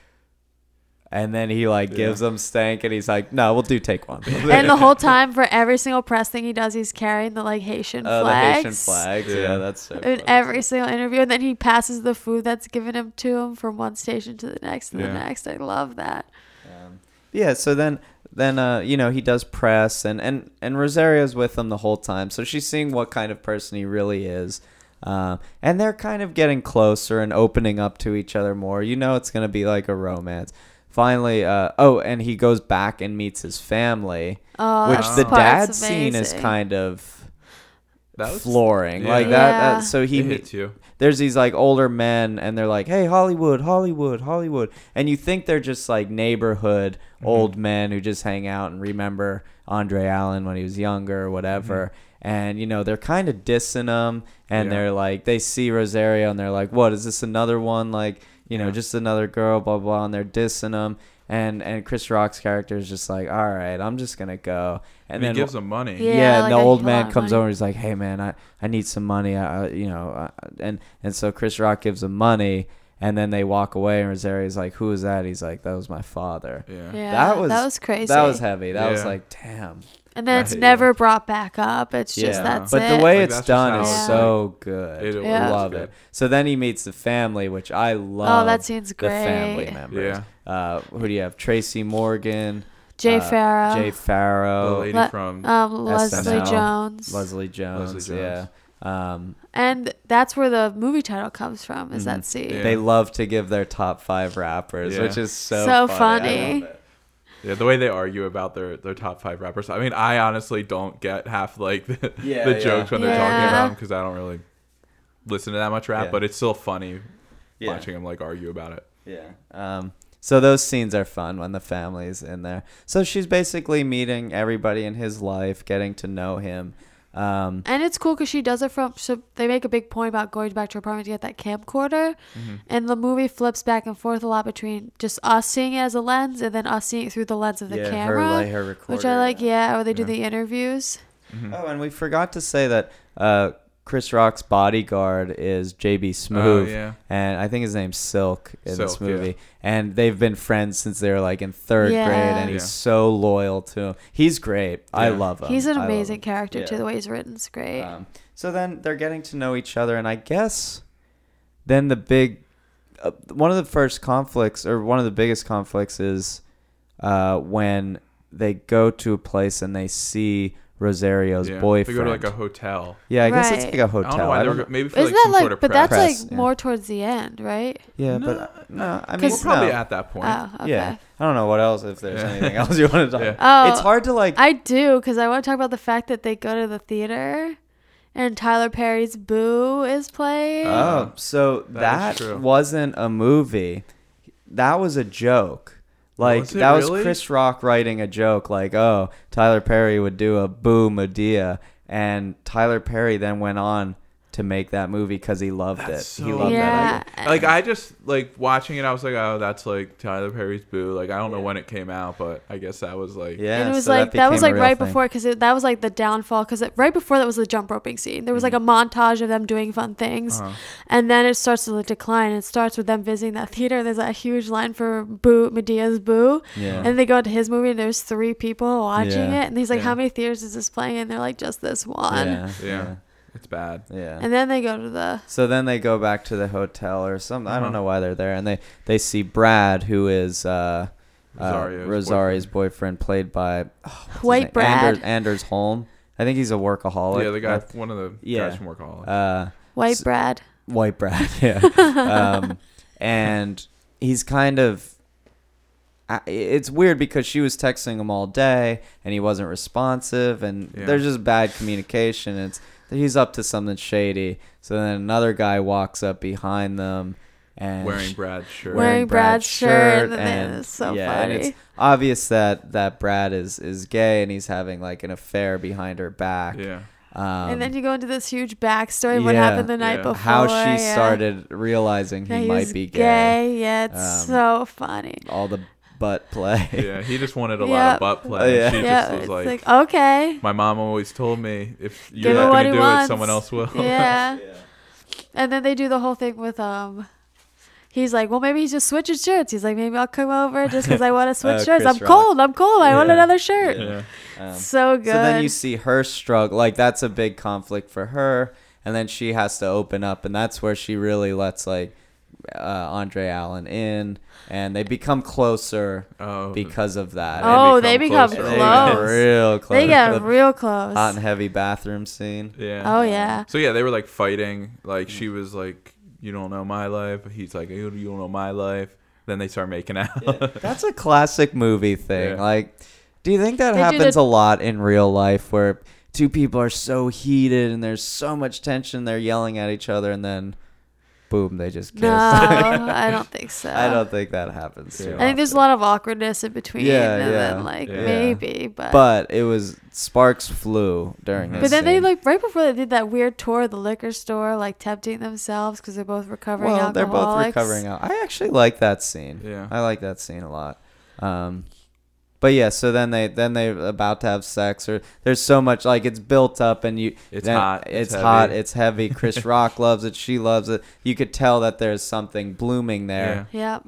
Speaker 1: and then he like gives them stank, and he's like, "No, we'll do take one."
Speaker 3: [LAUGHS]
Speaker 2: and
Speaker 1: [LAUGHS]
Speaker 2: the whole time for every single press thing he does, he's carrying the like Haitian
Speaker 1: Oh, the
Speaker 2: flags.
Speaker 1: Haitian flags. Yeah,
Speaker 3: Yeah.
Speaker 1: that's so.
Speaker 2: In
Speaker 1: funny.
Speaker 2: every single interview, and then he passes the food that's given him to him from one station to the next to the
Speaker 3: Yeah.
Speaker 2: next. I love that.
Speaker 1: Um, yeah, so then then uh, you know he does press and and and Rosario's with him the whole time, so she's seeing what kind of person he really is. Um, and they're kind of getting closer and opening up to each other more. You know, it's gonna be like a romance. Finally, uh, oh, and he goes back and meets his family,
Speaker 2: Oh,
Speaker 1: which
Speaker 2: that
Speaker 1: the dad
Speaker 2: part's
Speaker 1: scene is
Speaker 2: amazing.
Speaker 1: kind of
Speaker 3: That was
Speaker 1: flooring,
Speaker 3: yeah.
Speaker 1: like that,
Speaker 2: Yeah.
Speaker 1: that. So he
Speaker 3: It
Speaker 1: meets
Speaker 3: hits you.
Speaker 1: there's these like older men and they're like, "Hey, Hollywood, Hollywood, Hollywood." And you think they're just like neighborhood
Speaker 3: Mm-hmm.
Speaker 1: old men who just hang out and remember Andre Allen when he was younger or whatever. And you know, they're kind of dissing him and
Speaker 3: Mm-hmm. Yeah.
Speaker 1: they're like they see Rosario and they're like, "What is this another one like, you know,
Speaker 3: Yeah.
Speaker 1: just another girl, blah blah." And they're dissing him. And, and Chris Rock's character is just like, all right, I'm just gonna go.
Speaker 3: And
Speaker 1: And
Speaker 3: he
Speaker 1: then
Speaker 3: gives him money.
Speaker 2: Yeah,
Speaker 1: yeah,
Speaker 2: like
Speaker 1: and the
Speaker 2: a
Speaker 1: old
Speaker 2: lot
Speaker 1: man
Speaker 2: of
Speaker 1: comes
Speaker 2: money.
Speaker 1: over. He's like, "Hey, man, I, I need some money. I, I- you know," I, and and so Chris Rock gives him money, And then they walk away, and Rosario's like, "Who is that?" He's like, "That was my father."
Speaker 3: Yeah.
Speaker 2: Yeah,
Speaker 1: That was
Speaker 2: that was crazy.
Speaker 1: That was heavy. That was
Speaker 3: Yeah.
Speaker 1: like, damn.
Speaker 2: and then
Speaker 3: I
Speaker 2: it's
Speaker 3: hate
Speaker 2: never brought back up. It's just
Speaker 1: yeah.
Speaker 2: that's
Speaker 1: but
Speaker 2: it.
Speaker 1: the way
Speaker 3: Like,
Speaker 1: it's
Speaker 3: that's just
Speaker 1: done
Speaker 3: how
Speaker 1: is
Speaker 2: it's
Speaker 1: so good.
Speaker 3: It
Speaker 2: Yeah. was
Speaker 1: Love
Speaker 3: good.
Speaker 1: it. So then he meets the family, which I love.
Speaker 2: oh, that scene's
Speaker 1: the
Speaker 2: great.
Speaker 1: family members.
Speaker 3: Yeah.
Speaker 1: Uh, who do you have? Tracy Morgan,
Speaker 2: Jay
Speaker 1: uh,
Speaker 2: Farrow,
Speaker 1: Jay
Speaker 3: The
Speaker 1: Farrow,
Speaker 3: lady
Speaker 2: Le-
Speaker 3: from
Speaker 2: um, Leslie
Speaker 1: SNL.
Speaker 2: Jones,
Speaker 1: Leslie Jones.
Speaker 3: Jones.
Speaker 1: Yeah. Um,
Speaker 2: and that's where the movie title comes from. Is that
Speaker 1: Mhm.
Speaker 2: scene?
Speaker 3: Yeah.
Speaker 1: They love to give their top five rappers,
Speaker 3: Yeah.
Speaker 1: which is so
Speaker 2: So
Speaker 1: funny.
Speaker 2: funny.
Speaker 1: I love it.
Speaker 3: yeah, the way they argue about their, their top five rappers. I mean, I honestly don't get half like the,
Speaker 1: Yeah,
Speaker 3: the
Speaker 1: yeah.
Speaker 3: jokes when they're talking
Speaker 2: Yeah.
Speaker 3: about them because I don't really listen to that much rap,
Speaker 1: Yeah.
Speaker 3: but it's still funny
Speaker 1: Yeah.
Speaker 3: watching them like argue about it.
Speaker 1: Yeah. Um, so those scenes are fun when the family's in there. So she's basically meeting everybody in his life, getting to know him. Um,
Speaker 2: And it's cool because she does it from. So they make a big point about going back to her apartment to get that camcorder,
Speaker 1: Mm-hmm.
Speaker 2: and the movie flips back and forth a lot between just us seeing it as a lens and then us seeing it through the lens of the
Speaker 1: yeah,
Speaker 2: camera,
Speaker 1: her, like, her recorder.
Speaker 2: which I like. Yeah, or they do
Speaker 3: Yeah.
Speaker 2: the interviews.
Speaker 1: Oh, and we forgot to say that uh, Chris Rock's bodyguard is JB Smoove.
Speaker 3: Oh, yeah.
Speaker 1: And I think his name's Silk in this
Speaker 3: Silk, yeah.
Speaker 1: movie. And they've been friends since they were like in third
Speaker 2: Yeah.
Speaker 1: grade, and he's
Speaker 3: Yeah.
Speaker 1: so loyal to him. He's great. I
Speaker 3: Yeah.
Speaker 1: love him.
Speaker 2: He's an
Speaker 1: I love
Speaker 2: amazing
Speaker 1: him.
Speaker 2: character
Speaker 1: Yeah.
Speaker 2: too. The way he's written is great.
Speaker 1: Um, so then they're getting to know each other, and I guess then the big uh, one of the first conflicts, or one of the biggest conflicts, is uh, when they go to a place and they see Rosario's
Speaker 3: Yeah. They
Speaker 1: boyfriend.
Speaker 3: go to like a hotel.
Speaker 1: yeah, I guess it's like
Speaker 2: Right.
Speaker 1: a
Speaker 3: I don't know
Speaker 1: hotel.
Speaker 3: why
Speaker 1: I
Speaker 3: they
Speaker 1: don't
Speaker 3: were maybe for
Speaker 2: Isn't
Speaker 3: like some
Speaker 2: that like?
Speaker 3: sort of
Speaker 2: but
Speaker 3: press.
Speaker 2: that's like
Speaker 1: Press, yeah.
Speaker 2: more towards the end, right?
Speaker 1: yeah,
Speaker 3: No,
Speaker 1: but no, I mean,
Speaker 3: we're probably
Speaker 1: no.
Speaker 3: at that point.
Speaker 2: Oh, okay.
Speaker 1: yeah. I don't know what else if there's
Speaker 3: Yeah.
Speaker 1: anything else you want to talk.
Speaker 3: [LAUGHS] Yeah.
Speaker 2: Oh,
Speaker 1: It's hard to like.
Speaker 2: I do because I want to talk about the fact that they go to the theater, and Tyler Perry's Boo is playing.
Speaker 1: Oh, so
Speaker 3: Uh, That
Speaker 1: that,
Speaker 3: is true.
Speaker 1: wasn't a movie. That was a joke. Like
Speaker 3: Was it
Speaker 1: that
Speaker 3: really?
Speaker 1: was Chris Rock writing a joke like, "Oh, Tyler Perry would do a Boo Medea." And Tyler Perry then went on to make that movie cuz he loved
Speaker 3: That's
Speaker 1: it.
Speaker 3: so
Speaker 1: he loved that.
Speaker 2: yeah.
Speaker 1: Idea.
Speaker 3: like I just like watching it. I was like, oh, that's like Tyler Perry's Boo. Like I don't know when it came out, but I guess that was like
Speaker 1: Yeah.
Speaker 2: and it was
Speaker 1: so
Speaker 2: like that,
Speaker 1: became
Speaker 2: was
Speaker 1: a
Speaker 2: like
Speaker 1: real
Speaker 2: right
Speaker 1: thing.
Speaker 2: before because that was like the downfall because right before that was the jump roping scene. There was
Speaker 1: Mm-hmm.
Speaker 2: like a montage of them doing fun things,
Speaker 3: Uh-huh.
Speaker 2: and then it starts to decline. It starts with them visiting that theater. There's a huge line for Boo Medea's
Speaker 1: Uh-huh.
Speaker 2: Boo,
Speaker 1: Yeah.
Speaker 2: and they go to his movie and there's three people watching
Speaker 1: Yeah.
Speaker 2: it, and he's like,
Speaker 3: Yeah.
Speaker 2: "How many theaters is this playing?" And they're like, "Just this one."
Speaker 1: Yeah.
Speaker 3: Yeah.
Speaker 1: Yeah.
Speaker 3: it's bad.
Speaker 1: yeah.
Speaker 2: And then they go to the
Speaker 1: So then they go back to the hotel or something. I
Speaker 3: Uh-huh.
Speaker 1: don't know why they're there, and they they see Brad, who is uh,
Speaker 3: Rosario's
Speaker 1: uh, Rosario's boyfriend. played by oh, what's his
Speaker 2: White
Speaker 1: name?
Speaker 2: Brad.
Speaker 1: Anders, Anders Holm. I think he's a workaholic.
Speaker 3: yeah, the guy,
Speaker 1: Uh,
Speaker 3: one of the guys
Speaker 1: yeah.
Speaker 3: from Workaholics.
Speaker 1: Uh,
Speaker 2: white
Speaker 1: S-
Speaker 2: bread.
Speaker 1: White Brad, [LAUGHS] yeah. um, and he's kind of. I, it's weird because she was texting him all day and he wasn't responsive, and
Speaker 3: Yeah.
Speaker 1: there's just bad communication. It's he's up to something shady. So then another guy walks up behind them and
Speaker 3: wearing Brad's shirt.
Speaker 2: Wearing- Brad's shirt, and then it's so
Speaker 1: and
Speaker 2: funny.
Speaker 1: it's obvious that that Brad is is gay and he's having like an affair behind her back.
Speaker 3: yeah,
Speaker 1: Um,
Speaker 2: and then you go into this huge backstory of what
Speaker 1: yeah,
Speaker 2: happened the night
Speaker 3: yeah.
Speaker 2: before.
Speaker 1: how she
Speaker 2: yeah.
Speaker 1: started realizing
Speaker 2: That
Speaker 1: he
Speaker 2: was
Speaker 1: might be
Speaker 2: Yeah, it's
Speaker 1: Um,
Speaker 2: so funny.
Speaker 1: all the butt play. [LAUGHS]
Speaker 3: [LAUGHS] yeah. He just wanted a lot of
Speaker 2: Yep.
Speaker 3: butt play.
Speaker 1: Oh,
Speaker 3: and
Speaker 1: yeah.
Speaker 3: She
Speaker 2: yeah,
Speaker 3: just was
Speaker 2: it's
Speaker 3: like,
Speaker 2: like,
Speaker 3: [LAUGHS]
Speaker 2: okay.
Speaker 3: my mom always told me if you're
Speaker 2: Give
Speaker 3: not
Speaker 2: him what
Speaker 3: gonna
Speaker 2: he
Speaker 3: do
Speaker 2: wants.
Speaker 3: it, someone else will.
Speaker 2: Yeah. And then they do the whole thing with um. He's like, well, maybe he's just switching shirts. He's like, maybe I'll come over just because I
Speaker 1: [LAUGHS]
Speaker 2: want to switch
Speaker 1: Uh,
Speaker 2: shirts.
Speaker 1: Chris
Speaker 2: I'm
Speaker 1: Rock.
Speaker 2: cold. I'm cold. I want
Speaker 1: Yeah.
Speaker 2: another shirt.
Speaker 3: [LAUGHS] yeah.
Speaker 1: Um, so
Speaker 2: So good.
Speaker 1: then you see her struggle. Like that's a big conflict for her, and then she has to open up, and that's where she really lets like uh, Andre Allen in, and they become closer
Speaker 3: Oh,
Speaker 1: because of that.
Speaker 3: Oh,
Speaker 2: oh, they
Speaker 3: they become
Speaker 2: become
Speaker 1: And
Speaker 3: closer.
Speaker 1: they get
Speaker 2: close.
Speaker 1: real close.
Speaker 2: They get
Speaker 1: The
Speaker 2: real close.
Speaker 1: hot and heavy bathroom scene.
Speaker 3: yeah.
Speaker 2: Oh yeah.
Speaker 3: So yeah, they were like fighting. Like she
Speaker 1: Mm.
Speaker 3: was like, "You don't know my life." He's like, "You you don't know my life." Then they start making out.
Speaker 1: [LAUGHS] That's a classic movie thing.
Speaker 3: Yeah.
Speaker 1: Like, do you think that
Speaker 2: They do
Speaker 1: happens
Speaker 2: the-
Speaker 1: a lot in real life where two people are so heated and there's so much tension, they're yelling at each other, and then boom, they just kiss?
Speaker 2: No, I don't think so.
Speaker 1: [LAUGHS] I don't think that happens. Too
Speaker 3: Yeah.
Speaker 2: I think there's a lot of awkwardness in between,
Speaker 1: Yeah, yeah,
Speaker 2: and then like
Speaker 3: yeah.
Speaker 2: maybe, but
Speaker 1: But it was sparks flew during
Speaker 3: Mhm.
Speaker 1: this.
Speaker 2: But then they
Speaker 1: scene.
Speaker 2: like right before they did that weird tour of the liquor store, like tempting themselves because they're both recovering
Speaker 1: well, they're both
Speaker 2: alcoholics.
Speaker 3: [LAUGHS]
Speaker 1: recovering. Out. I actually like that scene.
Speaker 3: Yeah.
Speaker 1: I like that scene a lot. Um, But yeah, so then they then they're about to have sex or there's so much like it's built up and you
Speaker 3: It's
Speaker 1: then
Speaker 3: hot,
Speaker 1: it's,
Speaker 3: it's
Speaker 1: hot,
Speaker 3: heavy.
Speaker 1: it's heavy.
Speaker 3: [LAUGHS]
Speaker 1: Chris Rock loves it, she loves it. You could tell that there's something blooming there.
Speaker 3: Yeah.
Speaker 2: Yep.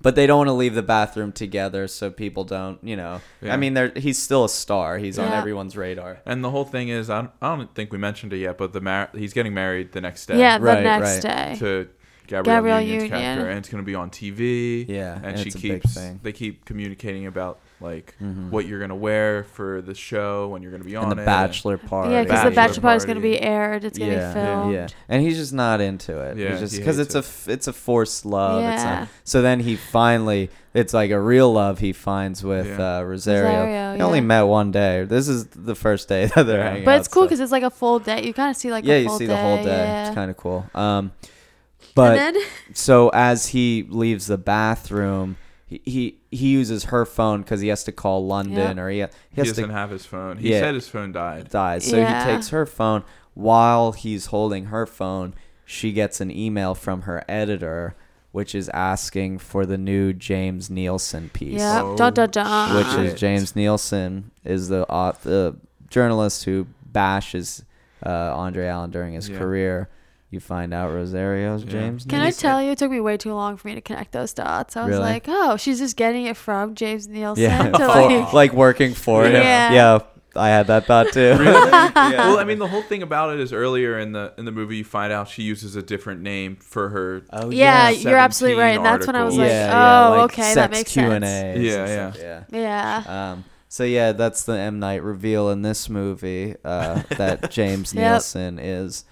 Speaker 1: But they don't want to leave the bathroom together so people don't, you know.
Speaker 3: Yeah.
Speaker 1: I mean, they're, he's still a star. He's on
Speaker 2: Yeah.
Speaker 1: everyone's radar.
Speaker 3: And the whole thing is, I don't, I don't think we mentioned it yet, but the mar- he's getting married the next day.
Speaker 2: Yeah, the
Speaker 1: Right,
Speaker 2: next day.
Speaker 3: to Gabrielle,
Speaker 2: Eh. Gabrielle
Speaker 3: Union's
Speaker 2: Union.
Speaker 3: character, and it's going to be on TV.
Speaker 1: Yeah,
Speaker 3: and,
Speaker 1: and
Speaker 3: she
Speaker 1: it's a big
Speaker 3: keeps
Speaker 1: thing. Mm-hmm.
Speaker 3: they keep communicating about like what you're going to wear for the show, when you're going to be on
Speaker 1: And the
Speaker 3: it.
Speaker 1: bachelor party.
Speaker 2: Yeah, because the
Speaker 3: Bachelor
Speaker 2: bachelor party is going to
Speaker 3: party.
Speaker 2: be aired. It's going to be filmed.
Speaker 1: Yeah, and he's just not into it.
Speaker 3: Yeah,
Speaker 1: he's just
Speaker 3: he
Speaker 1: because it's
Speaker 3: hates
Speaker 1: a f- it's a forced love. It's
Speaker 2: Yeah.
Speaker 1: not, so then he finally it's like a real love he finds with
Speaker 3: Yeah.
Speaker 1: uh, Rosario.
Speaker 2: Rosario,
Speaker 1: They only
Speaker 2: yeah.
Speaker 1: met one day. This is the first day [LAUGHS] that they're
Speaker 3: Yeah.
Speaker 1: hanging out.
Speaker 2: But it's cool
Speaker 1: so-
Speaker 2: because it's like a full day. You kind of see like
Speaker 1: yeah,
Speaker 2: a
Speaker 1: you
Speaker 2: full
Speaker 1: see
Speaker 2: day,
Speaker 1: the whole day.
Speaker 2: Yeah.
Speaker 1: It's kind of cool. Um, but [LAUGHS]
Speaker 2: and then
Speaker 1: so as he leaves the bathroom. He, he, he uses her phone because he has to call London
Speaker 2: Yeah.
Speaker 1: or he, he has
Speaker 3: He
Speaker 1: to
Speaker 3: doesn't have his phone. He
Speaker 1: Yeah.
Speaker 3: said his phone died.
Speaker 1: dies. So
Speaker 2: Yeah.
Speaker 1: he takes her phone while he's holding her phone. She gets an email from her editor, which is asking for the new James Nielsen piece,
Speaker 2: yeah,
Speaker 3: Oh,
Speaker 2: dot dot dot.
Speaker 1: which
Speaker 3: shit. [LAUGHS]
Speaker 1: is James Nielsen is the auth- the journalist who bashes uh, Andre Allen during his
Speaker 3: Yeah.
Speaker 1: career. You find out Rosario's
Speaker 3: Yeah.
Speaker 1: James.
Speaker 2: Can I
Speaker 1: Nielsen.
Speaker 2: tell you? It took me way too long for me to connect those dots. I was
Speaker 1: Really?
Speaker 2: like, oh, she's just getting it from James Nielsen.
Speaker 1: Yeah,
Speaker 2: [LAUGHS] to
Speaker 1: for-
Speaker 2: like,
Speaker 1: like working for him.
Speaker 2: Yeah.
Speaker 1: yeah, I had that thought too. [LAUGHS]
Speaker 3: Well, I mean, the whole thing about it is earlier in the in the movie, you find out she uses a different name for her.
Speaker 1: Oh
Speaker 2: yeah,
Speaker 3: yeah,
Speaker 2: you're absolutely right. And that's when I was like,
Speaker 3: articles.
Speaker 2: oh, okay, that makes sense.
Speaker 1: Q&As
Speaker 3: Yeah,
Speaker 1: and
Speaker 3: yeah.
Speaker 1: stuff,
Speaker 2: Yeah.
Speaker 1: yeah. Um, so yeah, that's the M Night reveal in this movie uh,
Speaker 2: [LAUGHS]
Speaker 1: that James
Speaker 2: Yep.
Speaker 1: Nielsen is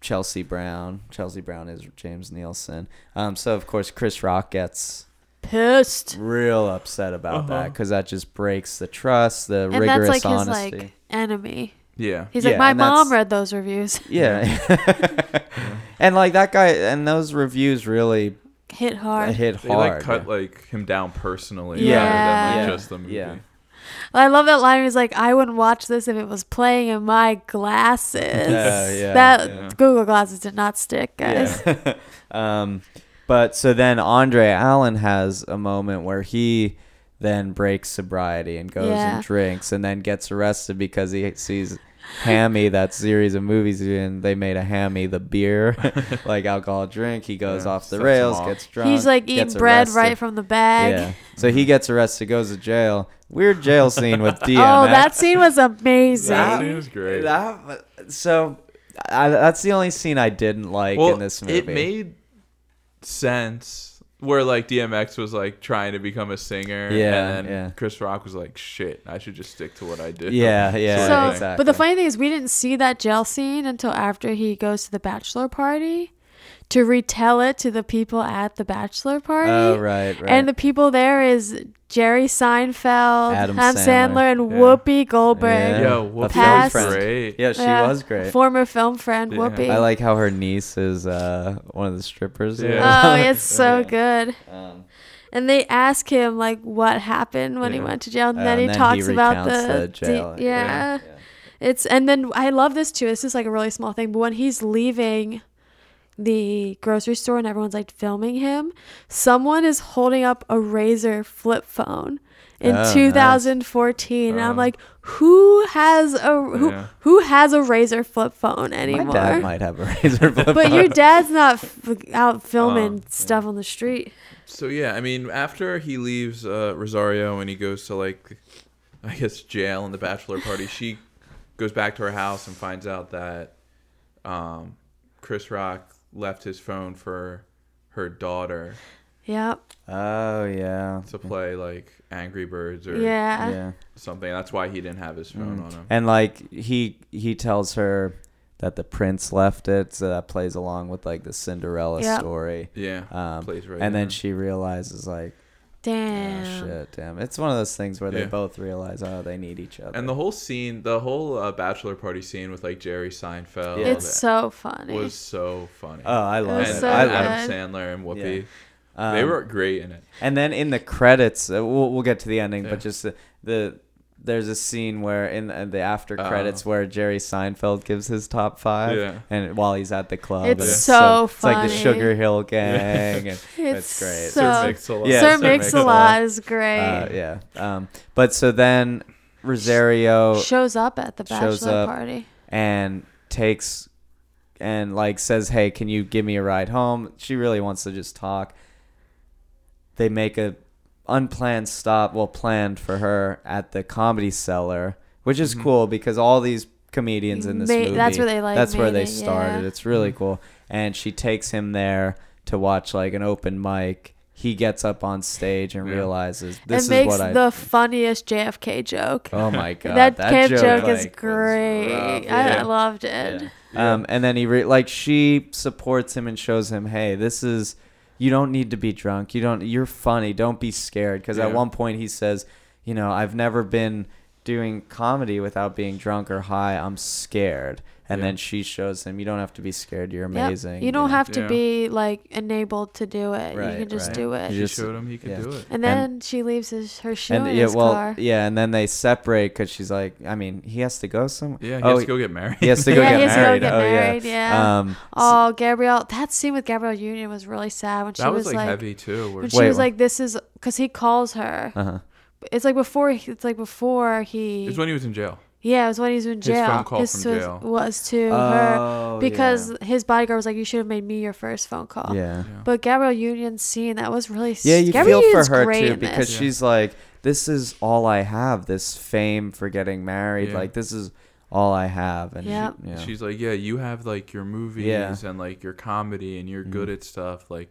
Speaker 1: Chelsea Brown. Chelsea Brown is James Nielsen. Um, so of course Chris Rock gets
Speaker 2: Pissed.
Speaker 1: real upset about that 'cause that because that just breaks the trust, the
Speaker 2: Uh-huh. And that's
Speaker 1: rigorous
Speaker 2: like
Speaker 1: honesty.
Speaker 2: his [LAUGHS] like enemy.
Speaker 3: yeah,
Speaker 2: He's
Speaker 1: Yeah,
Speaker 2: like, my
Speaker 1: and that's-
Speaker 2: mom read those reviews. [LAUGHS]
Speaker 1: yeah, [LAUGHS] and like that guy and those reviews really
Speaker 2: Hit hard.
Speaker 1: hit
Speaker 3: they
Speaker 1: hard.
Speaker 3: like cut like him down personally
Speaker 1: Yeah.
Speaker 3: rather than
Speaker 1: Yeah.
Speaker 3: like just the movie.
Speaker 1: Yeah.
Speaker 2: I love that line. He's like, I wouldn't watch this if it was playing in my glasses.
Speaker 1: Yeah, yeah,
Speaker 2: that
Speaker 3: yeah.
Speaker 2: Google glasses did not stick, guys. [LAUGHS]
Speaker 1: Yeah. um, but so then Andre Allen has a moment where he then breaks sobriety and goes
Speaker 2: Yeah.
Speaker 1: and drinks and then gets arrested because he sees Hammy, that series of movies and they made a Hammy the beer, [LAUGHS] like alcohol drink. He goes
Speaker 3: Yeah,
Speaker 1: off the
Speaker 3: sets him
Speaker 1: rails,
Speaker 3: off.
Speaker 1: gets drunk.
Speaker 2: He's like
Speaker 1: gets
Speaker 2: eating bread
Speaker 1: arrested.
Speaker 2: right from the bag.
Speaker 1: Yeah. So he gets arrested, goes to jail. Weird jail scene
Speaker 2: [LAUGHS]
Speaker 1: with DMX.
Speaker 2: oh, that scene was amazing.
Speaker 3: That scene was great.
Speaker 1: That, so I, that's the only scene I didn't like
Speaker 3: well,
Speaker 1: in this movie.
Speaker 3: It made sense where like DMX was like trying to become a singer.
Speaker 1: Yeah,
Speaker 3: And then
Speaker 1: yeah.
Speaker 3: Chris Rock was like, shit, I should just stick to what I do.
Speaker 1: Yeah, yeah,
Speaker 2: so,
Speaker 1: exactly.
Speaker 2: but the funny thing is, we didn't see that jail scene until after he goes to the bachelor party to retell it to the people at the bachelor party.
Speaker 1: Oh, right, right.
Speaker 2: And the people there is Jerry Seinfeld,
Speaker 1: Adam
Speaker 2: Adam,
Speaker 1: Sandler.
Speaker 2: Sandler, and
Speaker 3: Yeah.
Speaker 2: Whoopi Goldberg.
Speaker 3: Yo,
Speaker 1: That's
Speaker 3: Whoopi
Speaker 2: Past-
Speaker 1: so
Speaker 3: great.
Speaker 1: Yeah, she
Speaker 2: Yeah.
Speaker 1: was great.
Speaker 2: Former film friend
Speaker 3: Yeah.
Speaker 2: Whoopi.
Speaker 1: I like how her niece is uh, one of the strippers. or
Speaker 3: Yeah.
Speaker 2: Oh,
Speaker 1: [LAUGHS]
Speaker 2: it's so good. [LAUGHS]
Speaker 1: Um,
Speaker 2: And they ask him like what happened when he
Speaker 3: Yeah.
Speaker 2: went to jail, and
Speaker 1: Uh,
Speaker 2: then
Speaker 1: and
Speaker 2: he
Speaker 1: then he
Speaker 2: talks about
Speaker 1: recounts
Speaker 2: the,
Speaker 1: the jail,
Speaker 2: d-
Speaker 1: yeah.
Speaker 2: yeah.
Speaker 1: Yeah.
Speaker 2: It's and then I love this too. This is like a really small thing, but when he's leaving the grocery store and everyone's like filming him, someone is holding up a razor flip phone in
Speaker 1: Oh, nice.
Speaker 2: 2014, and I'm
Speaker 3: Oh.
Speaker 2: like, who has a who
Speaker 3: Yeah.
Speaker 2: who has a razor flip phone
Speaker 1: my
Speaker 2: anymore?
Speaker 1: dad
Speaker 2: [LAUGHS]
Speaker 1: might have Oh, a [LAUGHS] razor blade.
Speaker 2: but
Speaker 1: [LAUGHS]
Speaker 2: your dad's not f- out filming
Speaker 3: yeah.
Speaker 2: stuff on the street.
Speaker 3: So yeah, I mean, after he leaves uh, Rosario and he goes to like, I guess jail and the bachelor party, she goes back to her house and finds out that um, Chris Rock left his phone for her daughter
Speaker 2: Yep.
Speaker 1: oh yeah,
Speaker 3: to play like Angry Birds or
Speaker 2: Yeah.
Speaker 1: yeah.
Speaker 3: something. That's why he didn't have his phone
Speaker 1: Mm.
Speaker 3: on him.
Speaker 1: And like he he tells her that the prince left it, so that plays along with like the Cinderella
Speaker 2: Yeah.
Speaker 1: story.
Speaker 3: Yeah,
Speaker 1: Um,
Speaker 3: plays right.
Speaker 1: and then
Speaker 3: in.
Speaker 1: she realizes like, oh,
Speaker 2: Damn.
Speaker 1: shit, damn. It's one of those things where they
Speaker 3: Yeah.
Speaker 1: both realize, oh, they need each other.
Speaker 3: and the whole scene, the whole uh, bachelor party scene with like Jerry Seinfeld,
Speaker 1: Yeah.
Speaker 2: It's so funny.
Speaker 3: was so funny.
Speaker 1: oh, I love
Speaker 3: and
Speaker 1: it.
Speaker 2: was so
Speaker 1: I love
Speaker 2: good.
Speaker 1: it.
Speaker 3: Adam Sandler and Whoopi,
Speaker 1: Um,
Speaker 3: they were great in it.
Speaker 1: And then in the credits, uh, we'll, we'll get to the ending,
Speaker 3: Yeah.
Speaker 1: but just the, the there's a scene where in uh, the, the after credits where Jerry Seinfeld gives his top five,
Speaker 3: Uh-huh. Yeah.
Speaker 1: and while he's at the club,
Speaker 2: It's
Speaker 1: and
Speaker 2: so
Speaker 1: It's like the
Speaker 2: funny.
Speaker 1: Sugar Hill Gang, and
Speaker 2: It's
Speaker 1: it's great.
Speaker 2: so-
Speaker 3: Sir Mix-a-Lot.
Speaker 1: Yeah,
Speaker 2: Sir
Speaker 1: Sir
Speaker 2: Mix-a-Lot
Speaker 1: Mix-a-Lot.
Speaker 2: is great.
Speaker 1: uh, yeah. Um, but so then Rosario
Speaker 2: shows up at the
Speaker 1: Shows
Speaker 2: bachelor
Speaker 1: up.
Speaker 2: party.
Speaker 1: and takes and like says, "Hey, can you give me a ride home?" She really wants to just talk. They make a unplanned stop, well planned for her at the comedy cellar, which is cool because all these comedians in this
Speaker 2: Ma-
Speaker 1: movie
Speaker 2: that's where they, like,
Speaker 1: that's where
Speaker 2: made
Speaker 1: they
Speaker 2: it,
Speaker 1: started.
Speaker 2: yeah.
Speaker 1: It's really cool. And she takes him there to watch like an open mic. He gets up on stage and
Speaker 3: Yeah.
Speaker 1: realizes
Speaker 2: It
Speaker 1: this is
Speaker 2: makes
Speaker 1: what I
Speaker 2: the funniest JFK joke.
Speaker 1: Oh
Speaker 2: [LAUGHS]
Speaker 1: my god.
Speaker 2: that, camp joke, is
Speaker 1: like, was
Speaker 2: great.
Speaker 1: rough.
Speaker 2: I
Speaker 3: yeah.
Speaker 2: loved it.
Speaker 3: Yeah.
Speaker 1: Um, and then he re- like she supports him and shows him, hey, this is you don't need to be drunk. You don't. You're funny. Don't be scared. Because at
Speaker 3: Yeah.
Speaker 1: one point he says, you know, I've never been doing comedy without being drunk or high. I'm scared. And
Speaker 3: Yeah.
Speaker 1: then she shows him, you don't have to be scared. You're
Speaker 2: Yep.
Speaker 1: amazing.
Speaker 2: You don't
Speaker 1: know.
Speaker 2: have to
Speaker 3: Yeah.
Speaker 2: be like enabled to do it.
Speaker 1: Right,
Speaker 2: you can just
Speaker 1: right.
Speaker 2: do it.
Speaker 1: You
Speaker 3: She
Speaker 1: just-
Speaker 3: showed him he could
Speaker 1: yeah.
Speaker 3: do it.
Speaker 2: and then she leaves his, her shoe in
Speaker 1: yeah,
Speaker 2: his car.
Speaker 1: yeah, and then they separate because she's like, I mean, he has to go somewhere.
Speaker 3: Yeah, he
Speaker 1: oh,
Speaker 3: has to go get married.
Speaker 1: he
Speaker 3: [LAUGHS]
Speaker 1: has to go
Speaker 2: Yeah,
Speaker 1: get
Speaker 2: he has to go
Speaker 1: married.
Speaker 2: get
Speaker 1: oh,
Speaker 2: married, yeah.
Speaker 1: yeah. Um,
Speaker 2: Oh, Gabrielle! That scene with Gabrielle Union was really sad when she
Speaker 3: that was, like,
Speaker 2: like,
Speaker 3: heavy too. where-
Speaker 2: when she
Speaker 1: Wait,
Speaker 2: was
Speaker 1: what?
Speaker 2: like, "This is," because he calls her.
Speaker 1: uh huh.
Speaker 2: It's like before. he- It's like before he.
Speaker 3: it's when he was in jail.
Speaker 2: yeah, it was when he was in jail.
Speaker 3: phone call
Speaker 2: His
Speaker 3: from
Speaker 2: was-
Speaker 3: jail.
Speaker 2: was to
Speaker 1: Oh,
Speaker 2: her
Speaker 1: yeah.
Speaker 2: because his bodyguard was like, "You should have made me your first phone call."
Speaker 1: Yeah.
Speaker 2: But Gabrielle Union's scene that was really
Speaker 1: Yeah, you
Speaker 2: Gabrielle
Speaker 1: feel
Speaker 2: Union's
Speaker 1: for her
Speaker 2: great
Speaker 1: too
Speaker 2: in this.
Speaker 1: because she's like, this is all I have. This fame for getting married,
Speaker 3: Yeah.
Speaker 1: like this is all I have. And she-
Speaker 2: Yep.
Speaker 1: yeah.
Speaker 3: She's like, yeah, you have like your movies
Speaker 1: Yeah. Mm-hmm.
Speaker 3: and like your comedy, and you're good at stuff. Like,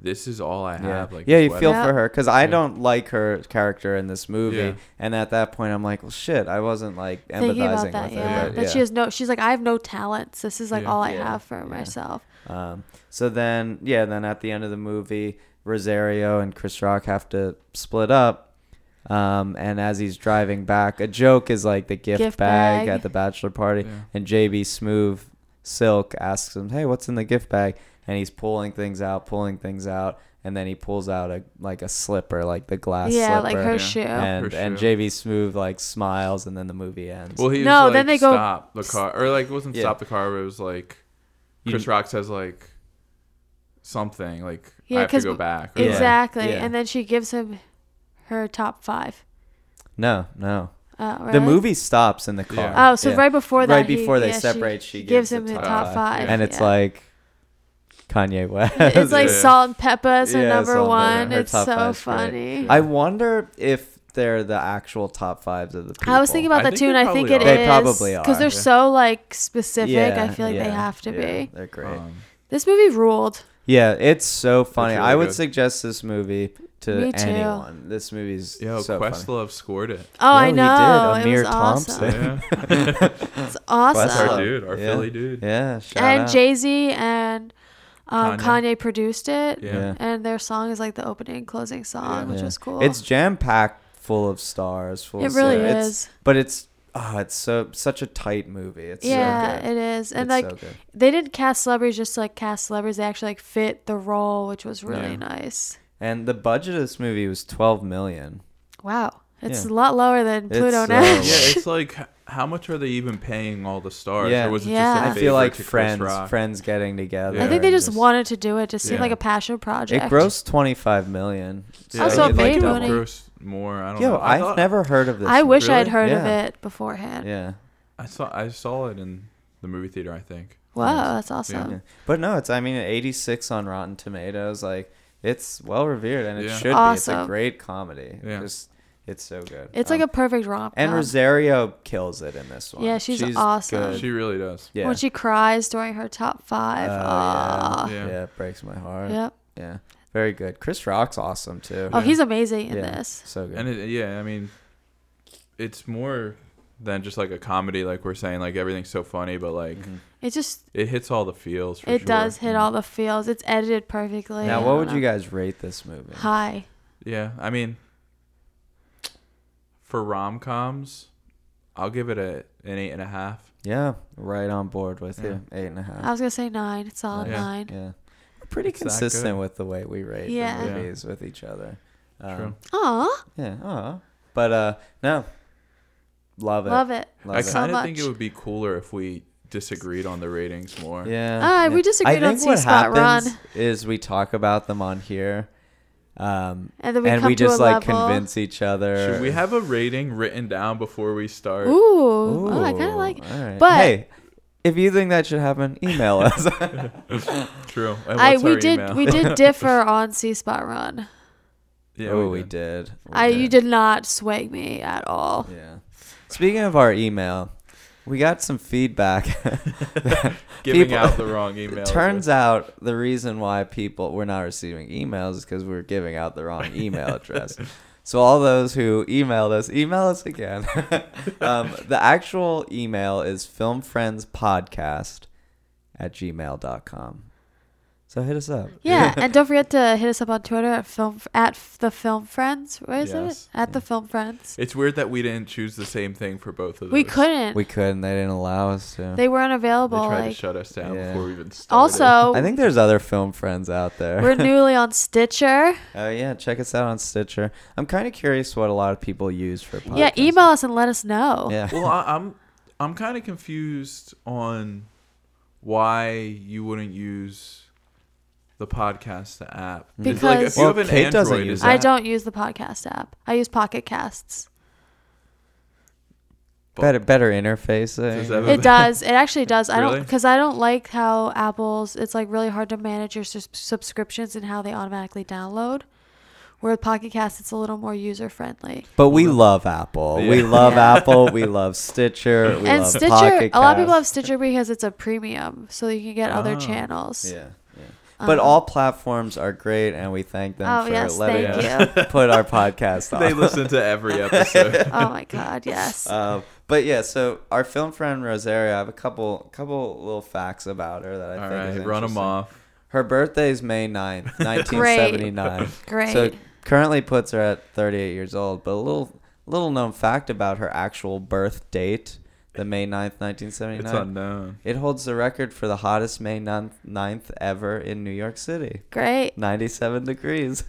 Speaker 3: this is all I
Speaker 1: yeah.
Speaker 3: have. Like,
Speaker 1: yeah,
Speaker 3: is
Speaker 1: you
Speaker 3: web-
Speaker 1: feel
Speaker 2: Yeah.
Speaker 1: for her because I
Speaker 3: Yeah.
Speaker 1: don't like her character in this movie,
Speaker 3: Yeah.
Speaker 1: and at that point, I'm like, well, shit, I wasn't like
Speaker 2: thinking
Speaker 1: empathizing
Speaker 2: about that,
Speaker 1: with
Speaker 2: yeah.
Speaker 1: her. But,
Speaker 2: That she has no. She's like, I have no talents. This is like
Speaker 3: Yeah.
Speaker 2: all I
Speaker 1: Yeah,
Speaker 2: have for
Speaker 1: yeah.
Speaker 2: myself.
Speaker 1: Um, so then, yeah, then at the end of the movie, Rosario and Chris Rock have to split up. Um, and as he's driving back, a joke is like the gift,
Speaker 2: Gift
Speaker 1: bag,
Speaker 2: bag.
Speaker 1: at the bachelor party,
Speaker 3: Yeah.
Speaker 1: and JB Smoove Silk asks him, "Hey, what's in the gift bag?" And he's pulling things out, pulling things out, and then he pulls out a like a slipper, like the glass
Speaker 2: yeah,
Speaker 1: slipper.
Speaker 2: like her
Speaker 3: Yeah.
Speaker 2: shoe.
Speaker 1: and
Speaker 3: Her
Speaker 1: and
Speaker 3: shoe.
Speaker 1: JB Smoove like smiles, and then the movie ends.
Speaker 3: Well, he
Speaker 2: No,
Speaker 3: was,
Speaker 2: then
Speaker 3: like,
Speaker 2: they go-
Speaker 3: stop the car, or like it wasn't
Speaker 1: Yeah.
Speaker 3: stop the car, but it was like
Speaker 1: You-
Speaker 3: Chris Rock says like something like
Speaker 2: Yeah,
Speaker 3: I have to
Speaker 2: 'cause
Speaker 3: go back. or, like-
Speaker 2: Exactly.
Speaker 1: Yeah.
Speaker 2: And then she gives him her top five.
Speaker 1: no, no,
Speaker 2: Uh,
Speaker 1: the
Speaker 2: really?
Speaker 1: movie stops in the car.
Speaker 3: Yeah.
Speaker 2: Oh, so
Speaker 1: Yeah.
Speaker 2: right before that.
Speaker 1: right
Speaker 2: he-
Speaker 1: before they
Speaker 2: yeah,
Speaker 1: separate, she,
Speaker 2: gives,
Speaker 1: the
Speaker 2: him the top five.
Speaker 1: and it's
Speaker 2: yeah.
Speaker 1: like
Speaker 2: [LAUGHS]
Speaker 1: Kanye West. [LAUGHS]
Speaker 2: It's like
Speaker 3: Yeah.
Speaker 2: salt and pepper's her
Speaker 1: Yeah,
Speaker 2: number
Speaker 1: Salt and Pepper.
Speaker 2: one.
Speaker 1: Her
Speaker 2: It's
Speaker 1: top
Speaker 2: so
Speaker 1: five's great.
Speaker 2: funny.
Speaker 1: I wonder if they're the actual top fives of the people.
Speaker 2: I was thinking about
Speaker 3: I
Speaker 2: that
Speaker 3: think
Speaker 2: too,
Speaker 3: they
Speaker 2: and I think it is
Speaker 3: probably are.
Speaker 1: They probably
Speaker 2: because they're
Speaker 1: are.
Speaker 2: so like specific. I feel like they
Speaker 1: yeah,
Speaker 2: have to
Speaker 1: yeah,
Speaker 2: be.
Speaker 1: They're great.
Speaker 3: Um,
Speaker 2: This movie ruled.
Speaker 1: yeah, it's so funny.
Speaker 3: really
Speaker 1: I would
Speaker 3: good.
Speaker 1: suggest this movie to
Speaker 2: Me too.
Speaker 1: anyone. This movie's
Speaker 3: yo,
Speaker 1: so
Speaker 3: Questlove
Speaker 1: funny. [LAUGHS]
Speaker 3: scored it.
Speaker 2: Oh, I
Speaker 1: he did.
Speaker 2: know. It
Speaker 1: Amir
Speaker 2: was awesome.
Speaker 1: Thompson.
Speaker 3: Yeah,
Speaker 2: It's awesome.
Speaker 3: that's
Speaker 2: [LAUGHS]
Speaker 3: our
Speaker 1: Questlove.
Speaker 3: dude, our
Speaker 1: Yeah.
Speaker 3: Philly
Speaker 1: [LAUGHS]
Speaker 3: dude.
Speaker 1: Yeah, shout
Speaker 2: and
Speaker 1: out.
Speaker 2: Jay Z and um, Kanye.
Speaker 3: Kanye.
Speaker 2: produced it.
Speaker 3: Yeah.
Speaker 1: Yeah.
Speaker 2: And their song is like the opening and closing song, which
Speaker 1: Yeah.
Speaker 2: was cool.
Speaker 1: It's jam packed, full of stars. Full
Speaker 2: it
Speaker 1: of
Speaker 2: really
Speaker 1: stuff. It's-
Speaker 2: is.
Speaker 1: but it's oh, it's so such a tight movie. It's
Speaker 2: Yeah,
Speaker 1: so good.
Speaker 2: it is. And
Speaker 1: It's
Speaker 2: like
Speaker 1: so good.
Speaker 2: they didn't cast celebrities just to, like cast celebrities. They actually like fit the role, which was really
Speaker 3: Yeah.
Speaker 2: nice.
Speaker 1: and the budget of this movie was twelve million.
Speaker 2: Wow. It's
Speaker 1: Yeah.
Speaker 2: a lot lower than
Speaker 1: It's,
Speaker 2: Pluto
Speaker 1: uh,
Speaker 2: now.
Speaker 3: Yeah, it's like h- how much are they even paying all the stars?
Speaker 1: Yeah.
Speaker 3: Or was it
Speaker 2: Yeah.
Speaker 3: just a
Speaker 1: I feel
Speaker 3: favor
Speaker 1: like
Speaker 3: to Chris
Speaker 1: friends,
Speaker 3: Rock?
Speaker 1: friends getting together.
Speaker 2: I think they
Speaker 1: and
Speaker 2: just wanted to do it to seem
Speaker 3: Yeah.
Speaker 2: like a passion project.
Speaker 1: It grossed twenty five million.
Speaker 3: Yeah,
Speaker 2: Also,
Speaker 3: I think it,
Speaker 2: made
Speaker 3: like
Speaker 2: money.
Speaker 3: grossed more. I don't
Speaker 1: Yo,
Speaker 3: know.
Speaker 1: I've
Speaker 3: thought-
Speaker 1: never heard of this.
Speaker 2: I wish I had
Speaker 3: Really?
Speaker 2: heard
Speaker 1: Yeah.
Speaker 2: of it beforehand.
Speaker 1: Yeah.
Speaker 3: I saw I saw it in the movie theater. I think.
Speaker 2: Wow, that's awesome.
Speaker 1: yeah. But no, it's I mean eighty six on Rotten Tomatoes. Like it's well revered and it
Speaker 3: Yeah.
Speaker 1: should be. It's
Speaker 2: Awesome.
Speaker 1: a great comedy.
Speaker 3: Yeah.
Speaker 1: Just it's so good.
Speaker 2: It's
Speaker 1: Um,
Speaker 2: like a perfect romp.
Speaker 1: and Rosario kills it in this one.
Speaker 2: Yeah, she's awesome.
Speaker 1: good.
Speaker 3: She really does.
Speaker 1: yeah.
Speaker 2: when she cries during her top five.
Speaker 1: Oh,
Speaker 2: Aw.
Speaker 1: yeah.
Speaker 3: Yeah.
Speaker 1: yeah, it breaks my heart.
Speaker 2: Yep.
Speaker 1: Yeah. Very good. Chris Rock's awesome too.
Speaker 2: Oh, he's amazing in
Speaker 1: yeah.
Speaker 2: this.
Speaker 1: So good.
Speaker 3: And it, yeah, I mean, it's more than just like a comedy. Like we're saying, like everything's so funny, but like
Speaker 1: Mm-hmm.
Speaker 2: It just
Speaker 3: it hits all the feels. For
Speaker 2: it
Speaker 3: sure.
Speaker 2: does hit all the feels. It's edited perfectly.
Speaker 1: now
Speaker 2: I
Speaker 1: what
Speaker 2: don't
Speaker 1: would
Speaker 2: know.
Speaker 1: you guys rate this movie?
Speaker 2: Hi.
Speaker 3: Yeah, I mean, for rom coms, I'll give it a an eight and a half.
Speaker 1: Yeah, right on board with you. Eight and a half.
Speaker 2: I was gonna say nine. It's solid
Speaker 3: Yeah.
Speaker 2: nine.
Speaker 1: Yeah. We're pretty
Speaker 3: It's that
Speaker 1: consistent
Speaker 3: good.
Speaker 1: with the way we rate
Speaker 2: Yeah.
Speaker 1: the
Speaker 3: Yeah.
Speaker 1: movies with each other. Um,
Speaker 3: True.
Speaker 2: Aw.
Speaker 1: Yeah. Aw. But uh, no, Love it.
Speaker 2: Love it.
Speaker 1: Love
Speaker 3: I
Speaker 1: it.
Speaker 2: So
Speaker 3: kind of think it
Speaker 2: much.
Speaker 3: would be cooler if we disagreed on the ratings more.
Speaker 1: Yeah.
Speaker 2: Ah, we
Speaker 1: yeah.
Speaker 2: disagreed
Speaker 1: I
Speaker 2: on
Speaker 1: think what
Speaker 2: C-Spot,
Speaker 1: happens
Speaker 2: Ron.
Speaker 1: Is we talk about them on here, um,
Speaker 2: And then we
Speaker 1: and
Speaker 2: come
Speaker 1: we
Speaker 2: to
Speaker 1: just
Speaker 2: a
Speaker 1: like
Speaker 2: level.
Speaker 1: convince each other.
Speaker 3: Should we have a rating written down before we start?
Speaker 2: Ooh, oh, I kind of
Speaker 1: Ooh,
Speaker 2: like.
Speaker 1: all right.
Speaker 2: but-
Speaker 1: hey, if you think that should happen,
Speaker 2: [LAUGHS]
Speaker 1: email us.
Speaker 3: [LAUGHS] True. And
Speaker 2: I
Speaker 3: what's
Speaker 2: we
Speaker 3: our
Speaker 2: did
Speaker 3: email?
Speaker 2: we did differ on C Spot Run.
Speaker 3: yeah,
Speaker 1: [LAUGHS] oh, we did. We
Speaker 2: I you did not swag me
Speaker 1: [LAUGHS]
Speaker 2: at all.
Speaker 1: Yeah. Speaking of our email, we got some
Speaker 3: [LAUGHS]
Speaker 1: feedback. [LAUGHS]
Speaker 3: Giving
Speaker 1: People-
Speaker 3: out the wrong
Speaker 1: [LAUGHS]
Speaker 3: email.
Speaker 1: It turns out the reason why people were not receiving emails is because we are giving out the wrong email
Speaker 3: [LAUGHS]
Speaker 1: address. so all those who emailed us, email us again. [LAUGHS] um, the actual email is filmfriendspodcast at gmail.com. So hit us up.
Speaker 2: Yeah, and don't forget to hit us up on Twitter at film at the Film Friends. What is
Speaker 3: Yes.
Speaker 2: it? At the Film Friends.
Speaker 3: It's weird that we didn't choose the same thing for both of those.
Speaker 2: We couldn't.
Speaker 1: We couldn't. They didn't allow us to.
Speaker 2: they weren't
Speaker 3: They
Speaker 2: available.
Speaker 3: tried to
Speaker 2: like-
Speaker 3: shut us down
Speaker 1: Yeah.
Speaker 3: before we even started.
Speaker 2: also,
Speaker 1: I think there's other film friends out there. [LAUGHS]
Speaker 2: we're newly on Stitcher.
Speaker 1: Oh yeah, check us out on Stitcher. I'm kind of curious what a lot of people use for podcasts.
Speaker 2: Yeah, email us and let us know.
Speaker 1: Yeah.
Speaker 3: well, I, I'm I'm kind of confused on why you wouldn't use the podcast app It's like if
Speaker 2: Because-
Speaker 3: you
Speaker 1: Well,
Speaker 3: have an
Speaker 1: Kate doesn't
Speaker 3: Android,
Speaker 1: use
Speaker 3: is
Speaker 1: it.
Speaker 3: that
Speaker 2: I don't use the podcast app. I use Pocket Casts.
Speaker 1: better better interfacing.
Speaker 3: Does that-
Speaker 2: It does. It actually does. I don't
Speaker 3: Really?
Speaker 2: because I don't like how Apple's. It's like really hard to manage your sus- subscriptions and how they automatically download. Where with Pocket Cast, it's a little more user friendly.
Speaker 1: But we love Apple. We
Speaker 3: Yeah.
Speaker 1: love
Speaker 2: Yeah.
Speaker 3: [LAUGHS]
Speaker 1: Apple. We love Stitcher. We
Speaker 2: and
Speaker 1: love
Speaker 2: Stitcher,
Speaker 1: Pocket
Speaker 2: a lot of people have
Speaker 1: Cast.
Speaker 2: Stitcher because it's a premium, so you can get other
Speaker 3: Ah.
Speaker 2: channels.
Speaker 1: Oh, Yeah, yeah. But
Speaker 2: Um,
Speaker 1: all platforms are great, and we thank them
Speaker 2: Oh
Speaker 1: for
Speaker 2: yes,
Speaker 1: letting
Speaker 2: thank
Speaker 1: us
Speaker 2: you.
Speaker 3: [LAUGHS]
Speaker 1: [LAUGHS] put our podcast on.
Speaker 3: they listen to [LAUGHS] every episode.
Speaker 1: [LAUGHS]
Speaker 2: oh my god, yes.
Speaker 1: Um, but yeah, so our film friend Rosaria, I have a couple couple little facts about her that I
Speaker 3: All
Speaker 1: think
Speaker 3: right,
Speaker 1: is
Speaker 3: run them
Speaker 1: interesting.
Speaker 3: off.
Speaker 1: Her birthday is May
Speaker 2: [LAUGHS]
Speaker 1: 9th, 1979.
Speaker 2: Great.
Speaker 1: So currently puts her at 38 years old. But a little little known fact about her actual birth date, the May 9th, 1979.
Speaker 3: It's unknown.
Speaker 1: It holds the record for the hottest May 9th, 9th ever in New York City.
Speaker 2: Great.
Speaker 1: 97 degrees.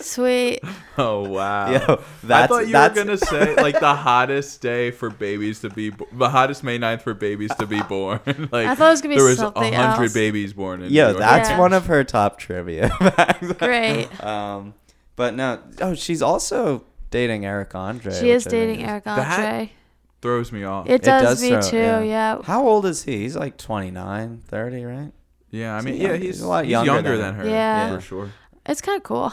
Speaker 2: Sweet.
Speaker 3: Oh
Speaker 1: [LAUGHS]
Speaker 3: wow.
Speaker 1: Yo,
Speaker 3: I
Speaker 1: that's-
Speaker 3: thought you
Speaker 1: that's-
Speaker 3: were gonna say like
Speaker 1: [LAUGHS]
Speaker 3: the hottest day for babies to be, bo- the hottest May 9th for babies
Speaker 1: [LAUGHS]
Speaker 3: to be born. [LAUGHS] like
Speaker 2: I thought it was gonna be
Speaker 3: there was
Speaker 2: something else.
Speaker 3: hundred babies born in. New
Speaker 1: Yo,
Speaker 3: York.
Speaker 1: that's
Speaker 2: Yeah.
Speaker 1: one of her top trivia [LAUGHS] facts.
Speaker 2: Great.
Speaker 1: Um, but no, oh, she's also dating Eric Andre.
Speaker 2: She is
Speaker 1: which I think
Speaker 2: dating Eric
Speaker 3: That-
Speaker 2: Andre.
Speaker 3: throws me off.
Speaker 2: It does, me
Speaker 1: throw-
Speaker 2: too. Yeah.
Speaker 1: How old is he? He's like 29, 30, right?
Speaker 3: yeah, I
Speaker 1: He's
Speaker 3: mean,
Speaker 1: young-
Speaker 3: yeah,
Speaker 1: he's
Speaker 3: he's
Speaker 1: a lot
Speaker 3: he's
Speaker 1: younger
Speaker 3: younger,
Speaker 1: than
Speaker 3: than
Speaker 1: her.
Speaker 3: her.
Speaker 2: Yeah.
Speaker 1: Yeah.
Speaker 3: for sure.
Speaker 2: It's kind of cool.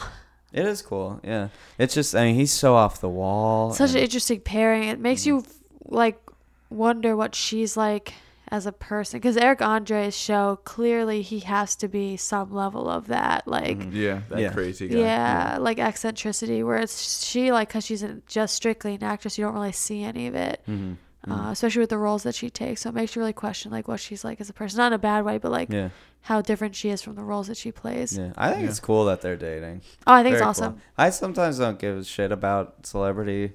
Speaker 1: It is cool. Yeah. It's just, I mean, he's so off the wall.
Speaker 2: Such an
Speaker 1: and-
Speaker 2: interesting pairing. It makes
Speaker 1: Mm-hmm.
Speaker 2: you like wonder what she's like as a person because Eric Andre's show clearly he has to be some level of that like
Speaker 3: Yeah, that
Speaker 1: Mm-hmm. Yeah.
Speaker 3: crazy guy.
Speaker 2: yeah, like eccentricity where it's she like because she's an, just strictly an actress you don't really see any of it
Speaker 1: Mhm.
Speaker 2: uh, especially with the roles that she takes so it makes you really question like what she's like as a person not in a bad way but like
Speaker 1: Yeah.
Speaker 2: how different she is from the roles that she plays
Speaker 1: Yeah. I think
Speaker 3: Yeah.
Speaker 1: it's cool that they're dating.
Speaker 2: oh i think it's
Speaker 1: Very
Speaker 2: awesome
Speaker 1: cool. I sometimes don't give a shit about celebrity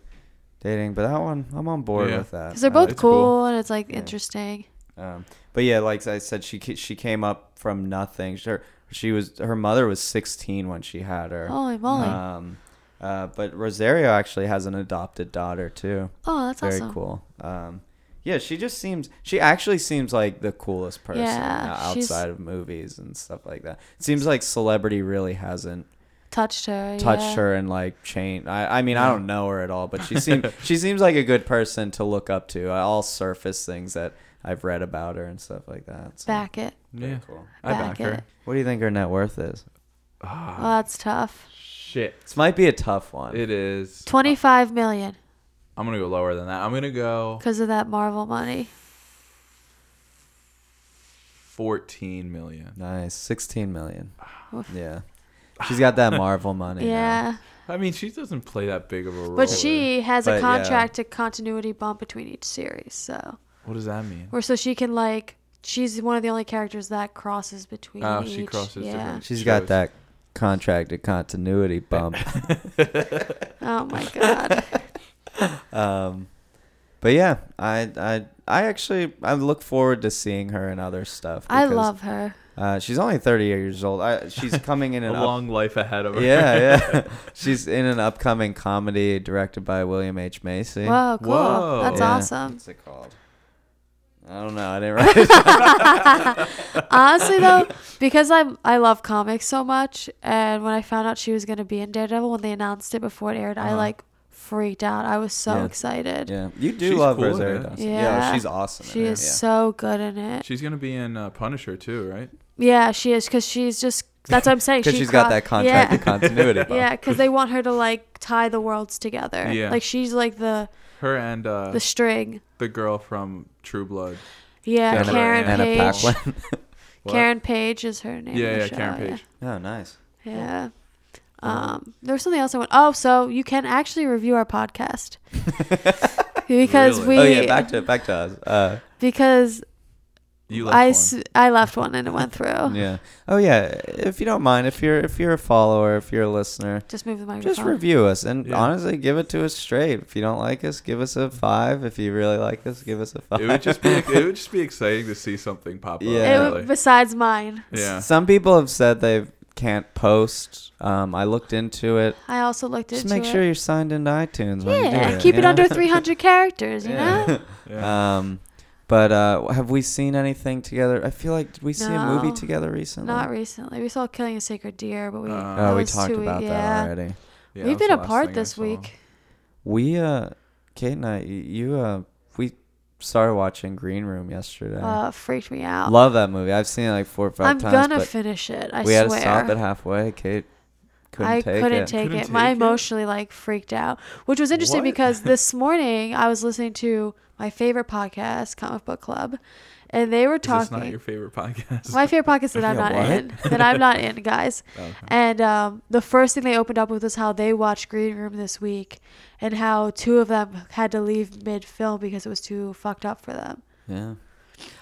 Speaker 1: dating, but that one, I'm on board
Speaker 3: Yeah.
Speaker 1: with that.
Speaker 2: because they're
Speaker 1: I
Speaker 2: both
Speaker 1: like-
Speaker 2: cool,
Speaker 3: cool.
Speaker 2: and it's like
Speaker 1: Uh, Yeah.
Speaker 2: interesting
Speaker 1: Um, but yeah, like I said, she ca- she came up from nothing. She- Her she was her mother was 16 when she had her.
Speaker 2: holy moly
Speaker 1: Um, uh, but Rosario actually has an adopted daughter too.
Speaker 2: oh that's
Speaker 1: Very
Speaker 2: awesome
Speaker 1: cool. Um, yeah, she just seems. She actually seems like the coolest person
Speaker 2: Yeah,
Speaker 1: uh,
Speaker 2: she's-
Speaker 1: outside of movies and stuff like that. It seems like celebrity really hasn't
Speaker 2: touched her
Speaker 1: touched
Speaker 2: yeah.
Speaker 1: her and like changed. I, I mean, I don't know her at all, but
Speaker 3: [LAUGHS]
Speaker 1: she seems she seems like a good person to look up to. I'll surface things that I've read about her and stuff like that. So,
Speaker 2: back it
Speaker 1: very
Speaker 3: yeah.
Speaker 1: cool.
Speaker 3: I
Speaker 2: Back
Speaker 3: back,
Speaker 2: it.
Speaker 3: her.
Speaker 1: What do you think her net worth is?
Speaker 2: well
Speaker 3: Ah,
Speaker 2: that's tough
Speaker 3: shit,
Speaker 1: This might be a tough one.
Speaker 3: it is.
Speaker 2: 25 million
Speaker 3: I'm gonna go lower than that. I'm gonna go
Speaker 2: because of that marvel money
Speaker 3: 14 million.
Speaker 1: nice, sixteen million. Yeah, she's got that Marvel money. now.
Speaker 2: yeah
Speaker 3: I mean, she doesn't play that big of a role.
Speaker 2: But she has
Speaker 1: But,
Speaker 2: a
Speaker 1: yeah.
Speaker 2: contract to continuity bump between each series, so
Speaker 3: What does that mean?
Speaker 2: or so she can like she's one of the only characters that crosses between.
Speaker 3: Oh,
Speaker 2: each.
Speaker 3: she crosses
Speaker 2: Yeah.
Speaker 3: different-
Speaker 1: She's
Speaker 3: Shows.
Speaker 1: got that contracted continuity
Speaker 3: [LAUGHS]
Speaker 1: bump.
Speaker 2: Oh my god.
Speaker 1: um, but yeah, I I I actually I look forward to seeing her in other stuff.
Speaker 2: I
Speaker 1: because
Speaker 2: love her.
Speaker 1: Uh, she's only 30 years old. I,
Speaker 3: [LAUGHS]
Speaker 1: she's coming in
Speaker 3: A
Speaker 1: an up-
Speaker 3: long life ahead of her.
Speaker 1: yeah, yeah.
Speaker 3: [LAUGHS]
Speaker 1: [LAUGHS] She's in an upcoming comedy directed by William H. Macy.
Speaker 2: Whoa, cool.
Speaker 3: Whoa.
Speaker 2: That's
Speaker 1: Yeah.
Speaker 2: awesome.
Speaker 1: What's it called? I don't know. I didn't [LAUGHS] write it.
Speaker 2: [LAUGHS] Honestly though, because I I love comics so much, and when I found out she was gonna be in Daredevil when they announced it before it aired, I like freaked out. I was so
Speaker 1: Yeah.
Speaker 2: excited.
Speaker 1: yeah, you do
Speaker 3: She's
Speaker 1: love
Speaker 3: cool
Speaker 1: her.
Speaker 3: in
Speaker 1: Rosario
Speaker 3: it.
Speaker 1: Dawson. Yeah.
Speaker 2: Yeah.
Speaker 1: she's awesome. in
Speaker 2: She
Speaker 1: it,
Speaker 2: is
Speaker 1: yeah.
Speaker 2: so good in it.
Speaker 3: She's gonna be in uh, Punisher too, right?
Speaker 2: Yeah, she is because she's just. That's what
Speaker 1: [LAUGHS]
Speaker 2: I'm saying.
Speaker 1: Because
Speaker 2: she
Speaker 1: she's got
Speaker 2: cro-
Speaker 1: that contract
Speaker 2: [LAUGHS] Yeah.
Speaker 1: of continuity. Bob.
Speaker 2: Yeah, because they want her to like tie the worlds together.
Speaker 3: Yeah.
Speaker 2: Like she's like the
Speaker 3: Her and uh,
Speaker 2: the
Speaker 3: the,
Speaker 2: string.
Speaker 3: girl from True Blood.
Speaker 2: Yeah,
Speaker 3: Anna-
Speaker 2: Karen
Speaker 3: Anna
Speaker 2: Page.
Speaker 1: Paquin.
Speaker 3: What?
Speaker 2: [LAUGHS] Karen Page is her name. in
Speaker 3: Yeah,
Speaker 2: the
Speaker 3: yeah,
Speaker 2: show,
Speaker 3: Karen Page.
Speaker 1: oh,
Speaker 2: [LAUGHS]
Speaker 1: nice.
Speaker 2: Yeah. yeah. Um, there was something else I want. Oh, so you can actually review our podcast because
Speaker 3: Really?
Speaker 2: we
Speaker 1: Oh yeah, back to back to us. Uh,
Speaker 2: because
Speaker 3: You left
Speaker 2: I
Speaker 3: one.
Speaker 2: s- I left one and it went
Speaker 1: [LAUGHS]
Speaker 2: through.
Speaker 1: yeah. Oh yeah. If you don't mind, if you're if you're a follower, if you're a listener,
Speaker 2: Just move the microphone.
Speaker 1: just review us and
Speaker 3: Yeah.
Speaker 1: honestly give it to us straight. If you don't like us, give us a five. If you really like us, give us a five.
Speaker 3: It would just be it would
Speaker 1: [LAUGHS]
Speaker 3: just be exciting to see something pop up.
Speaker 1: Yeah.
Speaker 2: It-
Speaker 3: really.
Speaker 2: besides mine,
Speaker 3: yeah.
Speaker 1: Some people have said they can't post. Um, I looked into it.
Speaker 2: I also looked
Speaker 1: Just
Speaker 2: into
Speaker 1: make
Speaker 2: it.
Speaker 1: sure you're signed into iTunes. when you do
Speaker 2: yeah,
Speaker 1: it,
Speaker 2: keep
Speaker 1: you
Speaker 2: it
Speaker 1: know? [LAUGHS]
Speaker 2: under 300 characters, you
Speaker 1: Yeah.
Speaker 2: know?
Speaker 1: [LAUGHS]
Speaker 3: yeah.
Speaker 1: Um, but uh, have we seen anything together? I feel like did we see a movie
Speaker 2: No.
Speaker 1: together recently?
Speaker 2: Not recently. We saw Killing a Sacred Deer, but we.
Speaker 3: Uh,
Speaker 2: that
Speaker 1: Oh, we
Speaker 2: was
Speaker 1: talked
Speaker 2: two-
Speaker 1: about
Speaker 2: yeah.
Speaker 1: that already.
Speaker 2: We've
Speaker 3: Yeah, that was
Speaker 2: been
Speaker 3: the last
Speaker 2: apart
Speaker 3: thing I
Speaker 2: this
Speaker 3: saw.
Speaker 2: week.
Speaker 1: We, uh, Kate and I, y- you, uh, we started watching Green Room yesterday.
Speaker 2: Uh, freaked me out.
Speaker 1: Love that movie. I've seen it like four or 5
Speaker 2: I'm
Speaker 1: times.
Speaker 2: gonna
Speaker 1: but
Speaker 2: finish it. I
Speaker 1: we
Speaker 2: swear.
Speaker 1: had to stop at halfway. Kate couldn't
Speaker 2: I
Speaker 1: take
Speaker 2: couldn't
Speaker 1: it.
Speaker 2: take
Speaker 3: Couldn't
Speaker 2: it. My
Speaker 3: take it?
Speaker 2: emotionally like freaked out, which was interesting
Speaker 3: What?
Speaker 2: because
Speaker 3: [LAUGHS]
Speaker 2: this morning I was listening to my favorite podcast, Comic Book Club, and they were
Speaker 3: Is this not
Speaker 2: talking.
Speaker 3: your favorite podcast? [LAUGHS]
Speaker 2: my favorite podcast that I'm
Speaker 1: Yeah,
Speaker 2: not
Speaker 1: what?
Speaker 2: in, that I'm not in, guys.
Speaker 3: Okay.
Speaker 2: And um, the first thing they opened up with was how they watched Green Room this week, and how two of them had to leave mid film because it was too fucked up for them.
Speaker 1: yeah.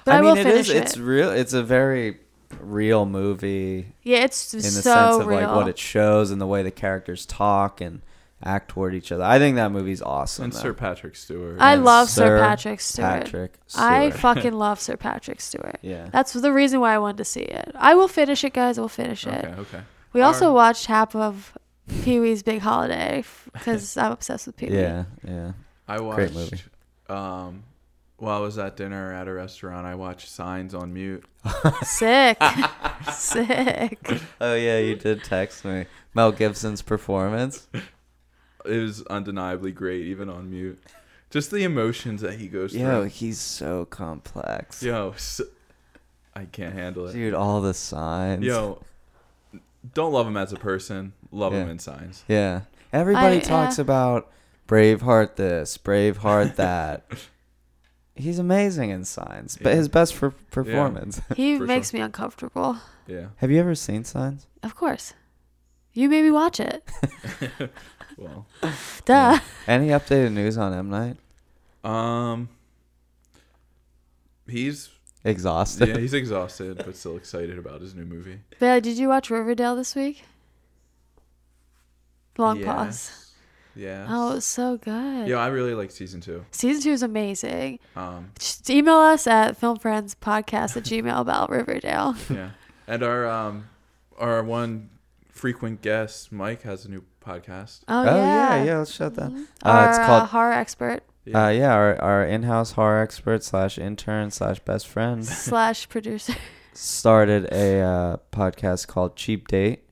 Speaker 2: But I,
Speaker 1: I mean,
Speaker 2: will
Speaker 1: it
Speaker 2: finish
Speaker 1: is.
Speaker 2: it.
Speaker 1: It's real. It's a very real movie.
Speaker 2: yeah, it's
Speaker 1: in the
Speaker 2: so
Speaker 1: sense of
Speaker 2: real.
Speaker 1: like what it shows and the way the characters talk and act toward each other. I think that movie's awesome.
Speaker 3: and
Speaker 1: though.
Speaker 3: Sir Patrick Stewart.
Speaker 2: I
Speaker 1: And
Speaker 2: love Sir
Speaker 1: Sir
Speaker 2: Patrick Stewart.
Speaker 1: Patrick Stewart.
Speaker 2: I fucking love Sir
Speaker 1: [LAUGHS]
Speaker 2: Patrick Stewart.
Speaker 1: yeah.
Speaker 2: That's the reason why I wanted to see it. I will finish it, guys. I will finish
Speaker 3: Okay,
Speaker 2: it.
Speaker 3: okay.
Speaker 2: We also
Speaker 3: Alright.
Speaker 2: watched half of Pee Wee's Big Holiday
Speaker 1: [LAUGHS]
Speaker 2: because I'm obsessed with Pee Wee.
Speaker 1: Yeah, yeah.
Speaker 3: I watched.
Speaker 1: Great movie.
Speaker 3: Um, while I was at dinner at a restaurant, I watched Signs on mute.
Speaker 2: Sick. Sick.
Speaker 1: [LAUGHS] Oh yeah, you did text me. Mel Gibson's performance.
Speaker 3: It was undeniably great, even on mute. Just the emotions that he goes
Speaker 1: Yo,
Speaker 3: through.
Speaker 1: he's so complex.
Speaker 3: Yo, s I can't handle it.
Speaker 1: Dude, all the signs.
Speaker 3: Yo, don't love him as a person. Love him
Speaker 1: Yeah.
Speaker 3: in Signs.
Speaker 1: Yeah. Everybody
Speaker 2: I-
Speaker 1: talks
Speaker 2: yeah.
Speaker 1: about Braveheart this, Braveheart that. he's amazing in Signs, but
Speaker 3: Yeah.
Speaker 1: his best per- performance.
Speaker 2: He
Speaker 3: For
Speaker 2: makes me uncomfortable.
Speaker 3: Yeah.
Speaker 1: Have you ever seen Signs?
Speaker 2: Of course. You made me watch it.
Speaker 1: [LAUGHS]
Speaker 3: Well.
Speaker 2: Duh.
Speaker 1: Any updated news on M Night?
Speaker 3: Um. He's
Speaker 1: Exhausted.
Speaker 3: yeah, he's exhausted, but still excited about his new movie.
Speaker 2: Bailey, did you watch Riverdale this week? Long pause.
Speaker 3: Yeah.
Speaker 2: Oh, it was so good.
Speaker 3: Yo, I really like season two.
Speaker 2: Season two is amazing.
Speaker 3: Um,
Speaker 2: Just email us at filmfriendspodcast at gmail about Riverdale. [LAUGHS]
Speaker 3: yeah, and our um, our one frequent guest, Mike, has a new podcast.
Speaker 1: [LAUGHS]
Speaker 2: Oh,
Speaker 1: Oh, yeah.
Speaker 2: yeah.
Speaker 1: yeah, Let's shut that. Uh,
Speaker 2: Our
Speaker 1: it's
Speaker 2: uh,
Speaker 1: called.
Speaker 2: horror expert
Speaker 1: Uh, yeah, our, our in-house horror expert slash intern slash best friend
Speaker 2: slash producer. [LAUGHS]
Speaker 1: started a uh, podcast called Cheap Date,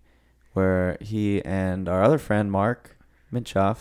Speaker 1: where he and our other friend Mark Minchoff,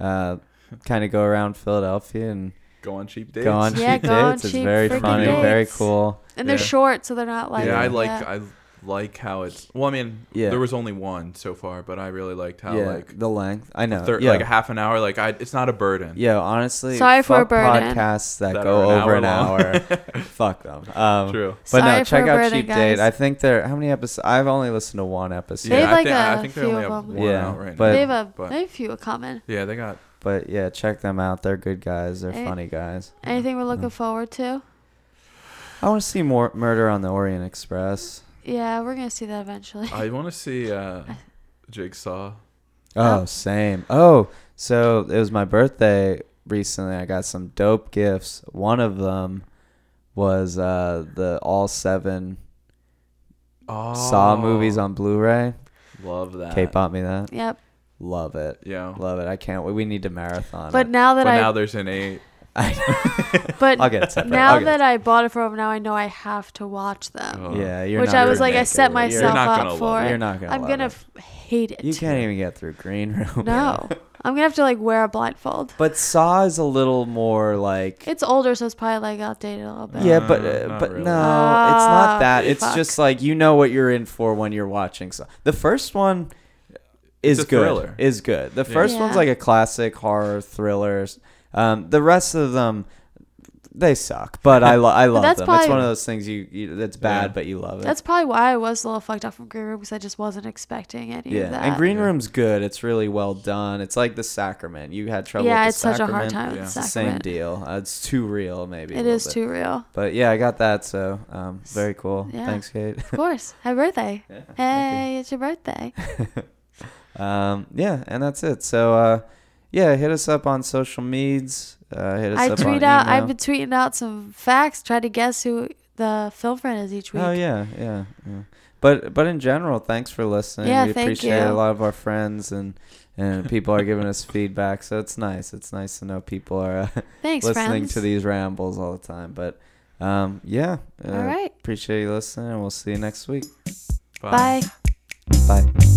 Speaker 1: uh, kind of go around Philadelphia and
Speaker 3: go on cheap dates.
Speaker 1: go on
Speaker 2: Yeah,
Speaker 1: cheap
Speaker 2: go on
Speaker 1: dates.
Speaker 2: cheap
Speaker 1: it's very
Speaker 2: freaking
Speaker 1: funny, very
Speaker 2: dates.
Speaker 1: cool.
Speaker 2: And they're
Speaker 3: Yeah.
Speaker 2: short, so they're not like.
Speaker 3: yeah, I like
Speaker 2: that.
Speaker 3: I like how it's. Well, I mean,
Speaker 1: Yeah.
Speaker 3: there was only one so far, but I really liked how
Speaker 1: yeah,
Speaker 3: like
Speaker 1: the length. I know.
Speaker 3: thir-
Speaker 1: yeah.
Speaker 3: like a half an hour. Like I, it's not a burden.
Speaker 1: yeah, honestly,
Speaker 2: Sorry for a
Speaker 1: fuck
Speaker 2: burden.
Speaker 1: podcasts that,
Speaker 3: That
Speaker 1: go
Speaker 3: are an
Speaker 1: over an
Speaker 3: hour
Speaker 1: hour. [LAUGHS] fuck them. Um,
Speaker 3: [LAUGHS] True.
Speaker 1: But
Speaker 2: Sorry
Speaker 1: no,
Speaker 2: for
Speaker 1: check out
Speaker 2: burden,
Speaker 1: Cheap Date.
Speaker 2: guys.
Speaker 1: I think there. How many episodes? I've only listened to one episode.
Speaker 2: They have,
Speaker 3: yeah, I
Speaker 2: like,
Speaker 3: think, I
Speaker 2: a
Speaker 3: think they
Speaker 2: few
Speaker 3: only
Speaker 2: of
Speaker 3: have
Speaker 2: them.
Speaker 3: one
Speaker 1: Yeah,
Speaker 3: out right
Speaker 1: but-
Speaker 3: now.
Speaker 2: they have a
Speaker 3: but-
Speaker 2: they have a few common.
Speaker 3: Yeah, they got
Speaker 1: But yeah, check them out. They're good guys. They're
Speaker 2: Hey.
Speaker 1: funny guys.
Speaker 2: Anything we're
Speaker 1: Mm.
Speaker 2: looking forward to?
Speaker 1: I want to see more Murder on the Orient Express.
Speaker 2: Yeah, we're gonna see that eventually.
Speaker 3: I want to see uh, Jigsaw.
Speaker 1: Oh,
Speaker 2: Oh.
Speaker 1: same. Oh, so it was my birthday recently. I got some dope gifts. One of them was uh, the all seven
Speaker 3: Oh,
Speaker 1: Saw movies on Blu-ray.
Speaker 3: Love that.
Speaker 1: Kate bought me that.
Speaker 2: [LAUGHS] Yep.
Speaker 1: Love it.
Speaker 3: Yeah.
Speaker 1: Love it. I can't wait. We need to marathon.
Speaker 2: But
Speaker 1: it. [LAUGHS]
Speaker 2: now that
Speaker 3: But
Speaker 2: I
Speaker 3: now there's an eight.
Speaker 2: but
Speaker 1: I'll get it separate. [LAUGHS]
Speaker 2: now
Speaker 1: I'll get
Speaker 2: that I bought it for over, now I know I have to watch them.
Speaker 3: Oh.
Speaker 1: it. yeah, you're
Speaker 2: which
Speaker 1: not
Speaker 2: I
Speaker 1: gonna
Speaker 2: was like, I
Speaker 1: make
Speaker 2: set
Speaker 1: it.
Speaker 2: myself
Speaker 3: not
Speaker 2: up
Speaker 3: gonna love
Speaker 2: for
Speaker 1: You're,
Speaker 2: it.
Speaker 1: you're not gonna.
Speaker 2: I'm
Speaker 1: love
Speaker 2: gonna
Speaker 1: it.
Speaker 2: f- hate it.
Speaker 1: You can't even get through Green [LAUGHS] Room.
Speaker 2: No, I'm gonna have to like wear a blindfold.
Speaker 1: But Saw is a little more like.
Speaker 2: It's older, so it's probably like outdated a little bit.
Speaker 1: yeah, but
Speaker 3: Uh,
Speaker 1: uh,
Speaker 3: not
Speaker 1: but
Speaker 3: really.
Speaker 1: no, it's not
Speaker 2: Ah,
Speaker 1: that. It's
Speaker 2: fuck.
Speaker 1: just like you know what you're in for when you're watching. Saw. the first one is
Speaker 3: a
Speaker 1: good.
Speaker 3: thriller.
Speaker 1: Is good. The first
Speaker 2: Yeah.
Speaker 1: one's like a classic horror thriller. Um, the rest of them, they suck. But I lo-
Speaker 2: [LAUGHS]
Speaker 1: I love
Speaker 2: that's
Speaker 1: them. it's
Speaker 2: probably-
Speaker 1: one of those things you, you that's bad,
Speaker 3: Yeah.
Speaker 1: but you love it.
Speaker 2: That's probably why I was a little fucked up from Green Room because I just wasn't expecting any
Speaker 1: yeah,
Speaker 2: of that.
Speaker 1: and Green
Speaker 3: Yeah.
Speaker 1: Room's good. It's really well done. It's like the Sacrament. You had trouble.
Speaker 2: yeah,
Speaker 1: with the
Speaker 2: it's such a hard
Speaker 1: Sacrament.
Speaker 2: time with
Speaker 3: Yeah.
Speaker 2: the
Speaker 1: It's the
Speaker 2: sacrament.
Speaker 1: same deal. Uh, it's too real, maybe. a
Speaker 2: It
Speaker 1: little
Speaker 2: is
Speaker 1: bit.
Speaker 2: too real.
Speaker 1: But yeah, I got that. So um, very cool.
Speaker 2: Yeah.
Speaker 1: Thanks, Kate. [LAUGHS]
Speaker 2: Of course. Happy birthday.
Speaker 1: Yeah,
Speaker 2: hey, it's your birthday.
Speaker 1: [LAUGHS] um, yeah, and that's it. So uh, yeah, hit us up on social medias. Uh, hit us
Speaker 2: I
Speaker 1: up on
Speaker 2: tweet out.
Speaker 1: Email.
Speaker 2: I've been tweeting out some facts. Try to guess who the film friend is each week.
Speaker 1: Oh yeah, yeah, yeah. But but in general, thanks for listening.
Speaker 2: Yeah,
Speaker 1: we
Speaker 2: thank
Speaker 1: appreciate it.
Speaker 2: you.
Speaker 1: a lot of our friends and and people are giving us feedback, so it's nice. It's nice to know people are uh, [LAUGHS]
Speaker 2: Thanks,
Speaker 1: listening
Speaker 2: friends.
Speaker 1: to these rambles all the time. But um, yeah, uh,
Speaker 2: All right.
Speaker 1: appreciate you listening, and we'll see you next week.
Speaker 2: Bye.
Speaker 1: Bye.